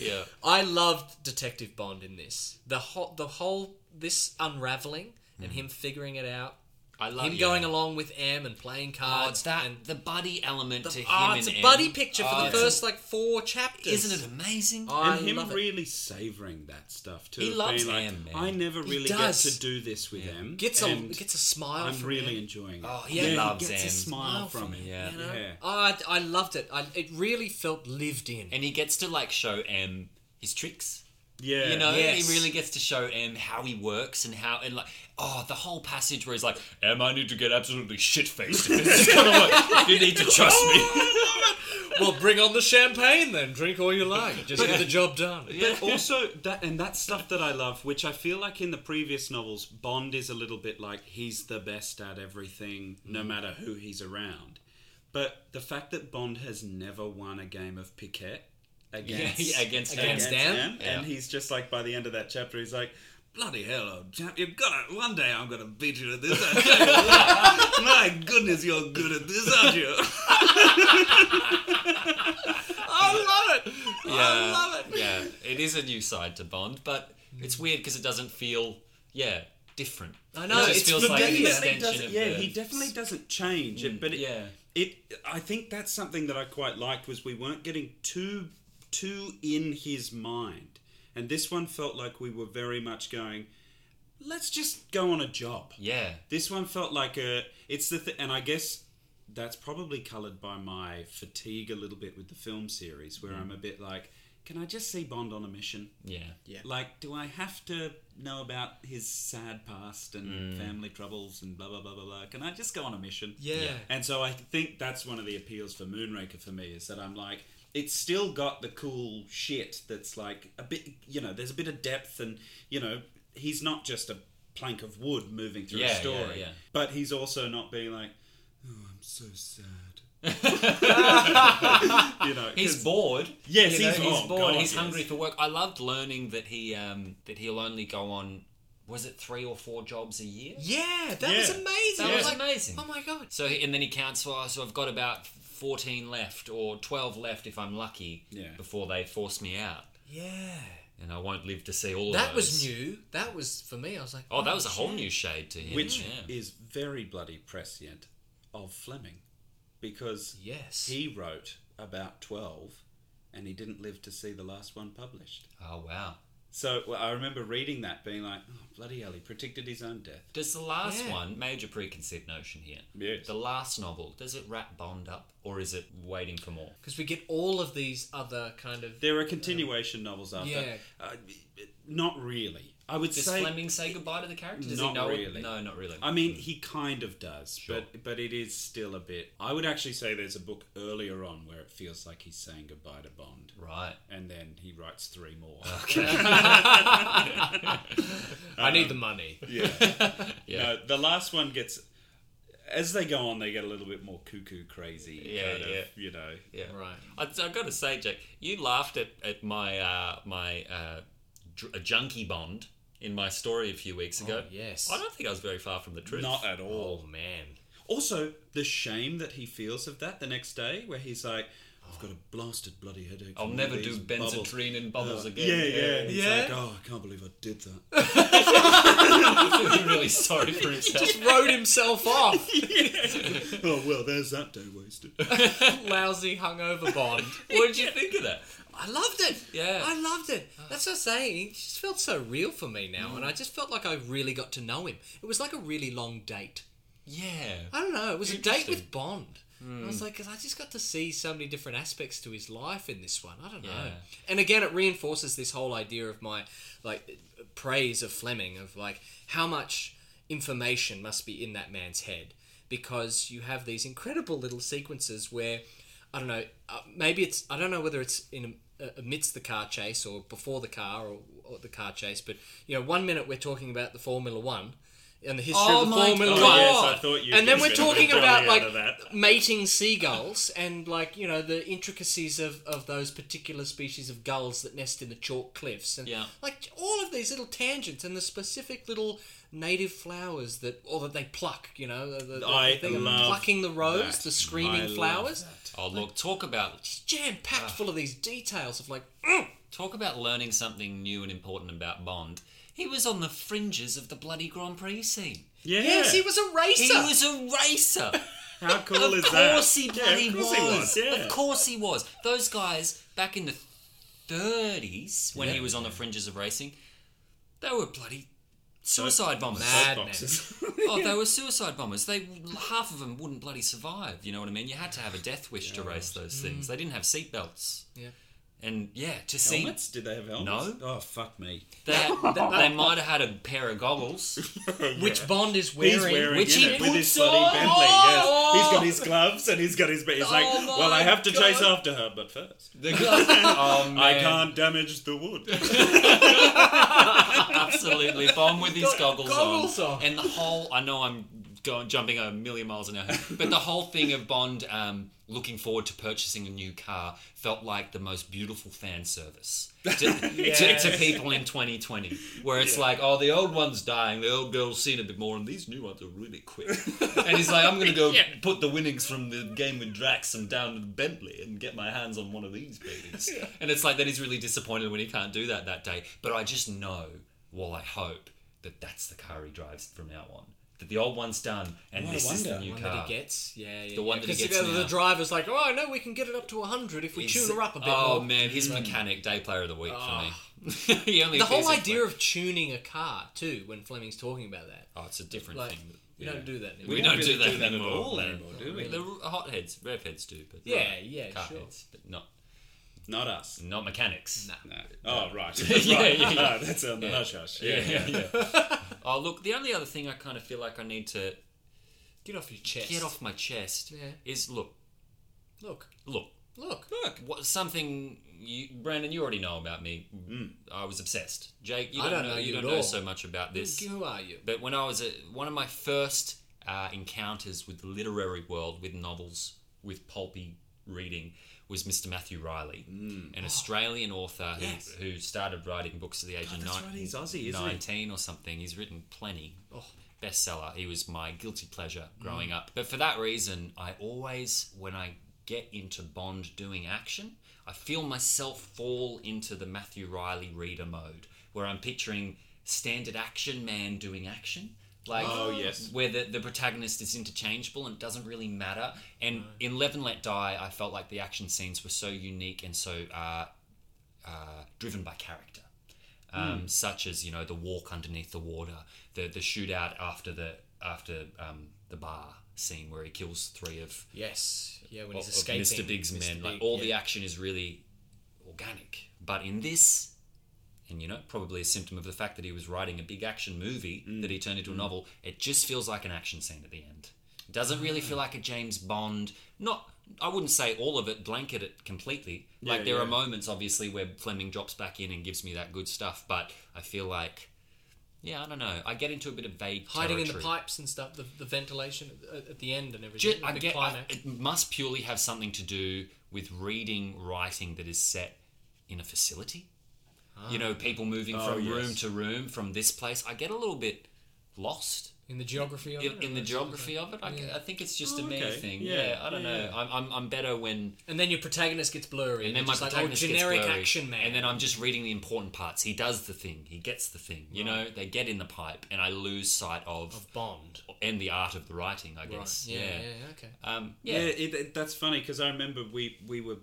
Speaker 3: Yeah,
Speaker 1: I loved Detective Bond in this. The whole, the whole this unraveling and him figuring it out.
Speaker 3: I Mm. love
Speaker 1: Him
Speaker 3: yeah.
Speaker 1: going along with M and playing
Speaker 3: Oh,
Speaker 1: cards.
Speaker 3: it's that
Speaker 1: And
Speaker 3: the buddy element to him
Speaker 1: oh, it's
Speaker 3: and
Speaker 1: a buddy
Speaker 3: Em.
Speaker 1: picture for
Speaker 3: Oh,
Speaker 1: the
Speaker 3: it's-
Speaker 1: first like four chapters.
Speaker 3: Isn't it amazing?
Speaker 1: I
Speaker 2: And him
Speaker 1: love it.
Speaker 2: really savouring that stuff too.
Speaker 3: He
Speaker 2: of
Speaker 3: loves
Speaker 2: being like,
Speaker 3: Em, man.
Speaker 2: I never
Speaker 1: He
Speaker 2: really
Speaker 1: does.
Speaker 2: get to do this with him.
Speaker 1: gets a
Speaker 2: and
Speaker 1: gets a smile.
Speaker 2: I'm
Speaker 1: from
Speaker 2: really
Speaker 1: him.
Speaker 2: enjoying it.
Speaker 3: Oh, he
Speaker 2: yeah,
Speaker 3: loves
Speaker 2: he gets a
Speaker 3: Em.
Speaker 2: smile from him.
Speaker 3: Yeah.
Speaker 1: You know? Oh,
Speaker 2: Yeah.
Speaker 1: I I loved it. I, it really felt lived in.
Speaker 3: and he gets to like show M his tricks.
Speaker 2: Yeah.
Speaker 3: You know,
Speaker 1: Yes.
Speaker 3: he really gets to show M how he works and how and like oh the whole passage where he's like, Em, I need to get absolutely shit faced. <laughs> It's gonna work. You need to trust
Speaker 2: <laughs>
Speaker 3: me.
Speaker 1: well, bring on the champagne then. Drink all you like. Just get the job done.
Speaker 2: But also that and that's stuff that I love, which I feel like in the previous novels, Bond is a little bit like he's the best at everything, no
Speaker 3: Mm.
Speaker 2: matter who he's around. But the fact that Bond has never won a game of piquet against
Speaker 3: Yeah, <laughs> against
Speaker 1: Against
Speaker 3: against
Speaker 1: Em.
Speaker 2: Em,
Speaker 3: Yeah.
Speaker 2: and he's just like by the end of that chapter, he's like. Bloody hell, old chap! You've got to one day. I'm going to beat you at this. I tell you <laughs> what. My goodness, you're good at this, aren't you?
Speaker 1: I love it.
Speaker 3: yeah,
Speaker 1: I love it.
Speaker 3: Yeah, it is a new side to Bond, but it's weird because it doesn't feel yeah different.
Speaker 1: I know,
Speaker 3: it just
Speaker 1: it's
Speaker 3: feels like an
Speaker 1: familiar.
Speaker 3: extension
Speaker 2: doesn't-
Speaker 3: of
Speaker 2: yeah,
Speaker 3: the, Mm,
Speaker 2: he definitely doesn't change it, but it,
Speaker 3: yeah.
Speaker 2: it. I think that's something that I quite liked was we weren't getting too too in his mind, and this one felt like we were very much going. Let's just go on a job.
Speaker 3: yeah.
Speaker 2: This one felt like a. It's the th- and I guess
Speaker 3: Mm.
Speaker 2: that's probably coloured by my fatigue a little bit with the film series, where I'm a bit like, Can I just see Bond on a mission?
Speaker 3: Yeah.
Speaker 7: Yeah.
Speaker 2: Like, do I have to know about his sad past and
Speaker 3: Mm.
Speaker 2: family troubles and blah blah blah blah blah? Can I just go on a mission?
Speaker 1: Yeah. Yeah.
Speaker 2: And so I think that's one of the appeals for Moonraker for me is that I'm like, it's still got the cool shit that's like a bit, you know, there's a bit of depth and you know, he's not just a plank of wood moving through
Speaker 3: Yeah,
Speaker 2: a
Speaker 3: yeah,
Speaker 2: story,
Speaker 3: yeah.
Speaker 2: but he's also not being like, oh, I'm so
Speaker 3: <laughs>
Speaker 2: sad. <laughs> you know,
Speaker 3: He's bored.
Speaker 2: Yes,
Speaker 3: You know,
Speaker 2: he's- oh,
Speaker 3: bored.
Speaker 2: God,
Speaker 3: he's
Speaker 2: yes.
Speaker 3: hungry for work. I loved learning that he um, that he'll only go on was it three or four jobs a year.
Speaker 1: Yeah, that
Speaker 2: Yeah.
Speaker 1: was amazing.
Speaker 3: That
Speaker 1: I
Speaker 3: was
Speaker 1: like,
Speaker 3: amazing.
Speaker 1: Oh my god.
Speaker 3: So he- and then he counts for oh, so I've got about fourteen left or twelve left if I'm lucky
Speaker 2: Yeah.
Speaker 3: before they force me out
Speaker 1: Yeah.
Speaker 3: and I won't live to see all of
Speaker 1: That
Speaker 3: those.
Speaker 1: was new. That was for me. I was like,
Speaker 3: Oh, that was a whole new shade to him.
Speaker 2: which
Speaker 3: yeah.
Speaker 2: is very bloody prescient of Fleming, because
Speaker 1: Yes.
Speaker 2: he wrote about twelve, and he didn't live to see the last one published.
Speaker 3: oh wow.
Speaker 2: So well, I remember reading that, being like, oh, "Bloody hell, he predicted his own death."
Speaker 3: Does the last
Speaker 1: Yeah.
Speaker 3: one major preconceived notion here?
Speaker 2: Yes.
Speaker 3: The last novel does it wrap Bond up or is it waiting for more?
Speaker 1: because we get all of these other kind of.
Speaker 2: There are continuation novels after.
Speaker 1: yeah.
Speaker 2: Uh, not really. I would
Speaker 3: Does
Speaker 2: say.
Speaker 3: Fleming say goodbye to the character? Does
Speaker 2: Not
Speaker 3: he know it?
Speaker 2: really.
Speaker 3: No, not really.
Speaker 2: I mean, he kind of does,
Speaker 3: Sure.
Speaker 2: but but it is still a bit. I would actually say there's a book earlier on where it feels like he's saying goodbye to Bond,
Speaker 3: right.
Speaker 2: and then he writes three more.
Speaker 3: <laughs>
Speaker 1: I need the
Speaker 3: <laughs>
Speaker 1: money.
Speaker 3: Yeah.
Speaker 2: No, the last one gets as they go on, they get a little bit more cuckoo crazy.
Speaker 3: Yeah,
Speaker 2: kind
Speaker 3: yeah.
Speaker 2: Of, you know.
Speaker 3: Yeah.
Speaker 1: Right.
Speaker 3: I, have got to say, Jack, you laughed at, at my uh, my uh, dr- a junkie Bond in my story a few weeks ago.
Speaker 1: yes.
Speaker 3: I don't think I was very far from the truth.
Speaker 2: Oh, Not at all.
Speaker 1: Oh man.
Speaker 2: Also, the shame that he feels of that the next day, where he's like, "I've got a blasted bloody headache."
Speaker 3: I'll
Speaker 2: from all
Speaker 3: never
Speaker 2: these
Speaker 3: do benzodrine and bubbles
Speaker 2: Uh,
Speaker 3: again.
Speaker 2: Yeah, yeah,
Speaker 3: <laughs>
Speaker 2: He's
Speaker 1: Yeah.
Speaker 2: like, "Oh, I can't believe I did that." <laughs>
Speaker 3: I feel really sorry for himself.
Speaker 1: Rode himself off. <laughs>
Speaker 2: oh well, there's that day wasted.
Speaker 1: Lousy hungover Bond.
Speaker 3: <laughs> what did you think of that?
Speaker 1: I loved it.
Speaker 3: Yeah.
Speaker 1: I loved it. That's what I'm saying. It just felt so real for me now, and I just felt like I really got to know him. It was like a really long date.
Speaker 3: Yeah.
Speaker 1: I don't know. It was a date
Speaker 3: Interesting. Hmm.
Speaker 1: with Bond. I was like, 'cause I just got to see so many different aspects to his life in this one. I don't know.
Speaker 3: Yeah.
Speaker 1: And again, it reinforces this whole idea of my like praise of Fleming of like how much information must be in that man's head because you have these incredible little sequences where I don't know. Uh, maybe it's I don't know whether it's in uh, amidst the car chase or before the car or, or the car chase, but you know, one minute we're talking about the Formula One. And the history
Speaker 3: Oh
Speaker 1: of the
Speaker 3: my
Speaker 1: Formula
Speaker 3: God.
Speaker 1: One,
Speaker 2: Yes, I thought you
Speaker 1: and then
Speaker 2: could
Speaker 1: we're
Speaker 2: get
Speaker 1: talking
Speaker 2: a bit
Speaker 1: about
Speaker 2: jolly
Speaker 1: like
Speaker 2: out of that.
Speaker 1: mating seagulls and like you know the intricacies of, of those particular species of gulls that nest in the chalk cliffs and
Speaker 3: Yeah.
Speaker 1: like all of these little tangents and the specific little native flowers that or that they pluck you know the, the,
Speaker 2: I
Speaker 1: the thing of
Speaker 2: love
Speaker 1: plucking the rose
Speaker 2: that.
Speaker 1: the
Speaker 2: I
Speaker 1: screaming
Speaker 2: love Ah.
Speaker 1: flowers
Speaker 3: Oh, look, talk about
Speaker 1: it's jam packed full of these details of like
Speaker 3: talk about learning something new and important about Bond. He was on the fringes of the bloody Grand Prix scene.
Speaker 2: Yeah.
Speaker 1: yes he was a racer
Speaker 3: He was a racer.
Speaker 2: How cool
Speaker 3: of
Speaker 2: is
Speaker 3: course
Speaker 2: that?
Speaker 3: he
Speaker 2: Yeah,
Speaker 3: bloody
Speaker 2: of
Speaker 3: was.
Speaker 2: course he was. Yeah.
Speaker 3: Of course he was. Those guys back in the 30s, when he was on the fringes of racing, they were bloody suicide bombers.
Speaker 1: Mad
Speaker 2: Boxes. <laughs>
Speaker 3: Oh, they were suicide bombers. They half of them wouldn't bloody survive. You know what I mean? You had to have a death wish to race those
Speaker 2: Mm.
Speaker 3: things. They didn't have seatbelts.
Speaker 1: Yeah.
Speaker 3: And yeah, to see
Speaker 2: helmets? Did they have helmets? No. Oh
Speaker 3: <laughs>
Speaker 2: fuck me.
Speaker 3: they,
Speaker 2: <laughs>
Speaker 3: had- they might have had a pair of goggles.
Speaker 1: which Bond is
Speaker 2: He's
Speaker 1: wearing,
Speaker 2: wearing
Speaker 3: Which
Speaker 2: in
Speaker 3: he
Speaker 2: it with his
Speaker 3: puts
Speaker 2: bloody
Speaker 3: on.
Speaker 2: Bentley. Yes, he's got his gloves and he's got his. He's like,
Speaker 3: Oh my
Speaker 2: well, I have to
Speaker 3: God.
Speaker 2: chase after her, but first,
Speaker 3: The gloves.
Speaker 2: <laughs>
Speaker 3: Oh man!
Speaker 2: I can't damage the wood. <laughs>
Speaker 3: absolutely bomb with his goggles,
Speaker 1: goggles
Speaker 3: on.
Speaker 1: on.
Speaker 3: And the whole, I know I'm going, jumping a million miles an hour, but the whole thing of Bond um, looking forward to purchasing a new car felt like the most beautiful fan service to,
Speaker 1: <laughs>
Speaker 3: to, to people in 2020, where it's like, oh, the old one's dying, the old girl's seen a bit more, and these new ones are really quick. and he's like, I'm going
Speaker 1: <laughs>
Speaker 3: to go put the winnings from the game with Draxum down to the Bentley and get my hands on one of these babies. And it's like, then he's really disappointed when he can't do that that day. But I just know, well, I hope that that's the car he drives from now on. That the old one's done, and
Speaker 2: What a
Speaker 3: this is the
Speaker 2: wonder.
Speaker 3: new
Speaker 1: one
Speaker 3: car.
Speaker 1: that he gets. Yeah, yeah.
Speaker 3: The one
Speaker 1: yeah.
Speaker 3: that he
Speaker 1: 'Cause
Speaker 3: gets
Speaker 1: The, the
Speaker 3: now.
Speaker 1: driver's like, oh, I know we can get it up to 100 if we
Speaker 3: He's-
Speaker 1: tune her up a bit
Speaker 3: oh
Speaker 1: more.
Speaker 3: man, he's mechanic day player of the week for me. <laughs> he only
Speaker 1: Ah. The whole
Speaker 3: appears in-
Speaker 1: idea of tuning a car, too, when Fleming's talking about that.
Speaker 3: oh, it's a different
Speaker 1: Like,
Speaker 3: thing.
Speaker 1: you don't do that anymore.
Speaker 3: We, don't
Speaker 2: really
Speaker 3: do that,
Speaker 2: do that at
Speaker 3: anymore.
Speaker 2: all anymore, do we?
Speaker 3: The hotheads, revheads do, but
Speaker 1: Yeah, yeah,
Speaker 3: car
Speaker 1: sure.
Speaker 3: heads, but not
Speaker 2: Not us.
Speaker 3: not mechanics.
Speaker 2: No.
Speaker 3: <laughs>
Speaker 2: Oh, right. That's
Speaker 3: Yeah,
Speaker 2: right.
Speaker 3: yeah, yeah.
Speaker 2: Oh, that's on the hush hush. Yeah.
Speaker 3: Yeah, yeah. oh, look, the only other thing I kind of feel like I need to
Speaker 1: Get off your chest.
Speaker 3: get off my chest
Speaker 1: Yeah.
Speaker 3: is look,
Speaker 1: Look.
Speaker 3: look.
Speaker 1: Look.
Speaker 3: What something you, Brandon? You already know about me. I was obsessed. Jake, you
Speaker 1: Mm. I
Speaker 3: don't,
Speaker 1: don't
Speaker 3: know,
Speaker 1: know
Speaker 3: you
Speaker 1: you
Speaker 3: don't
Speaker 1: at
Speaker 3: know
Speaker 1: all.
Speaker 3: so much about this.
Speaker 1: Who are you?
Speaker 3: But when I was at one of my first uh, encounters with the literary world, with novels, with pulpy reading, was Mr. Matthew Riley, an Australian author
Speaker 2: Mm. Yes.
Speaker 3: who, who started writing books at the age of
Speaker 2: that's
Speaker 3: nine-
Speaker 2: right, he's Aussie, isn't he?
Speaker 3: 19 or something. He's written plenty.
Speaker 2: Oh.
Speaker 3: Bestseller. He was my guilty pleasure
Speaker 2: Mm.
Speaker 3: growing up. But for that reason, I always, when I get into Bond doing action, I feel myself fall into the Matthew Riley reader mode where I'm picturing standard action man doing action. Like,
Speaker 2: Oh, yes.
Speaker 3: where the, the protagonist is interchangeable and it doesn't really matter. And in Live and Let Die, I felt like the action scenes were so unique and so uh, uh, driven by character. Um, Such as you know the walk underneath the water, the the shootout after the after um, the bar scene where he kills three of,
Speaker 1: Yes. Yeah, when he's
Speaker 3: of
Speaker 1: escaping.
Speaker 3: Mr. Big's
Speaker 1: Mr.
Speaker 3: men. like
Speaker 1: Big,
Speaker 3: all
Speaker 1: yeah.
Speaker 3: the action is really organic, but in this, and you know probably a symptom of the fact that he was writing a big action movie
Speaker 1: Mm.
Speaker 3: that he turned into a novel. It just feels like an action scene at the end. Doesn't
Speaker 1: Ah.
Speaker 3: really feel like a James Bond. Not I wouldn't say all of it blanket it completely. Like
Speaker 2: Yeah,
Speaker 3: there are
Speaker 2: yeah.
Speaker 3: moments obviously where Fleming drops back in and gives me that good stuff, but I feel like yeah, I don't know. I get into a bit of vague
Speaker 1: hiding in the
Speaker 3: territory.
Speaker 1: pipes and stuff, the, the ventilation at, at the end and everything.
Speaker 3: Ju-
Speaker 1: the
Speaker 3: I
Speaker 1: big
Speaker 3: get, I,
Speaker 1: climax.
Speaker 3: it must purely have something to do with reading writing that is set in a facility.
Speaker 1: Ah.
Speaker 3: You know, people moving
Speaker 1: Oh,
Speaker 3: from
Speaker 2: yes.
Speaker 3: room to room, from this place. I get a little bit lost
Speaker 1: in the geography of
Speaker 3: in,
Speaker 1: it,
Speaker 3: in the
Speaker 1: and
Speaker 3: geography of it. I, I think it's just
Speaker 2: Oh,
Speaker 3: a me
Speaker 2: okay.
Speaker 3: thing. Yeah,
Speaker 2: Yeah,
Speaker 3: I don't
Speaker 2: yeah,
Speaker 3: know.
Speaker 2: yeah.
Speaker 3: I'm, I'm, I'm better when.
Speaker 1: And then your protagonist gets blurry.
Speaker 3: And then my
Speaker 1: just like, oh,
Speaker 3: protagonist gets
Speaker 1: generic
Speaker 3: blurry,
Speaker 1: action man.
Speaker 3: and then I'm just reading the important parts. He does the thing. He gets the thing. You know, they get in the pipe, and I lose sight of,
Speaker 1: of Bond.
Speaker 3: and the art of the writing. I guess.
Speaker 1: Yeah, yeah, okay.
Speaker 3: Um,
Speaker 2: Yeah,
Speaker 3: yeah.
Speaker 2: it, it- that's funny because I remember we we were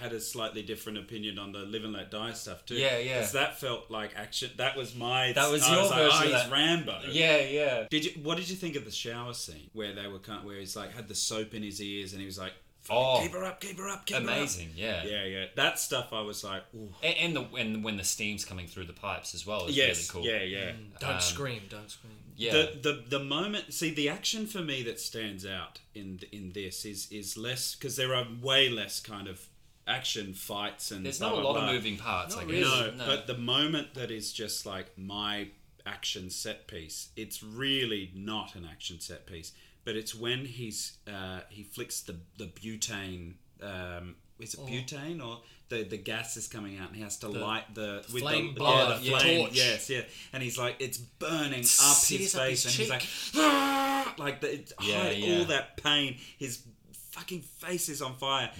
Speaker 2: had a slightly different opinion on the live and let die stuff too.
Speaker 3: Yeah, yeah.
Speaker 2: 'Cause that felt like action. That was my.
Speaker 3: That was
Speaker 2: I
Speaker 3: your
Speaker 2: like,
Speaker 3: version
Speaker 2: oh,
Speaker 3: of
Speaker 2: he's
Speaker 3: that."
Speaker 2: Rambo.
Speaker 3: Yeah, yeah.
Speaker 2: Did you? What did you think of the shower scene where they were kind where he's like had the soap in his ears and he was like,
Speaker 3: Oh.
Speaker 2: keep her up, keep her up, keep
Speaker 3: Amazing,
Speaker 2: her
Speaker 3: yeah.
Speaker 2: up." Yeah, yeah. That stuff I was like, Ooh.
Speaker 3: A- And, the and when the steam's coming through the pipes as well is
Speaker 2: yes,
Speaker 3: really cool.
Speaker 2: yeah, yeah.
Speaker 3: Um,
Speaker 1: Don't scream, don't scream.
Speaker 3: yeah.
Speaker 2: The, the the moment see the action for me that stands out in th- in this is is less because there are way less kind of action fights and
Speaker 3: There's
Speaker 2: blah,
Speaker 3: not a
Speaker 2: blah,
Speaker 3: lot of
Speaker 2: blah.
Speaker 3: moving parts. I guess.
Speaker 1: really.
Speaker 2: No, but the moment that is just like my action set piece, it's really not an action set piece. But it's when he's uh, he flicks the the butane. Um, is it butane or the the gas is coming out and he has to light the, with
Speaker 1: flame
Speaker 2: the,
Speaker 1: blower,
Speaker 2: the
Speaker 1: yeah.
Speaker 2: flame,
Speaker 1: torch.
Speaker 2: Yes, yeah, and he's like it's burning up
Speaker 3: It
Speaker 2: his
Speaker 3: is up
Speaker 2: face
Speaker 3: his
Speaker 2: and he's like "Ah!" like the, it's
Speaker 3: Yeah,
Speaker 2: hide
Speaker 3: yeah.
Speaker 2: all that pain. His fucking face is on fire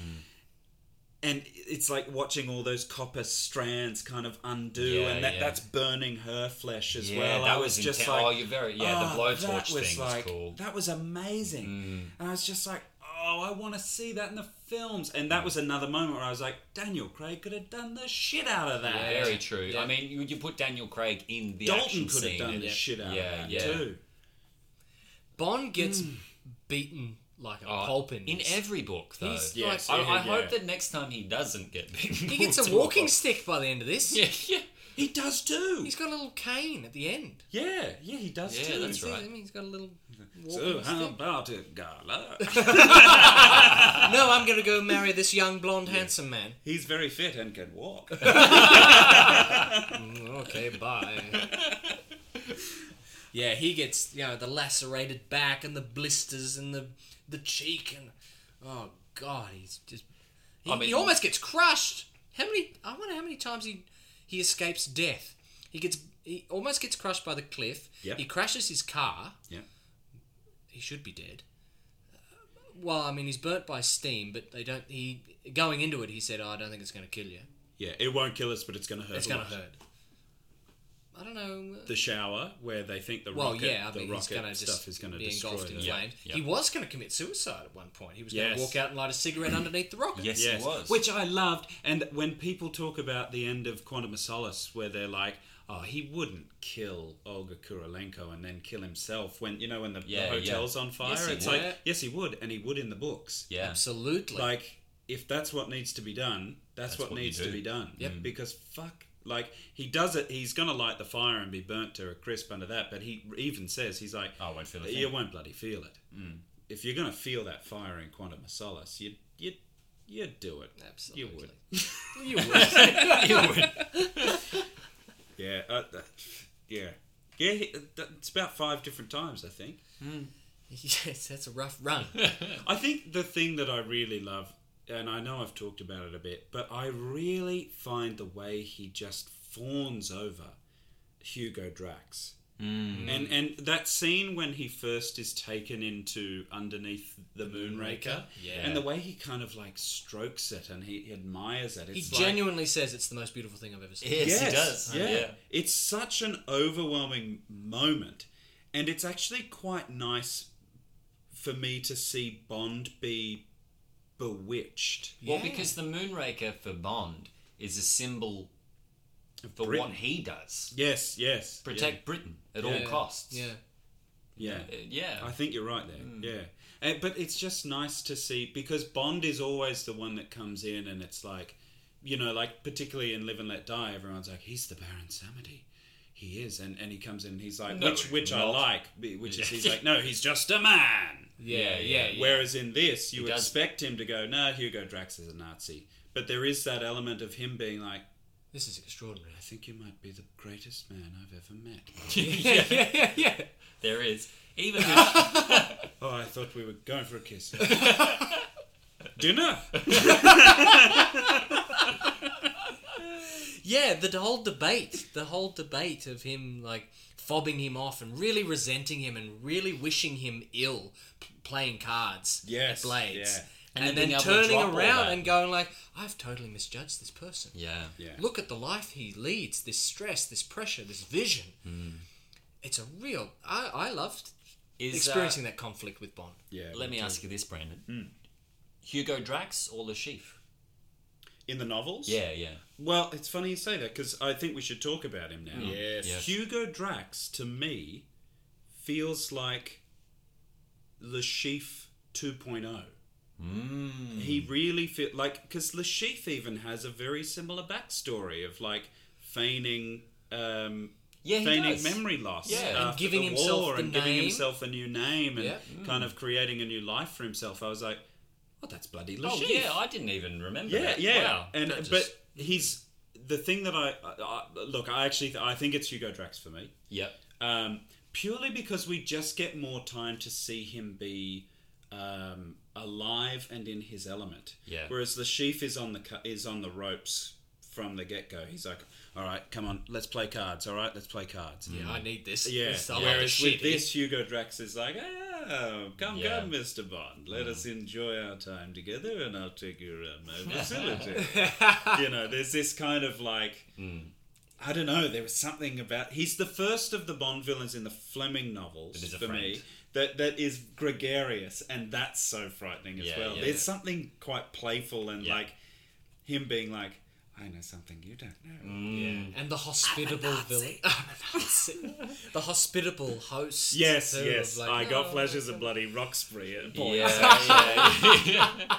Speaker 2: and it's like watching all those copper strands kind of undo,
Speaker 3: Yeah,
Speaker 2: and that,
Speaker 3: yeah.
Speaker 2: that's burning her flesh as
Speaker 3: Yeah,
Speaker 2: well.
Speaker 3: that
Speaker 2: I
Speaker 3: was
Speaker 2: was, just
Speaker 3: inten-
Speaker 2: like,
Speaker 3: oh, you're very- yeah, the
Speaker 2: "Oh,
Speaker 3: blowtorch
Speaker 2: that
Speaker 3: thing was
Speaker 2: like,
Speaker 3: cool." Mm.
Speaker 2: That was amazing, and I was just like, oh, I want to see that in the films. And that was another moment where I was like, Daniel Craig could have done the shit out of that.
Speaker 3: very true.
Speaker 1: Yeah.
Speaker 3: I mean, you, you put Daniel Craig in the
Speaker 2: Dalton
Speaker 3: action
Speaker 2: could have
Speaker 3: scene.
Speaker 2: done
Speaker 3: and-
Speaker 2: the shit out
Speaker 3: yeah,
Speaker 2: of that
Speaker 3: yeah.
Speaker 2: too.
Speaker 1: Bond gets beaten like a
Speaker 3: Hmm. Oh,
Speaker 1: pulp in
Speaker 3: in
Speaker 1: this.
Speaker 3: every book though.
Speaker 1: He's
Speaker 2: Yes,
Speaker 3: I,
Speaker 2: yeah,
Speaker 3: I
Speaker 2: yeah.
Speaker 3: hope that next time he doesn't get <laughs> beaten.
Speaker 1: He gets a walking stick by the end of this.
Speaker 3: Yeah, yeah,
Speaker 2: He does too.
Speaker 1: He's got a little cane at the end.
Speaker 2: yeah, yeah, he does
Speaker 3: yeah.
Speaker 2: too.
Speaker 3: That's
Speaker 1: See, I
Speaker 3: right.
Speaker 1: mean, he's got a little walking
Speaker 2: So
Speaker 1: stick.
Speaker 2: how about it, <laughs> Gala?
Speaker 1: No, I'm going to go marry this young blonde handsome man.
Speaker 2: He's very fit and can walk.
Speaker 1: Mm, Okay, bye. yeah, he gets you know the lacerated back and the blisters and the the cheek and oh god, he's just he,
Speaker 3: I mean-
Speaker 1: he almost gets crushed. How many? I wonder how many times he he escapes death. He gets he almost gets crushed by the cliff.
Speaker 2: Yep.
Speaker 1: He crashes his car.
Speaker 2: yeah.
Speaker 1: He should be dead. Well, I mean, he's burnt by steam, but they don't. He going into it, he said, oh, "I don't think it's going to kill you.
Speaker 2: Yeah, it won't kill us, but it's going to hurt.
Speaker 1: It's
Speaker 2: a
Speaker 1: going to
Speaker 2: lot.
Speaker 1: hurt." I don't know.
Speaker 2: The shower where they think the
Speaker 1: Well,
Speaker 2: rocket,
Speaker 1: yeah, I
Speaker 2: the
Speaker 1: mean, he's
Speaker 2: rocket
Speaker 1: going to
Speaker 2: stuff
Speaker 1: just
Speaker 2: is going to
Speaker 1: be
Speaker 2: destroy
Speaker 1: engulfed in
Speaker 2: them.
Speaker 1: flames.
Speaker 3: Yeah, yeah.
Speaker 1: He was going to commit suicide at one point. He was going
Speaker 2: Yes.
Speaker 1: to walk out and light a cigarette underneath the rocket.
Speaker 3: Yes.
Speaker 2: Yes,
Speaker 3: It was.
Speaker 2: which I loved. And when people talk about the end of Quantum of Solace, where they're like, "Oh, he wouldn't kill Olga Kurilenko and then kill himself when you know when the, the
Speaker 3: Yeah,
Speaker 2: hotel's
Speaker 3: yeah.
Speaker 2: on fire,"
Speaker 3: Yes, he
Speaker 2: it's
Speaker 3: would.
Speaker 2: like, "Yes, he would," and he would in the books.
Speaker 3: Yeah.
Speaker 1: absolutely.
Speaker 2: Like, if that's what needs to be done, That's,
Speaker 3: That's
Speaker 2: what,
Speaker 3: what you
Speaker 2: needs to
Speaker 3: do.
Speaker 2: be done. Yep. Because fuck, like he does it. He's gonna light the fire and be burnt to a crisp under that. But he even says he's like,
Speaker 3: Oh, I won't feel a
Speaker 2: You
Speaker 3: thing." Mm.
Speaker 2: won't bloody feel it. If you're gonna feel that fire in Quantum of Solace, you you you do it.
Speaker 1: Absolutely.
Speaker 2: you would. <laughs>
Speaker 1: You would.
Speaker 3: <laughs>
Speaker 2: Yeah, uh, th- yeah, yeah. he- uh, th- It's about five different times, I think.
Speaker 1: <laughs> yes, that's a rough
Speaker 2: <laughs>
Speaker 1: run.
Speaker 2: I think the thing that I really love, and I know I've talked about it a bit, but I really find the way he just fawns over Hugo Drax. Mm. And and that scene when he first is taken into underneath the Moonraker,
Speaker 3: Yeah.
Speaker 2: and the way he kind of like strokes it and he, he admires it. It's
Speaker 1: He
Speaker 2: like,
Speaker 1: genuinely says it's the most beautiful thing I've ever seen.
Speaker 3: Yes, he does.
Speaker 2: Yeah.
Speaker 3: Yeah.
Speaker 2: It's such an overwhelming moment. And it's actually quite nice for me to see Bond be bewitched.
Speaker 3: Well, because the Moonraker for Bond is a symbol for
Speaker 2: Britain.
Speaker 3: what he does
Speaker 2: Yes, yes.
Speaker 3: protect Britain at
Speaker 1: Yeah,
Speaker 3: all costs.
Speaker 1: Yeah.
Speaker 2: Yeah.
Speaker 3: Uh, yeah. Hmm.
Speaker 2: I think you're right there. Yeah. And, but it's just nice to see because Bond is always the one that comes in and it's like, you know, like particularly in Live and Let Die, everyone's like, he's the Baron Samedi. He is. And, and he comes in and he's like,
Speaker 3: No,
Speaker 2: which, which I
Speaker 3: not.
Speaker 2: like, which is he's like, no, he's just a man.
Speaker 1: Yeah, yeah,
Speaker 3: yeah,
Speaker 1: yeah.
Speaker 2: Whereas in this, you
Speaker 3: does-
Speaker 2: expect him to go, no, Hugo Drax is a Nazi. But there is that element of him being like,
Speaker 1: This is
Speaker 2: <laughs>
Speaker 1: extraordinary.
Speaker 2: I think you might be the greatest man I've ever met.
Speaker 1: yeah, <laughs> yeah, yeah, yeah.
Speaker 3: There is.
Speaker 2: <laughs>
Speaker 3: Even if,
Speaker 2: oh, I thought we were going for a
Speaker 3: <laughs>
Speaker 2: kiss. Dinner?
Speaker 1: Yeah, the whole debate, the whole debate of him like fobbing him off and really resenting him and really wishing him ill, p- playing cards
Speaker 2: Yes,
Speaker 1: at Blades,
Speaker 2: yeah.
Speaker 1: and,
Speaker 3: And
Speaker 1: then,
Speaker 3: being able to
Speaker 1: turning
Speaker 3: drop all
Speaker 1: around
Speaker 3: that.
Speaker 1: and going like, "I've totally misjudged this person.
Speaker 3: yeah.
Speaker 2: Yeah.
Speaker 1: Look at the life he leads. This stress, this pressure, this vision.
Speaker 3: Hmm.
Speaker 1: It's a real. I, I loved
Speaker 3: Is, uh,
Speaker 1: experiencing that conflict with Bond.
Speaker 2: Yeah.
Speaker 3: Let me ask you this, Brandon.
Speaker 2: Hmm.
Speaker 3: Hugo Drax or Le Chiffre?
Speaker 2: In the novels?
Speaker 3: Yeah, yeah.
Speaker 2: Well, it's funny you say that because I think we should talk about him now.
Speaker 6: Yes.
Speaker 3: Yes.
Speaker 2: Hugo Drax, to me, feels like Le Chiffre 2.0.
Speaker 3: Hmm.
Speaker 2: Mm. He really feel like because Le Chiffre even has a very similar backstory of like feigning, um,
Speaker 3: Yeah, he
Speaker 2: feigning
Speaker 3: does.
Speaker 2: memory loss,
Speaker 3: Yeah. And
Speaker 2: after
Speaker 1: giving
Speaker 2: the
Speaker 1: himself
Speaker 2: war
Speaker 1: the
Speaker 2: and giving
Speaker 1: name.
Speaker 2: himself a new name and
Speaker 1: Yep.
Speaker 2: kind of creating a new life for himself. I was like, oh, that's bloody Le
Speaker 3: Oh,
Speaker 2: Chiffre.
Speaker 3: yeah, I didn't even remember
Speaker 2: Yeah,
Speaker 3: that.
Speaker 2: yeah.
Speaker 3: Wow.
Speaker 2: And
Speaker 3: That just-
Speaker 2: but he's the thing that I, I, I look. I actually th- I think it's Hugo Drax for me,
Speaker 3: Yep.
Speaker 2: um, purely because we just get more time to see him be um, alive and in his element.
Speaker 3: Yeah.
Speaker 2: Whereas the sheaf is on the cu- is on the ropes from the get go. He's like, all right, come on, let's play cards. All right, let's play cards.
Speaker 3: Mm-hmm.
Speaker 1: Yeah,
Speaker 3: Hmm.
Speaker 1: I need this.
Speaker 2: Yeah.
Speaker 1: This- I love
Speaker 2: Whereas
Speaker 1: this shit.
Speaker 2: with this, Hugo Drax is like, oh, come,
Speaker 3: Yeah. Mm.
Speaker 2: come, Mr. Bond. Let us enjoy our time together and I'll take you
Speaker 3: <laughs>
Speaker 2: around my facility. you know, there's this kind of like,
Speaker 3: Mm.
Speaker 2: I don't know, there was something about. He's the first of the Bond villains in the Fleming novels
Speaker 3: That is a
Speaker 2: for me.
Speaker 3: friend.
Speaker 2: That, that is gregarious and that's so frightening as
Speaker 3: Yeah,
Speaker 2: well.
Speaker 3: yeah,
Speaker 2: There's
Speaker 3: yeah.
Speaker 2: something quite playful and
Speaker 3: Yeah.
Speaker 2: like him being like, I know something you don't know.
Speaker 3: Mm.
Speaker 1: And the hospitable villain. <laughs> the hospitable host.
Speaker 2: Yes,
Speaker 1: too, of
Speaker 2: yes.
Speaker 1: like- oh.
Speaker 2: I got flashes of bloody Roxbury at points.
Speaker 3: oh, Yeah,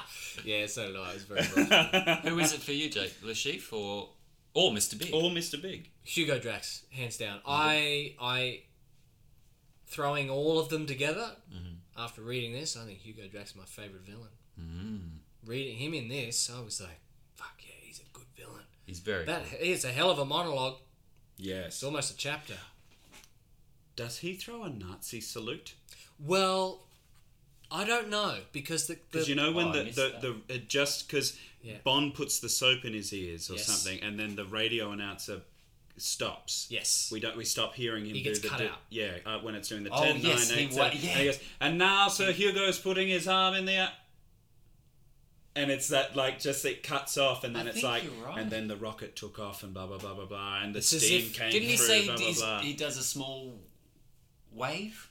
Speaker 1: Yeah, so did I. It was very
Speaker 2: <laughs>
Speaker 1: rough.
Speaker 3: <laughs> yeah. Who is it for you, Jake? Le Chiffre or or Mr. Big?
Speaker 2: Or Mr. Big.
Speaker 1: Hugo Drax, hands down. I, I, throwing all of them together
Speaker 2: Mm-hmm.
Speaker 1: after reading this, I think Hugo Drax is my favorite villain. Mm. Reading him in this, I was like, "Fuck yeah, he's a good villain."
Speaker 3: He's very.
Speaker 1: That is a hell of a monologue.
Speaker 2: Yes.
Speaker 1: It's almost a chapter.
Speaker 2: Does he throw a Nazi salute?
Speaker 1: Well, I don't know because the, the
Speaker 2: Because you know when
Speaker 3: Oh, I
Speaker 2: the,
Speaker 3: missed
Speaker 2: the, the, it just because
Speaker 1: Yeah.
Speaker 2: Bond puts the soap in his ears or
Speaker 1: Yes.
Speaker 2: something, and then the radio announcer stops.
Speaker 1: yes,
Speaker 2: We don't. We stop hearing him.
Speaker 1: He gets
Speaker 2: do the,
Speaker 1: cut
Speaker 2: do-
Speaker 1: out.
Speaker 2: Yeah, uh, when it's doing the
Speaker 3: Oh,
Speaker 2: ten, nine, eight,
Speaker 3: yes,
Speaker 2: seven.
Speaker 3: he wa-
Speaker 2: and,
Speaker 3: yeah.
Speaker 2: he goes, and now Sir Hugo's putting his arm in the. And it's that like just it cuts off, and then
Speaker 3: I
Speaker 2: it's
Speaker 3: think
Speaker 2: like,
Speaker 3: you're right.
Speaker 2: and then the rocket took off, and blah blah blah blah blah, and the
Speaker 1: It's as
Speaker 2: steam
Speaker 1: if-
Speaker 2: came
Speaker 3: Didn't he
Speaker 2: through.
Speaker 3: say
Speaker 2: blah, blah,
Speaker 3: he's-
Speaker 2: blah.
Speaker 3: he does a small
Speaker 2: <laughs>
Speaker 3: wave?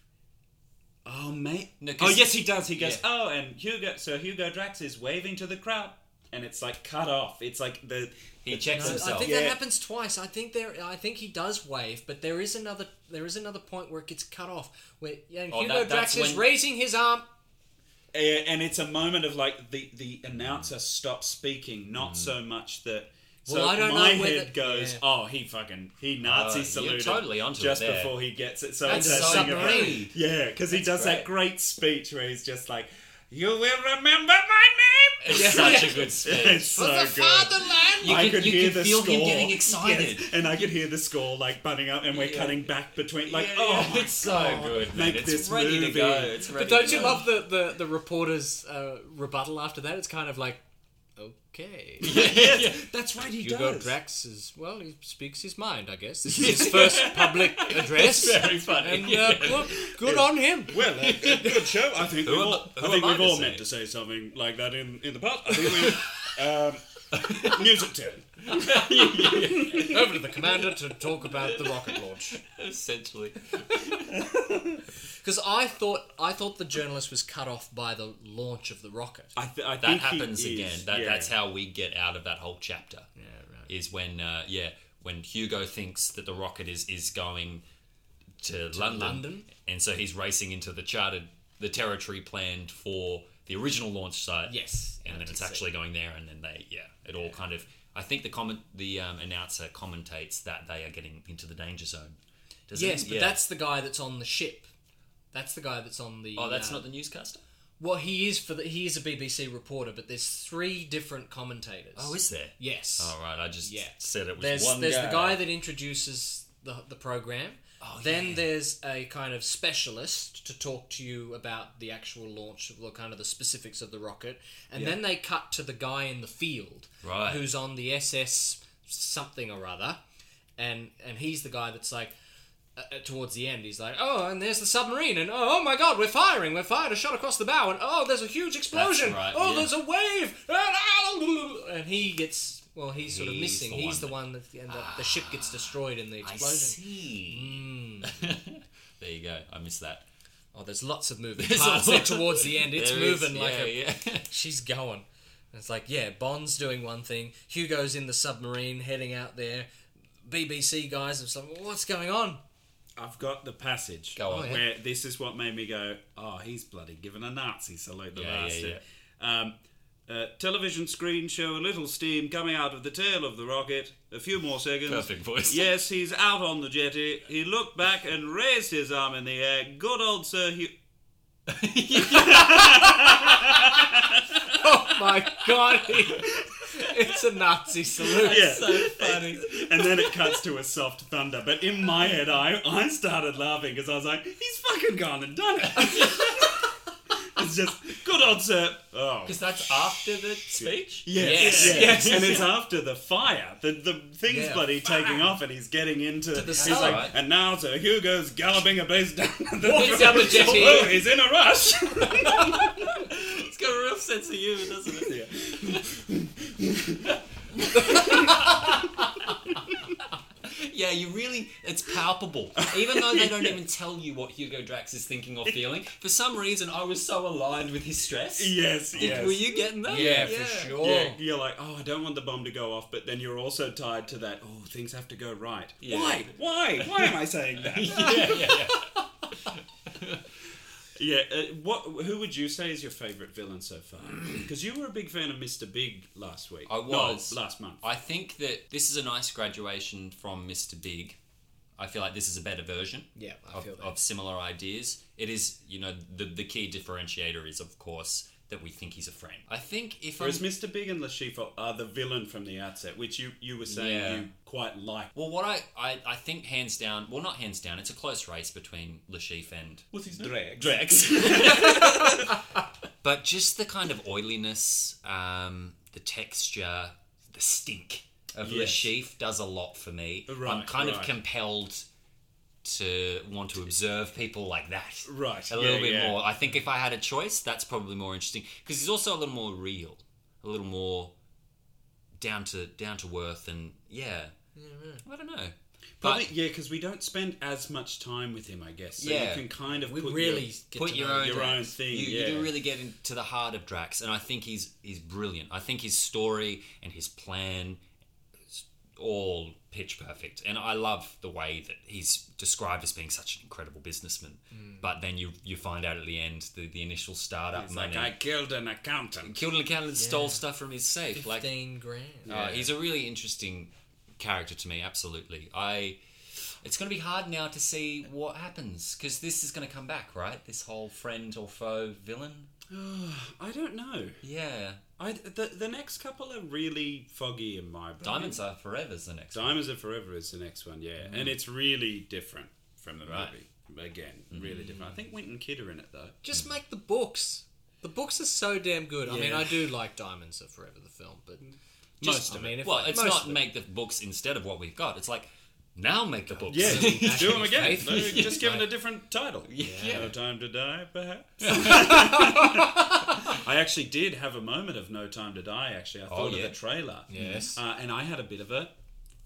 Speaker 2: Oh mate.
Speaker 3: No,
Speaker 2: oh
Speaker 3: 'cause-
Speaker 2: yes, he does. He goes.
Speaker 3: Yeah.
Speaker 2: Oh, and Hugo. So Hugo Drax is waving to the crowd, and it's like cut off. It's like the
Speaker 3: He
Speaker 2: the-
Speaker 3: checks
Speaker 1: No,
Speaker 3: himself.
Speaker 1: I think
Speaker 2: Yeah.
Speaker 1: that happens twice. I think there. I think he does wave, but there is another. There is another point where it gets cut off. Where yeah, and
Speaker 3: Oh,
Speaker 1: Hugo
Speaker 3: that- that's
Speaker 1: Drax is
Speaker 3: when-
Speaker 1: raising his arm.
Speaker 2: A- and it's a moment of like the the announcer stops speaking, not
Speaker 3: Mm.
Speaker 2: so much that. So
Speaker 1: Well, I don't
Speaker 2: my
Speaker 1: know whether-
Speaker 2: head goes,
Speaker 1: yeah.
Speaker 2: oh, he fucking he Nazi
Speaker 3: Oh, you're
Speaker 2: saluted
Speaker 3: totally onto it
Speaker 2: just
Speaker 3: there.
Speaker 2: before he gets it. So
Speaker 1: That's
Speaker 2: it's a
Speaker 1: so
Speaker 2: thing about-
Speaker 1: great.
Speaker 2: yeah, because he does that great speech where he's just like, "You will remember my name."
Speaker 3: It's
Speaker 2: <laughs>
Speaker 3: such a good speech.
Speaker 2: It's so good.
Speaker 3: You
Speaker 2: I
Speaker 3: can,
Speaker 2: could
Speaker 3: you
Speaker 2: hear
Speaker 3: can
Speaker 2: the
Speaker 3: feel him
Speaker 2: score.
Speaker 3: getting excited.
Speaker 2: Yes, and I could hear the score like bunting up, and we're cutting back between like,
Speaker 3: Yeah,
Speaker 2: oh,
Speaker 3: yeah,
Speaker 2: my
Speaker 3: it's so
Speaker 2: God, <laughs>
Speaker 3: good. Man.
Speaker 2: make
Speaker 3: it's
Speaker 2: this
Speaker 3: ready
Speaker 2: movie.
Speaker 3: to go. It's ready
Speaker 1: But don't
Speaker 3: to
Speaker 1: you
Speaker 3: go.
Speaker 1: love the, the, the reporter's uh, rebuttal after that? It's kind of like, <laughs> okay.
Speaker 2: That's right, he
Speaker 1: Hugo
Speaker 2: does.
Speaker 1: Drax is, well, he speaks his mind, I guess. This <laughs> is his first public address.
Speaker 3: Very funny.
Speaker 1: And uh, well, good on him.
Speaker 2: Well, uh, good, good show. I think we've
Speaker 3: am-
Speaker 2: all,
Speaker 3: <laughs> who
Speaker 2: I
Speaker 3: am
Speaker 2: think
Speaker 3: I
Speaker 2: we've
Speaker 3: to
Speaker 2: all
Speaker 3: say?
Speaker 2: meant to say something like that in, in the past. I
Speaker 3: <laughs>
Speaker 2: think we um, music turn.
Speaker 1: <laughs> Over to the commander to talk about the rocket <laughs> launch.
Speaker 3: Essentially,
Speaker 1: Because I thought I thought the journalist was cut off by the launch of the rocket.
Speaker 2: I, th- I
Speaker 3: that
Speaker 2: think he
Speaker 3: happens
Speaker 2: is,
Speaker 3: again. That,
Speaker 2: yeah.
Speaker 3: That's how we get out of that whole chapter. Yeah,
Speaker 1: right.
Speaker 3: Is when uh, yeah when Hugo thinks that the rocket is is going to, London,
Speaker 1: London?
Speaker 3: and so he's racing into the charted the territory planned for the original launch site.
Speaker 1: Yes,
Speaker 3: and then it's
Speaker 1: that's it.
Speaker 3: actually going there, and then they yeah it all kind of. I think the comment the um, announcer commentates that they are getting into the danger zone. Does
Speaker 1: Yes, but that's the guy that's on the ship. That's the guy that's on the.
Speaker 3: oh, that's
Speaker 1: uh,
Speaker 3: not the newscaster.
Speaker 1: Well, he is for the, he is a BBC reporter, but there's three different commentators.
Speaker 3: Oh, is there?
Speaker 1: yes.
Speaker 3: All right, I just
Speaker 1: Yeah.
Speaker 3: said it was
Speaker 1: there's
Speaker 3: one
Speaker 1: there's
Speaker 3: guy.
Speaker 1: the guy that introduces the the program. then
Speaker 3: Oh, yeah.
Speaker 1: there's a kind of specialist to talk to you about the actual launch of the kind of the specifics of the rocket, and then they cut to the guy in the field
Speaker 3: Right.
Speaker 1: who's on the SS something or other, and and he's the guy that's like. Uh, uh, towards the end, he's like, "Oh, and there's the submarine, and oh, my God, we're firing! We're fired a shot across the bow, and oh, there's a huge explosion!
Speaker 3: right,
Speaker 1: oh,
Speaker 3: yeah.
Speaker 1: there's a wave!" <laughs> And, ah, and he gets well, he's sort of
Speaker 3: He's
Speaker 1: missing.
Speaker 3: the
Speaker 1: he's
Speaker 3: one
Speaker 1: the one that the, the, the ship gets destroyed in the
Speaker 3: I
Speaker 1: explosion.
Speaker 3: see. <laughs> there you go. I missed that.
Speaker 1: Oh, there's lots
Speaker 3: <laughs>
Speaker 1: of moving
Speaker 3: There's a
Speaker 1: parts there
Speaker 3: lot.
Speaker 1: towards the end. It's
Speaker 3: There is-
Speaker 1: moving like a
Speaker 3: yeah, <laughs> yeah.
Speaker 1: she's going. And it's like yeah, Bond's doing one thing. Hugo's in the submarine heading out there. BBC guys are like, what's going on? <laughs>
Speaker 2: I've got the passage
Speaker 3: Go on.
Speaker 2: where this is what made me go, oh, he's bloody giving a Nazi salute, the
Speaker 3: Yeah, yeah,
Speaker 2: bastard. Um, uh, television screen show a little steam coming out of the tail of the rocket. A few more seconds.
Speaker 3: Perfect voice. <laughs>
Speaker 2: Yes, he's out on the jetty. He looked back and raised his arm in the air. Good old Sir Hugh.
Speaker 1: Oh my God!
Speaker 3: <laughs>
Speaker 1: it's a Nazi salute.
Speaker 2: so funny. and then it cuts to a soft thunder. But in my head, I, I started laughing because I was like, he's fucking gone and done it. <laughs> it's just, good old sir. Oh.
Speaker 3: Because that's after the speech.
Speaker 2: Yes, yes,
Speaker 1: Yes,
Speaker 2: And it's after the fire. The, the thing's
Speaker 1: Yeah,
Speaker 2: bloody taking off and he's getting into.
Speaker 1: the
Speaker 2: he's
Speaker 1: sun.
Speaker 2: like,
Speaker 3: Right.
Speaker 2: and now Sir Hugo's galloping a base down the
Speaker 1: Walking down the
Speaker 2: <laughs>
Speaker 1: jetty.
Speaker 2: Oh, he's in a rush.
Speaker 3: It's got a real sense of humour, doesn't it?
Speaker 2: Yeah.
Speaker 3: yeah, you really. It's palpable. Even though they don't even tell you what Hugo Drax is thinking or feeling, for some reason I was so aligned with his stress.
Speaker 2: Yes, yes.
Speaker 3: Were you getting that?
Speaker 1: Yeah, for sure.
Speaker 2: Yeah, you're like, oh, I don't want the bomb to go off, but then you're also tied to that. Oh, things have to go right.
Speaker 3: Yeah.
Speaker 2: Why? Why? Why am I saying that?
Speaker 3: Yeah, yeah, yeah.
Speaker 2: <laughs> yeah. Uh, what? Who would you say is your favourite villain so far? Because you were a big fan of Mr. Big last week.
Speaker 3: I was.
Speaker 2: No, last month.
Speaker 3: I think that this is a nice graduation from Mr. Big. I feel like this is a better version.
Speaker 1: Yeah, I
Speaker 3: of,
Speaker 1: feel that.
Speaker 3: of similar ideas. It is, you know, the the key differentiator is, of course, that we think he's a friend. I think if
Speaker 2: Whereas
Speaker 3: I'm,
Speaker 2: Mr. Big and Lashifo are the villain from the outset, which you, you were saying
Speaker 3: Yeah.
Speaker 2: you quite like.
Speaker 3: well, what I, I I think hands down, well, not hands down, it's a close race between Lashif and,
Speaker 2: What's his name? Drex. Drex.
Speaker 1: <laughs>
Speaker 2: <laughs>
Speaker 3: but just the kind of oiliness, um, the texture, the stink of
Speaker 2: Yes.
Speaker 3: Lashif does a lot for me. I'm
Speaker 2: Right,
Speaker 3: kind of
Speaker 2: right.
Speaker 3: compelled to want to observe people like that.
Speaker 2: Right,
Speaker 3: a
Speaker 2: yeah,
Speaker 3: little bit
Speaker 2: yeah.
Speaker 3: more. I think if I had a choice, that's probably more interesting because he's also a little more real, a little more down to down to earth, and yeah, I don't know.
Speaker 2: Probably,
Speaker 3: but
Speaker 2: yeah, because we don't spend as much time with him, I guess. So
Speaker 3: Yeah.
Speaker 2: you can kind of
Speaker 1: We
Speaker 2: put
Speaker 1: really get
Speaker 3: put
Speaker 1: to
Speaker 3: your
Speaker 1: know
Speaker 3: own
Speaker 2: your, your
Speaker 3: Drax.
Speaker 2: own thing.
Speaker 3: You, you
Speaker 2: yeah.
Speaker 3: do really get into the heart of Drax, and I think he's he's brilliant. I think his story and his plan all pitch perfect. And I love the way that he's described as being such an incredible businessman. But then you you find out at the end the, the initial startup
Speaker 2: It's
Speaker 3: money.
Speaker 2: <laughs> like I killed an accountant.
Speaker 3: Killed an accountant and stole stuff from his safe. Like
Speaker 1: Fifteen grand.
Speaker 3: uh, he's a really interesting character to me. Absolutely, I. It's going to be hard now to see what happens because this is going to come back, right? This whole friend or foe villain.
Speaker 2: I don't know.
Speaker 3: Yeah,
Speaker 2: I the, the next couple are really foggy in my brain.
Speaker 3: diamonds are forever's the next.
Speaker 2: Diamonds Are Forever is the next one, yeah. And it's really different from the
Speaker 3: Mm. Right. Mm.
Speaker 2: movie. Again, really different. I think Winton Kid are in it, though.
Speaker 1: Just make the books. The books are so damn good. I mean,
Speaker 2: Yeah.
Speaker 1: I do like Diamonds Are Forever, the film, but
Speaker 3: Just-
Speaker 1: most of it.
Speaker 3: well, it's
Speaker 1: most
Speaker 3: not
Speaker 1: of it.
Speaker 3: make the books instead of what we've got. It's like now make the books.
Speaker 2: Yeah,
Speaker 3: <laughs>
Speaker 2: do them again.
Speaker 1: Faith.
Speaker 2: No, just give it a
Speaker 1: Right.
Speaker 2: different title.
Speaker 3: Yeah.
Speaker 2: No Time to Die, perhaps.
Speaker 3: <laughs>
Speaker 2: I actually did have a moment of No Time to Die, actually. I thought
Speaker 3: Oh, yeah.
Speaker 2: of the trailer.
Speaker 1: Yes.
Speaker 2: Uh, and I had a bit of a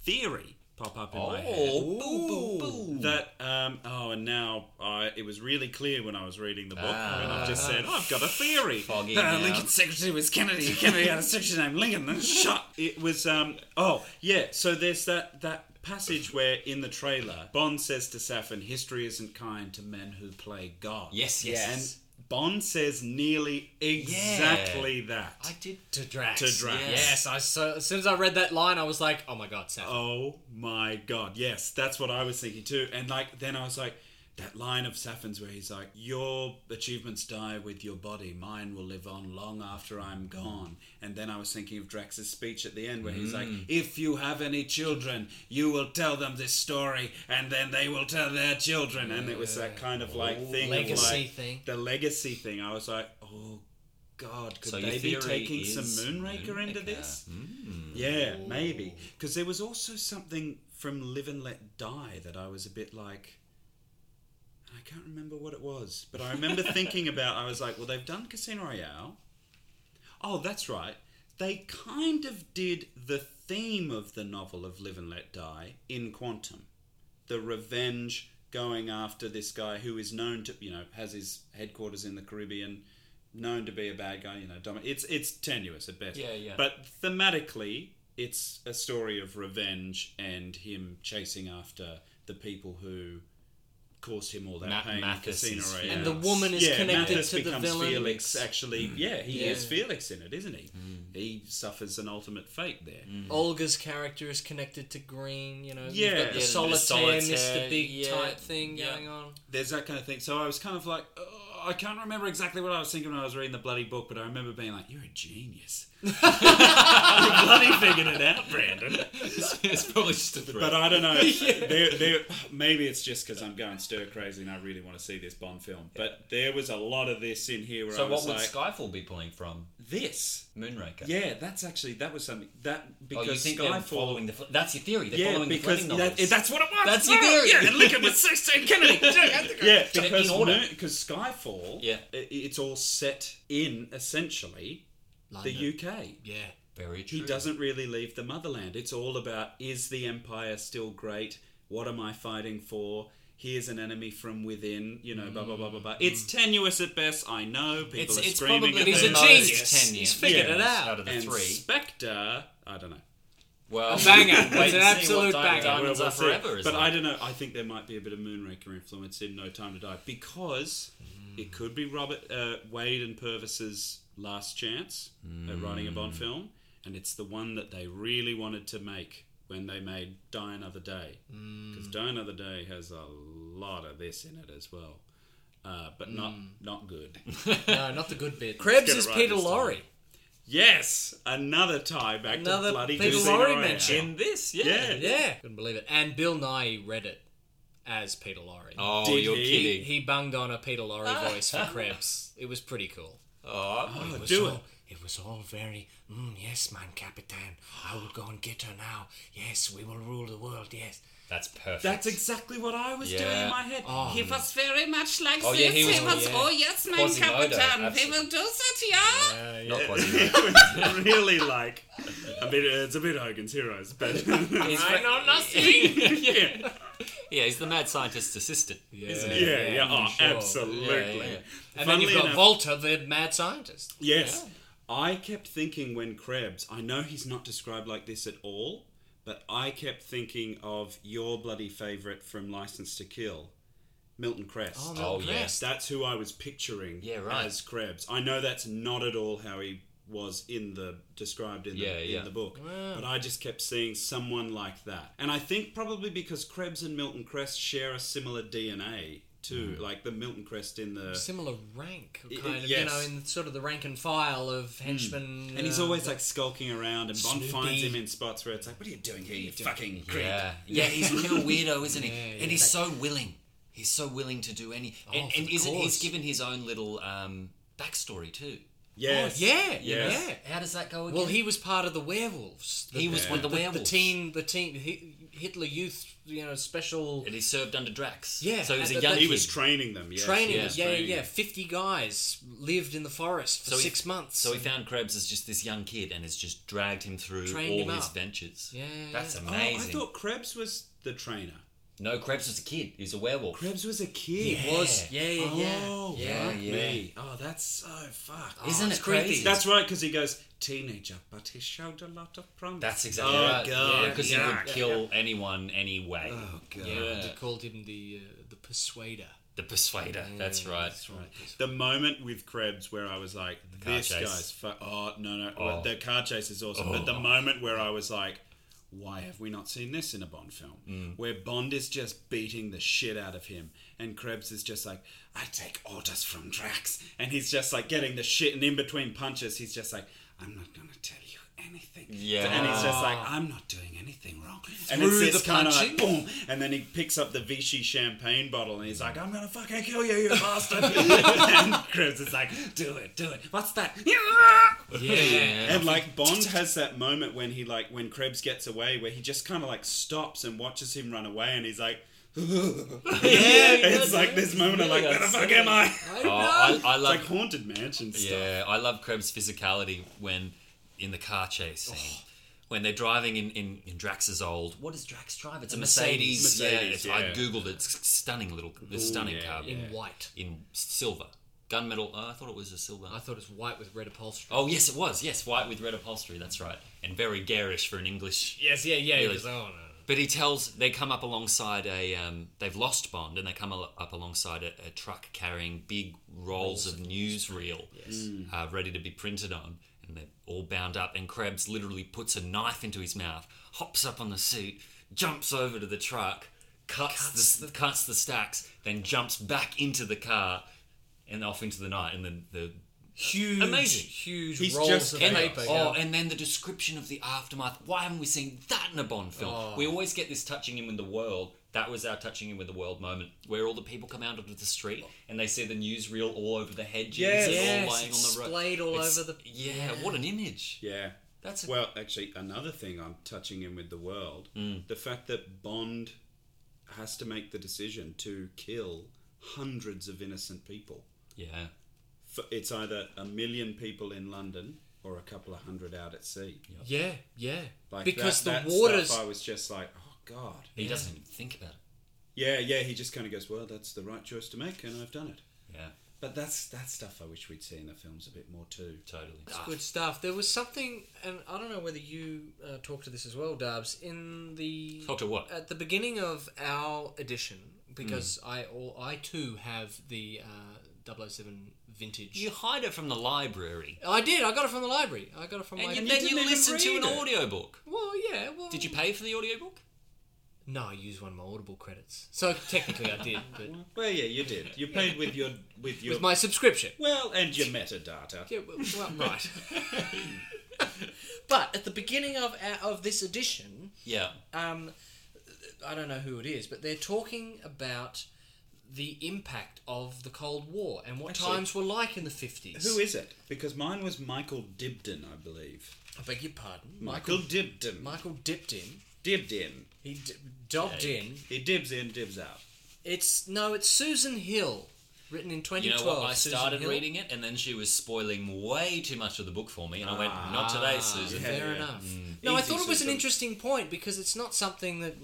Speaker 2: theory pop up in my head.
Speaker 3: Oh, boo, boo, boo.
Speaker 2: That um, oh, and now I it was really clear when I was reading the book, and I've just said I've got a theory
Speaker 3: Ah. Foggy
Speaker 2: that our
Speaker 3: now.
Speaker 2: Lincoln secretary was Kennedy. Kennedy had a secretary named Lincoln. <laughs> Then shot. It was um oh yeah. So there's that that passage where in the trailer Bond says to Safin, "History isn't kind to men who play God."
Speaker 3: Yes, yes.
Speaker 2: And Bond says nearly exactly that.
Speaker 3: I did.
Speaker 1: to Drax.
Speaker 2: To Drax.
Speaker 1: Yes, I so, as soon as I read that line, I was like, oh my god, Seth.
Speaker 2: Oh my god, yes, that's what I was thinking too. And like then I was like, that line of Safin's where he's like, Your achievements die with your body, mine will live on long after I'm gone. And then I was thinking of Drax's speech at the end where he's like, If you have any children, you will tell them this story, and then they will tell their children. And it was that kind of like thing of
Speaker 1: legacy
Speaker 2: like
Speaker 1: thing.
Speaker 2: the legacy thing. I was like, Oh God, could
Speaker 3: So your
Speaker 2: they be
Speaker 3: theory
Speaker 2: taking
Speaker 3: is
Speaker 2: some Moonraker, into
Speaker 3: Moonraker. Hmm.
Speaker 2: this? Yeah, maybe. Because there was also something from Live and Let Die that I was a bit like. I can't remember what it was, but I remember thinking about. I was like, well, they've done Casino Royale. Oh, that's right. They kind of did the theme of the novel of Live and Let Die in Quantum. The revenge going after this guy who is known to, you know, has his headquarters in the Caribbean, known to be a bad guy, you know, domi- it's it's tenuous at best.
Speaker 3: Yeah, yeah.
Speaker 2: But thematically, it's a story of revenge and him chasing after the people who caused him all that
Speaker 3: Ma-
Speaker 2: pain in
Speaker 3: Mathis
Speaker 2: Casino
Speaker 3: is-
Speaker 2: Royale.
Speaker 1: And the woman is connected
Speaker 2: Mathis
Speaker 1: to the
Speaker 2: becomes
Speaker 1: villain.
Speaker 2: Felix actually.
Speaker 3: Hmm.
Speaker 2: Yeah, he
Speaker 1: Yeah.
Speaker 2: is Felix in it, isn't he? He suffers an ultimate fate there.
Speaker 1: Mm.
Speaker 3: Hmm.
Speaker 1: Olga's character is connected to Green, you know.
Speaker 2: Yeah.
Speaker 1: You've got the
Speaker 2: Yeah,
Speaker 1: solitaire,
Speaker 3: solitaire,
Speaker 1: Mr. Big
Speaker 3: yeah.
Speaker 1: type thing
Speaker 3: Yeah.
Speaker 1: going <laughs> on.
Speaker 2: There's that kind of thing. So I was kind of like, oh, I can't remember exactly what I was thinking when I was reading the bloody book, but I remember being like, "You're a
Speaker 1: <laughs>
Speaker 2: genius. <laughs> you bloody figured it out, Brandon."
Speaker 3: <laughs> it's probably just a
Speaker 2: But I
Speaker 1: <laughs>
Speaker 2: don't know. there, there, maybe it's just because I'm going stir crazy and I really want to see this Bond film. But there was a lot of this in here where
Speaker 3: So
Speaker 2: I
Speaker 3: what
Speaker 2: was
Speaker 3: would
Speaker 2: like,
Speaker 3: Skyfall be pulling from?
Speaker 2: "This."
Speaker 3: Moonraker.
Speaker 2: Yeah, that's actually that was something that
Speaker 3: Oh,
Speaker 2: because
Speaker 3: you think they're
Speaker 2: Skyfall.
Speaker 3: following the? Fle- that's your theory. They're
Speaker 2: yeah,
Speaker 3: following the
Speaker 2: because
Speaker 3: Fleming
Speaker 2: that,
Speaker 3: novels.
Speaker 2: that's what it was.
Speaker 3: That's your theory.
Speaker 2: Yeah, and Lincoln was sixteen <laughs> Kennedy. yeah,
Speaker 3: in
Speaker 2: because
Speaker 3: order.
Speaker 2: Moon- because Skyfall.
Speaker 3: Yeah.
Speaker 2: i- it's all set in essentially the UK.
Speaker 1: Yeah.
Speaker 3: Very true.
Speaker 2: He doesn't really leave the motherland. It's all about is the empire still great? What am I fighting for? Here's an enemy from within, you know, blah blah blah blah blah. It's tenuous at best, I know. People
Speaker 3: It's,
Speaker 2: are
Speaker 3: it's
Speaker 2: screaming
Speaker 3: probably
Speaker 2: at
Speaker 1: he's
Speaker 3: the
Speaker 1: a
Speaker 2: them.
Speaker 3: most
Speaker 1: genius.
Speaker 3: tenuous
Speaker 1: He's figured it out.
Speaker 3: out of the
Speaker 2: and
Speaker 3: three.
Speaker 2: Spectre, I don't know.
Speaker 3: Well,
Speaker 1: banger.
Speaker 3: wait
Speaker 1: It's an
Speaker 3: and see what
Speaker 1: absolute
Speaker 3: Di-
Speaker 1: banger.
Speaker 2: Well,
Speaker 3: Diamonds
Speaker 2: we'll
Speaker 3: are
Speaker 2: see.
Speaker 3: forever. is
Speaker 2: But
Speaker 3: like-
Speaker 2: I don't know. I think there might be a bit of Moonraker influence in No Time to Die because it could be Robert uh, Wade and Purvis's last chance at writing a Bond film, and it's the one that they really wanted to make when they made Die Another Day, because Die Another Day has a lot of this in it as well, uh, but not not good. <laughs>
Speaker 1: No, not the good bit. Krebs
Speaker 2: Let's get
Speaker 1: is
Speaker 2: it right
Speaker 1: Peter
Speaker 2: this time.
Speaker 1: Lorre.
Speaker 2: yes, another tie back
Speaker 1: Another
Speaker 2: to bloody
Speaker 1: Peter
Speaker 2: Casino
Speaker 1: Lorre
Speaker 2: Royale.
Speaker 1: mention.
Speaker 3: in this, yeah.
Speaker 2: Yeah.
Speaker 1: Yeah. Couldn't believe it. And Bill Nye read it as Peter Lorre.
Speaker 3: Oh,
Speaker 2: Did
Speaker 3: you're
Speaker 2: he?
Speaker 3: kidding.
Speaker 1: He bunged on a Peter Lorre <laughs> voice for Krebs. It was pretty cool.
Speaker 3: Oh,
Speaker 1: was
Speaker 2: do
Speaker 1: all, It was all very, mm, yes, man, Capitan. I will go and get her now. Yes, we will rule the world. Yes.
Speaker 3: that's perfect.
Speaker 2: That's exactly what I was doing
Speaker 3: Yeah.
Speaker 2: in my head.
Speaker 7: He was very much like
Speaker 3: Oh,
Speaker 7: this.
Speaker 3: yeah, he was-
Speaker 7: was,
Speaker 1: yeah.
Speaker 7: oh yes, mein
Speaker 3: Quasimodo,
Speaker 7: Kapitan. He
Speaker 3: absolutely.
Speaker 7: will do that, yeah?
Speaker 3: not Quasimodo.
Speaker 2: It's really like a bit. It's a bit Hogan's Heroes, but <laughs>
Speaker 3: He's
Speaker 7: I
Speaker 3: fa-
Speaker 7: know
Speaker 1: <laughs>
Speaker 7: nothing.
Speaker 2: yeah, oh,
Speaker 3: yeah, he's the mad scientist's assistant.
Speaker 1: Isn't
Speaker 2: yeah, yeah, oh,
Speaker 1: sure.
Speaker 2: absolutely.
Speaker 3: Yeah, yeah.
Speaker 1: And then
Speaker 2: Funnily
Speaker 1: you've got
Speaker 2: enough-
Speaker 1: Volta, the mad scientist.
Speaker 2: Yes, I kept thinking when Krebs. I know he's not described like this at all, but I kept thinking of your bloody favourite from License to Kill, Milton Crest.
Speaker 1: Oh,
Speaker 3: Oh,
Speaker 1: Milton
Speaker 3: yes.
Speaker 1: Crest.
Speaker 2: That's who I was picturing
Speaker 3: Yeah, right.
Speaker 2: as Krebs. I know that's not at all how he was in the described in the,
Speaker 3: Yeah, yeah.
Speaker 2: in the book. But I just kept seeing someone like that. And I think probably because Krebs and Milton Crest share a similar DNA too,
Speaker 3: Mm.
Speaker 2: like the Milton Crest in the
Speaker 1: Similar rank,
Speaker 2: I-
Speaker 1: kind of, you
Speaker 2: yes.
Speaker 1: know, in sort of the rank and file of henchmen.
Speaker 2: and he's
Speaker 1: uh,
Speaker 2: always like skulking around, and Bond
Speaker 1: Snoopy.
Speaker 2: finds him in spots where it's like, "What are you doing here, you fucking creep?"
Speaker 3: Yeah, Oh, yeah, he's a <laughs> little weirdo, isn't he?
Speaker 1: Yeah,
Speaker 3: and he's
Speaker 1: yeah.
Speaker 3: so willing. He's so willing to do any. and
Speaker 1: for
Speaker 3: and
Speaker 1: the
Speaker 3: isn't he's
Speaker 1: cause.
Speaker 3: given his own little um, backstory too?
Speaker 1: Oh,
Speaker 2: Yes.
Speaker 1: yeah,
Speaker 2: Yes.
Speaker 1: yeah.
Speaker 3: How does that go again?
Speaker 1: Well, he was part of the werewolves. The,
Speaker 3: He was
Speaker 1: the,
Speaker 3: one of the
Speaker 1: the,
Speaker 3: werewolves.
Speaker 1: The teen, the teen, Hi- Hitler Youth, you know, special
Speaker 3: and he served under Drax.
Speaker 1: Yeah,
Speaker 3: so he was a
Speaker 1: and
Speaker 3: young
Speaker 1: that-
Speaker 2: He was
Speaker 3: kid.
Speaker 2: training them. Yes.
Speaker 1: training.
Speaker 3: yeah,
Speaker 1: Yeah, yeah,
Speaker 2: training.
Speaker 1: yeah. Fifty guys lived in the forest for
Speaker 3: So he-
Speaker 1: six months.
Speaker 3: So he found Krebs as just this young kid and has just dragged him through
Speaker 1: Trained
Speaker 3: all
Speaker 1: him
Speaker 3: his
Speaker 1: up.
Speaker 3: ventures.
Speaker 1: Yeah, yeah,
Speaker 3: that's
Speaker 1: yeah.
Speaker 2: Oh,
Speaker 3: amazing.
Speaker 2: I thought Krebs was the trainer.
Speaker 3: No, Krebs was a kid. He was a werewolf.
Speaker 2: Krebs was a kid.
Speaker 3: He was.
Speaker 1: yeah, yeah, yeah.
Speaker 2: Oh,
Speaker 3: Yeah,
Speaker 2: fuck
Speaker 3: yeah.
Speaker 2: me. Oh, that's so fucked.
Speaker 3: Isn't
Speaker 1: Oh, it's
Speaker 3: it
Speaker 1: creepy.
Speaker 3: Oh, crazy?
Speaker 2: That's right, because he goes, teenager, but he showed a lot of promise.
Speaker 3: That's exactly
Speaker 2: oh,
Speaker 3: right.
Speaker 2: God.
Speaker 3: yeah, because he
Speaker 2: yeah.
Speaker 3: would kill anyone, any way.
Speaker 2: Oh, God.
Speaker 3: Yeah.
Speaker 1: They called him the uh, the persuader.
Speaker 3: The persuader. that's right. That's right.
Speaker 2: The moment with Krebs where I was like,
Speaker 3: car
Speaker 2: this
Speaker 3: chase.
Speaker 2: guy's fuck. Oh, no, no.
Speaker 3: Oh.
Speaker 2: The car chase is awesome. But the moment where I was like, why have we not seen this in a Bond film?
Speaker 3: Mm.
Speaker 2: Where Bond is just beating the shit out of him, and Krebs is just like, I take orders from Drax. And he's just like getting the shit, and in between punches, he's just like, I'm not going to tell you anything.
Speaker 3: Yeah.
Speaker 2: And he's just like, I'm not doing anything wrong. And
Speaker 1: Through
Speaker 2: it's this
Speaker 1: the
Speaker 2: kind of like,
Speaker 1: punching?
Speaker 2: boom. And then he picks up the Vichy champagne bottle and he's like, I'm going to fucking kill you, you bastard. and Krebs is like, do it, do it. What's that?
Speaker 3: <laughs> Yeah, yeah,
Speaker 2: And like Bond has that moment when he like when Krebs gets away where he just kind of like stops and watches him run away and he's like, <laughs> it's like this moment of like, where the fuck am I? It's
Speaker 3: Oh, I, I love
Speaker 2: like haunted mansion stuff.
Speaker 3: Yeah, I love Krebs' physicality when in the car chase
Speaker 2: Oh.
Speaker 3: scene. When they're driving in, in, in Drax's old, what does Drax drive? It's a Mercedes.
Speaker 2: Mercedes. Mercedes,
Speaker 3: yeah,
Speaker 2: yeah.
Speaker 3: it's- I googled it. It's a stunning little, it's a stunning
Speaker 2: yeah,
Speaker 3: car
Speaker 1: in white.
Speaker 3: in silver, gunmetal. Oh, I thought it was a silver.
Speaker 1: I thought it was white with red upholstery.
Speaker 3: oh yes, it was. Yes, white with red upholstery. That's right, and very garish for an English.
Speaker 1: yes, yeah, yeah.
Speaker 3: Really?
Speaker 1: It was, oh no.
Speaker 3: But he tells they come up alongside a um, they've lost Bond and they come al- up alongside a, a truck carrying big rolls, of newsreel uh, ready to be printed on, and they're all bound up. And Krebs literally puts a knife into his mouth, hops up on the seat, jumps over to the truck, cuts, the, cuts the stacks, then jumps back into the car and off into the night. And then the
Speaker 1: Huge,
Speaker 3: Amazing.
Speaker 1: huge
Speaker 2: He's
Speaker 1: rolls
Speaker 2: just
Speaker 1: of
Speaker 3: and,
Speaker 1: paper.
Speaker 3: oh,
Speaker 1: yeah.
Speaker 3: and then the description of the aftermath. Why haven't we seen that in a Bond film?
Speaker 1: Oh.
Speaker 3: We always get this touching in with the world. That was our touching in with the world moment, where all the people come out onto the street and they see the newsreel all over the hedges,
Speaker 2: Yes.
Speaker 3: and
Speaker 1: Yes,
Speaker 3: all lying on
Speaker 1: it's
Speaker 3: the road,
Speaker 1: splayed all over the-
Speaker 3: Yeah, what an image!
Speaker 2: Yeah.
Speaker 3: That's a,
Speaker 2: Well, actually, another thing I'm touching in with the world the fact that Bond has to make the decision to kill hundreds of innocent people.
Speaker 3: yeah,
Speaker 2: F- It's either a million people in London or a couple of hundred out at sea.
Speaker 1: yeah, yeah.
Speaker 2: Like
Speaker 1: because
Speaker 2: that-
Speaker 1: the
Speaker 2: that
Speaker 1: waters.
Speaker 2: Stuff, I was just like, oh, God.
Speaker 3: he doesn't even think about it.
Speaker 2: Yeah, yeah, he just kind of goes, well, that's the right choice to make, and I've done it.
Speaker 3: Yeah,
Speaker 2: But that's that stuff I wish we'd see in the films a bit more too.
Speaker 3: totally.
Speaker 1: It's good stuff. There was something, and I don't know whether you uh, talked to this as well, Darbs, in the
Speaker 3: Ah, Talk to what?
Speaker 1: at the beginning of our edition because I all I too have the uh, 007 vintage.
Speaker 3: You hide it from the library,
Speaker 1: I did. I got it from the library. I got it from
Speaker 3: and
Speaker 1: my.
Speaker 3: you, then
Speaker 2: didn't
Speaker 3: you
Speaker 2: even
Speaker 3: listen to
Speaker 2: read
Speaker 3: an
Speaker 2: it.
Speaker 3: audiobook.
Speaker 1: well, yeah. Well,
Speaker 3: Did you pay for the audiobook?
Speaker 1: No, I used one of my Audible credits, so technically I did, <laughs> but
Speaker 2: Well, yeah, you did. You paid with your with your
Speaker 1: with my subscription.
Speaker 2: well and your metadata.
Speaker 1: Yeah, well, well, right. <laughs> but at the beginning of our- of this edition,
Speaker 3: Yeah,
Speaker 1: um, I don't know who it is, but they're talking about the impact of the Cold War and what
Speaker 2: Actually-
Speaker 1: times were like in the 50s.
Speaker 2: Who is it? Because mine was Michael Dibden, I believe.
Speaker 1: I beg your pardon.
Speaker 2: Michael Dibden.
Speaker 1: Michael dipped in.
Speaker 2: Dibbed in.
Speaker 1: He d- dobbed in.
Speaker 2: He dibs in, dibs out.
Speaker 1: It's no, it's Susan Hill, written in 2012.
Speaker 3: You know what? I
Speaker 1: Susan
Speaker 3: started
Speaker 1: Hill.
Speaker 3: reading it, and then she was spoiling way too much of the book for me, and I went, "Not today, Susan."
Speaker 2: yeah.
Speaker 1: Fair enough. No, I
Speaker 2: Easy,
Speaker 1: thought it was an
Speaker 2: Susan.
Speaker 1: interesting point because it's not something that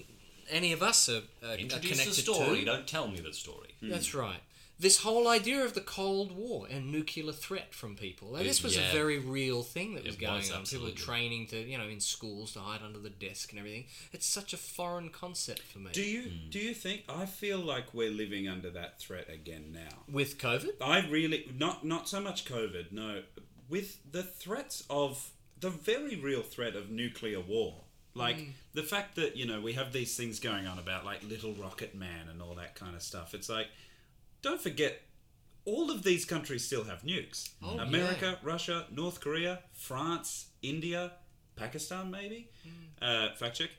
Speaker 1: any of us are, uh, are
Speaker 3: Introduce
Speaker 1: connected Hmm.
Speaker 3: the story.
Speaker 1: to.
Speaker 3: Don't tell me the story.
Speaker 1: That's right. this whole idea of the Cold War and nuclear threat from people. Like, this was
Speaker 3: yeah.
Speaker 1: a very real thing that was
Speaker 3: It
Speaker 1: going
Speaker 3: was,
Speaker 1: on.
Speaker 3: absolutely.
Speaker 1: People were training to, you know, in schools to hide under the desk and everything. It's such a foreign concept for me.
Speaker 2: Do you do you think I feel like we're living under that threat again now?
Speaker 1: With COVID?
Speaker 2: I really not not so much COVID, no, with the threats of the very real threat of nuclear war. Like the fact that, you know, we have these things going on about like little rocket man and all that kind of stuff. It's like don't forget all of these countries still have nukes.
Speaker 1: Oh,
Speaker 2: America, Russia, North Korea, France, India, Pakistan maybe. Uh, fact check.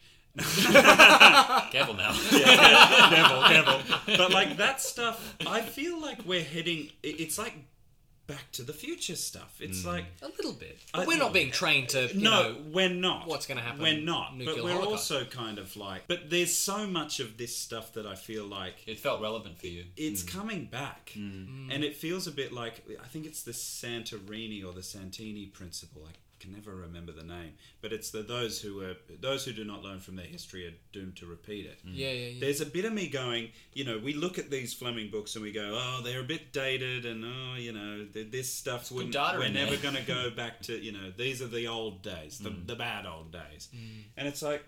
Speaker 3: Gavel now.
Speaker 2: but like that stuff, I feel like we're heading. it- It's like Back to the Future stuff. It's like
Speaker 1: A little bit.
Speaker 2: I- Uh,
Speaker 1: But we're not being trained to, you
Speaker 2: no,
Speaker 1: know,
Speaker 2: we're not.
Speaker 1: what's gonna happen
Speaker 2: We're not.
Speaker 1: nuclear
Speaker 2: But we're
Speaker 1: holocaust.
Speaker 2: also kind of like. But there's so much of this stuff that I feel like
Speaker 3: It felt relevant for you.
Speaker 2: it's coming back,
Speaker 1: Mm.
Speaker 2: and it feels a bit like I think it's the Santorini or the Santini principle. I can never remember the name, but it's the those who are those who do not learn from their history are doomed to repeat it.
Speaker 1: Yeah, yeah, yeah.
Speaker 2: There's a bit of me going, you know, we look at these Fleming books and we go, oh, they're a bit dated and, oh, you know, th- this stuff wouldn't,
Speaker 3: data
Speaker 2: we're
Speaker 3: in there. Mm.
Speaker 2: never
Speaker 3: <laughs>
Speaker 2: going to go back to, you know, these are the old days, the, the bad old days. And it's like,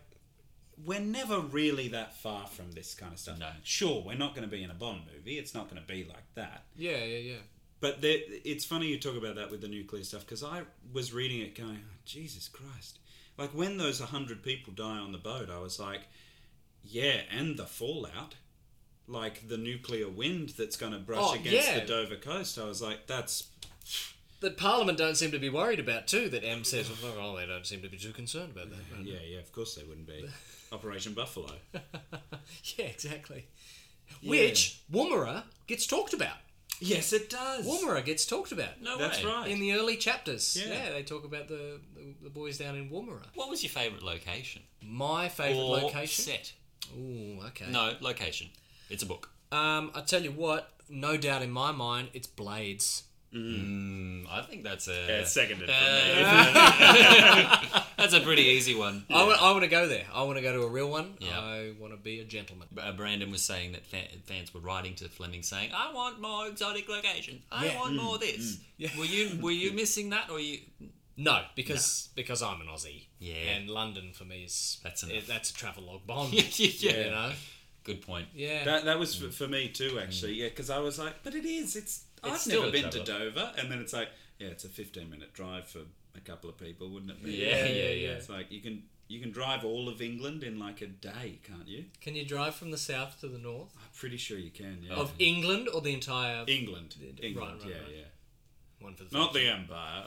Speaker 2: we're never really that far from this kind of stuff.
Speaker 3: No.
Speaker 2: Sure, we're not going to be in a Bond movie. It's not going to be like that.
Speaker 1: Yeah, yeah, yeah.
Speaker 2: But there, it's funny you talk about that with the nuclear stuff because I was reading it going, oh, Jesus Christ. Like when those 100 people die on the boat, I was like, yeah, and the fallout. Like the nuclear wind that's going to brush
Speaker 1: Oh,
Speaker 2: against
Speaker 1: yeah.
Speaker 2: the Dover coast. I was like, that's.
Speaker 1: That Parliament don't seem to be worried about, too, that M says, well, oh, they don't seem to be too concerned about that.
Speaker 3: Mm.
Speaker 1: But-
Speaker 2: Yeah, yeah, of course they wouldn't <laughs> be. Operation Buffalo.
Speaker 1: <laughs> Yeah, exactly. Which Woomera gets talked about.
Speaker 2: Yes, it does.
Speaker 1: Woomera gets talked about.
Speaker 3: No
Speaker 2: That's
Speaker 3: way.
Speaker 2: right.
Speaker 1: In the early chapters.
Speaker 2: Yeah.
Speaker 1: Yeah, they talk about the, the, the boys down in Woomera.
Speaker 3: What was your favourite location?
Speaker 1: My favourite
Speaker 3: or
Speaker 1: location.
Speaker 3: set?
Speaker 1: Ooh, okay.
Speaker 3: No, location. It's a book.
Speaker 1: Um, I tell you what, no doubt in my mind, it's Blades.
Speaker 3: Mm, I think that's a Uh,
Speaker 2: seconded
Speaker 3: that's a pretty easy one.
Speaker 1: I want, I want to go there. I want to go to a real one.
Speaker 3: Yeah.
Speaker 1: I want to be a gentleman.
Speaker 3: Uh, Brandon was saying that fan, fans were writing to Fleming saying, "I want more exotic locations. I
Speaker 1: Yeah.
Speaker 3: want more of this." Were you were you missing that, or you?
Speaker 1: No, because because I'm an Aussie.
Speaker 3: Yeah.
Speaker 1: And London for me is
Speaker 3: That's
Speaker 1: it-
Speaker 3: enough.
Speaker 1: that's a travelogue bond.
Speaker 3: <laughs> yeah, yeah.
Speaker 1: You know.
Speaker 3: Good point.
Speaker 1: Yeah.
Speaker 2: That, that was
Speaker 1: Mm.
Speaker 2: for, for me too, actually. Yeah, because I was like, but it is. It's. I've
Speaker 3: still
Speaker 2: never
Speaker 3: a
Speaker 2: been to Dover, and then it's like, yeah, it's a fifteen-minute drive for a couple of people, wouldn't it be?
Speaker 3: Yeah, yeah, yeah.
Speaker 2: It's like you can you can drive all of England in like a day, can't you?
Speaker 1: Can you drive from the south to the north
Speaker 2: I'm pretty sure you can.
Speaker 3: Oh,
Speaker 2: Yeah.
Speaker 1: of England or the entire
Speaker 2: England,
Speaker 1: Right,
Speaker 2: England.
Speaker 1: right,
Speaker 2: yeah,
Speaker 1: right.
Speaker 2: yeah.
Speaker 1: one for the
Speaker 2: E- Not
Speaker 1: future?
Speaker 2: the Empire.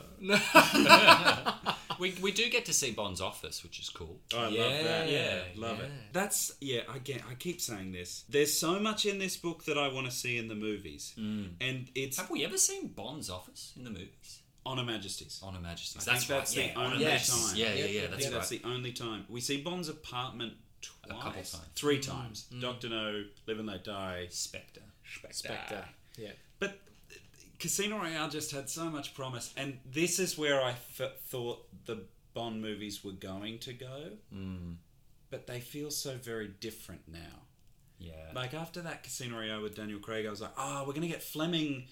Speaker 3: We, we do get to see Bond's office, which is cool.
Speaker 2: Oh, I love that.
Speaker 1: Yeah,
Speaker 2: love it.
Speaker 1: yeah.
Speaker 2: That's yeah. I get. I keep saying this. There's so much in this book that I want to see in the movies,
Speaker 1: Mm.
Speaker 2: and it's
Speaker 3: Have we ever seen Bond's office in the movies?
Speaker 2: on Honor Majesties.
Speaker 3: On Her Majesty's.
Speaker 2: I think that's
Speaker 3: right.
Speaker 2: the only time.
Speaker 3: Yeah, yeah, yeah.
Speaker 1: Yeah,
Speaker 3: That's
Speaker 2: Yeah,
Speaker 3: right.
Speaker 2: that's the only time we see Bond's apartment twice,
Speaker 3: couple times. Mm-hmm.
Speaker 2: three times. Doctor No, Live and Let Die,
Speaker 3: Spectre.
Speaker 2: Spectre.
Speaker 1: Yeah.
Speaker 2: But uh, Casino Royale just had so much promise, and this is where I f- thought the Bond movies were going to go.
Speaker 3: Mm.
Speaker 2: But they feel so very different now.
Speaker 3: Yeah.
Speaker 2: Like after that Casino Royale with Daniel Craig, I was like, ah, we're gonna get Fleming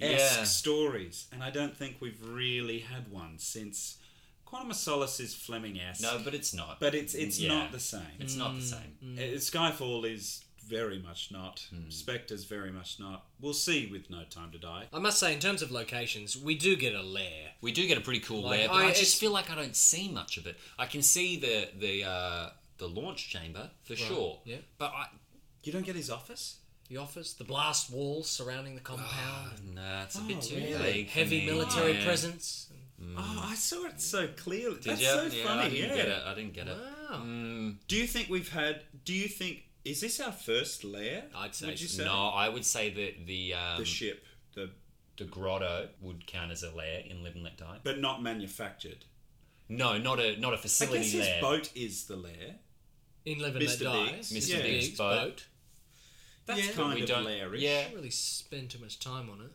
Speaker 2: esque
Speaker 3: Yeah.
Speaker 2: stories, and I don't think we've really had one since. Quantum of Solace is Fleming esque.
Speaker 3: no, but it's not.
Speaker 2: But it's it's
Speaker 3: Yeah.
Speaker 2: not the same.
Speaker 3: it's not the same.
Speaker 2: Uh, Skyfall is very much not.
Speaker 3: Mm.
Speaker 2: Spectre's very much not. We'll see with No Time to Die.
Speaker 1: I must say, in terms of locations, we do get a lair.
Speaker 3: We do get a pretty cool
Speaker 1: Like,
Speaker 3: lair, but
Speaker 1: I-
Speaker 3: I,
Speaker 1: it's-
Speaker 3: just feel like I don't see much of it. I can see the the uh, the launch chamber for sure,
Speaker 1: yeah.
Speaker 3: But I
Speaker 2: You don't get his office?
Speaker 1: The office, the blast walls surrounding the
Speaker 3: Ah,
Speaker 1: compound,
Speaker 3: nah, it's a bit too
Speaker 2: Oh, really?
Speaker 3: vague. for
Speaker 1: heavy
Speaker 3: me.
Speaker 1: military
Speaker 3: Yeah.
Speaker 1: presence.
Speaker 2: Oh, I saw it so clearly.
Speaker 3: Mm. Did
Speaker 2: That's
Speaker 3: you?
Speaker 2: so
Speaker 3: yeah,
Speaker 2: funny.
Speaker 3: I didn't
Speaker 2: yeah.
Speaker 3: get it. I didn't get it.
Speaker 1: Wow.
Speaker 2: Do you think we've had? Do you think is this our first lair?
Speaker 1: I'd say
Speaker 2: Would you say?
Speaker 3: No, I would say that the um,
Speaker 2: The
Speaker 3: the,
Speaker 2: ship, the
Speaker 3: grotto would count as a lair in Live and Let Die.
Speaker 2: but not manufactured.
Speaker 3: No, not a not a
Speaker 2: I
Speaker 3: facility
Speaker 2: guess his
Speaker 3: lair.
Speaker 2: boat is the lair.
Speaker 1: In Live and Let
Speaker 2: Mr.
Speaker 1: Die.
Speaker 2: Biggs.
Speaker 3: Mr.
Speaker 2: Yeah.
Speaker 3: Big's boat.
Speaker 2: That's
Speaker 1: Yeah.
Speaker 2: kind
Speaker 3: We
Speaker 2: of
Speaker 3: don't-
Speaker 2: lairish.
Speaker 1: I
Speaker 3: yeah.
Speaker 1: don't really spend too much time on it.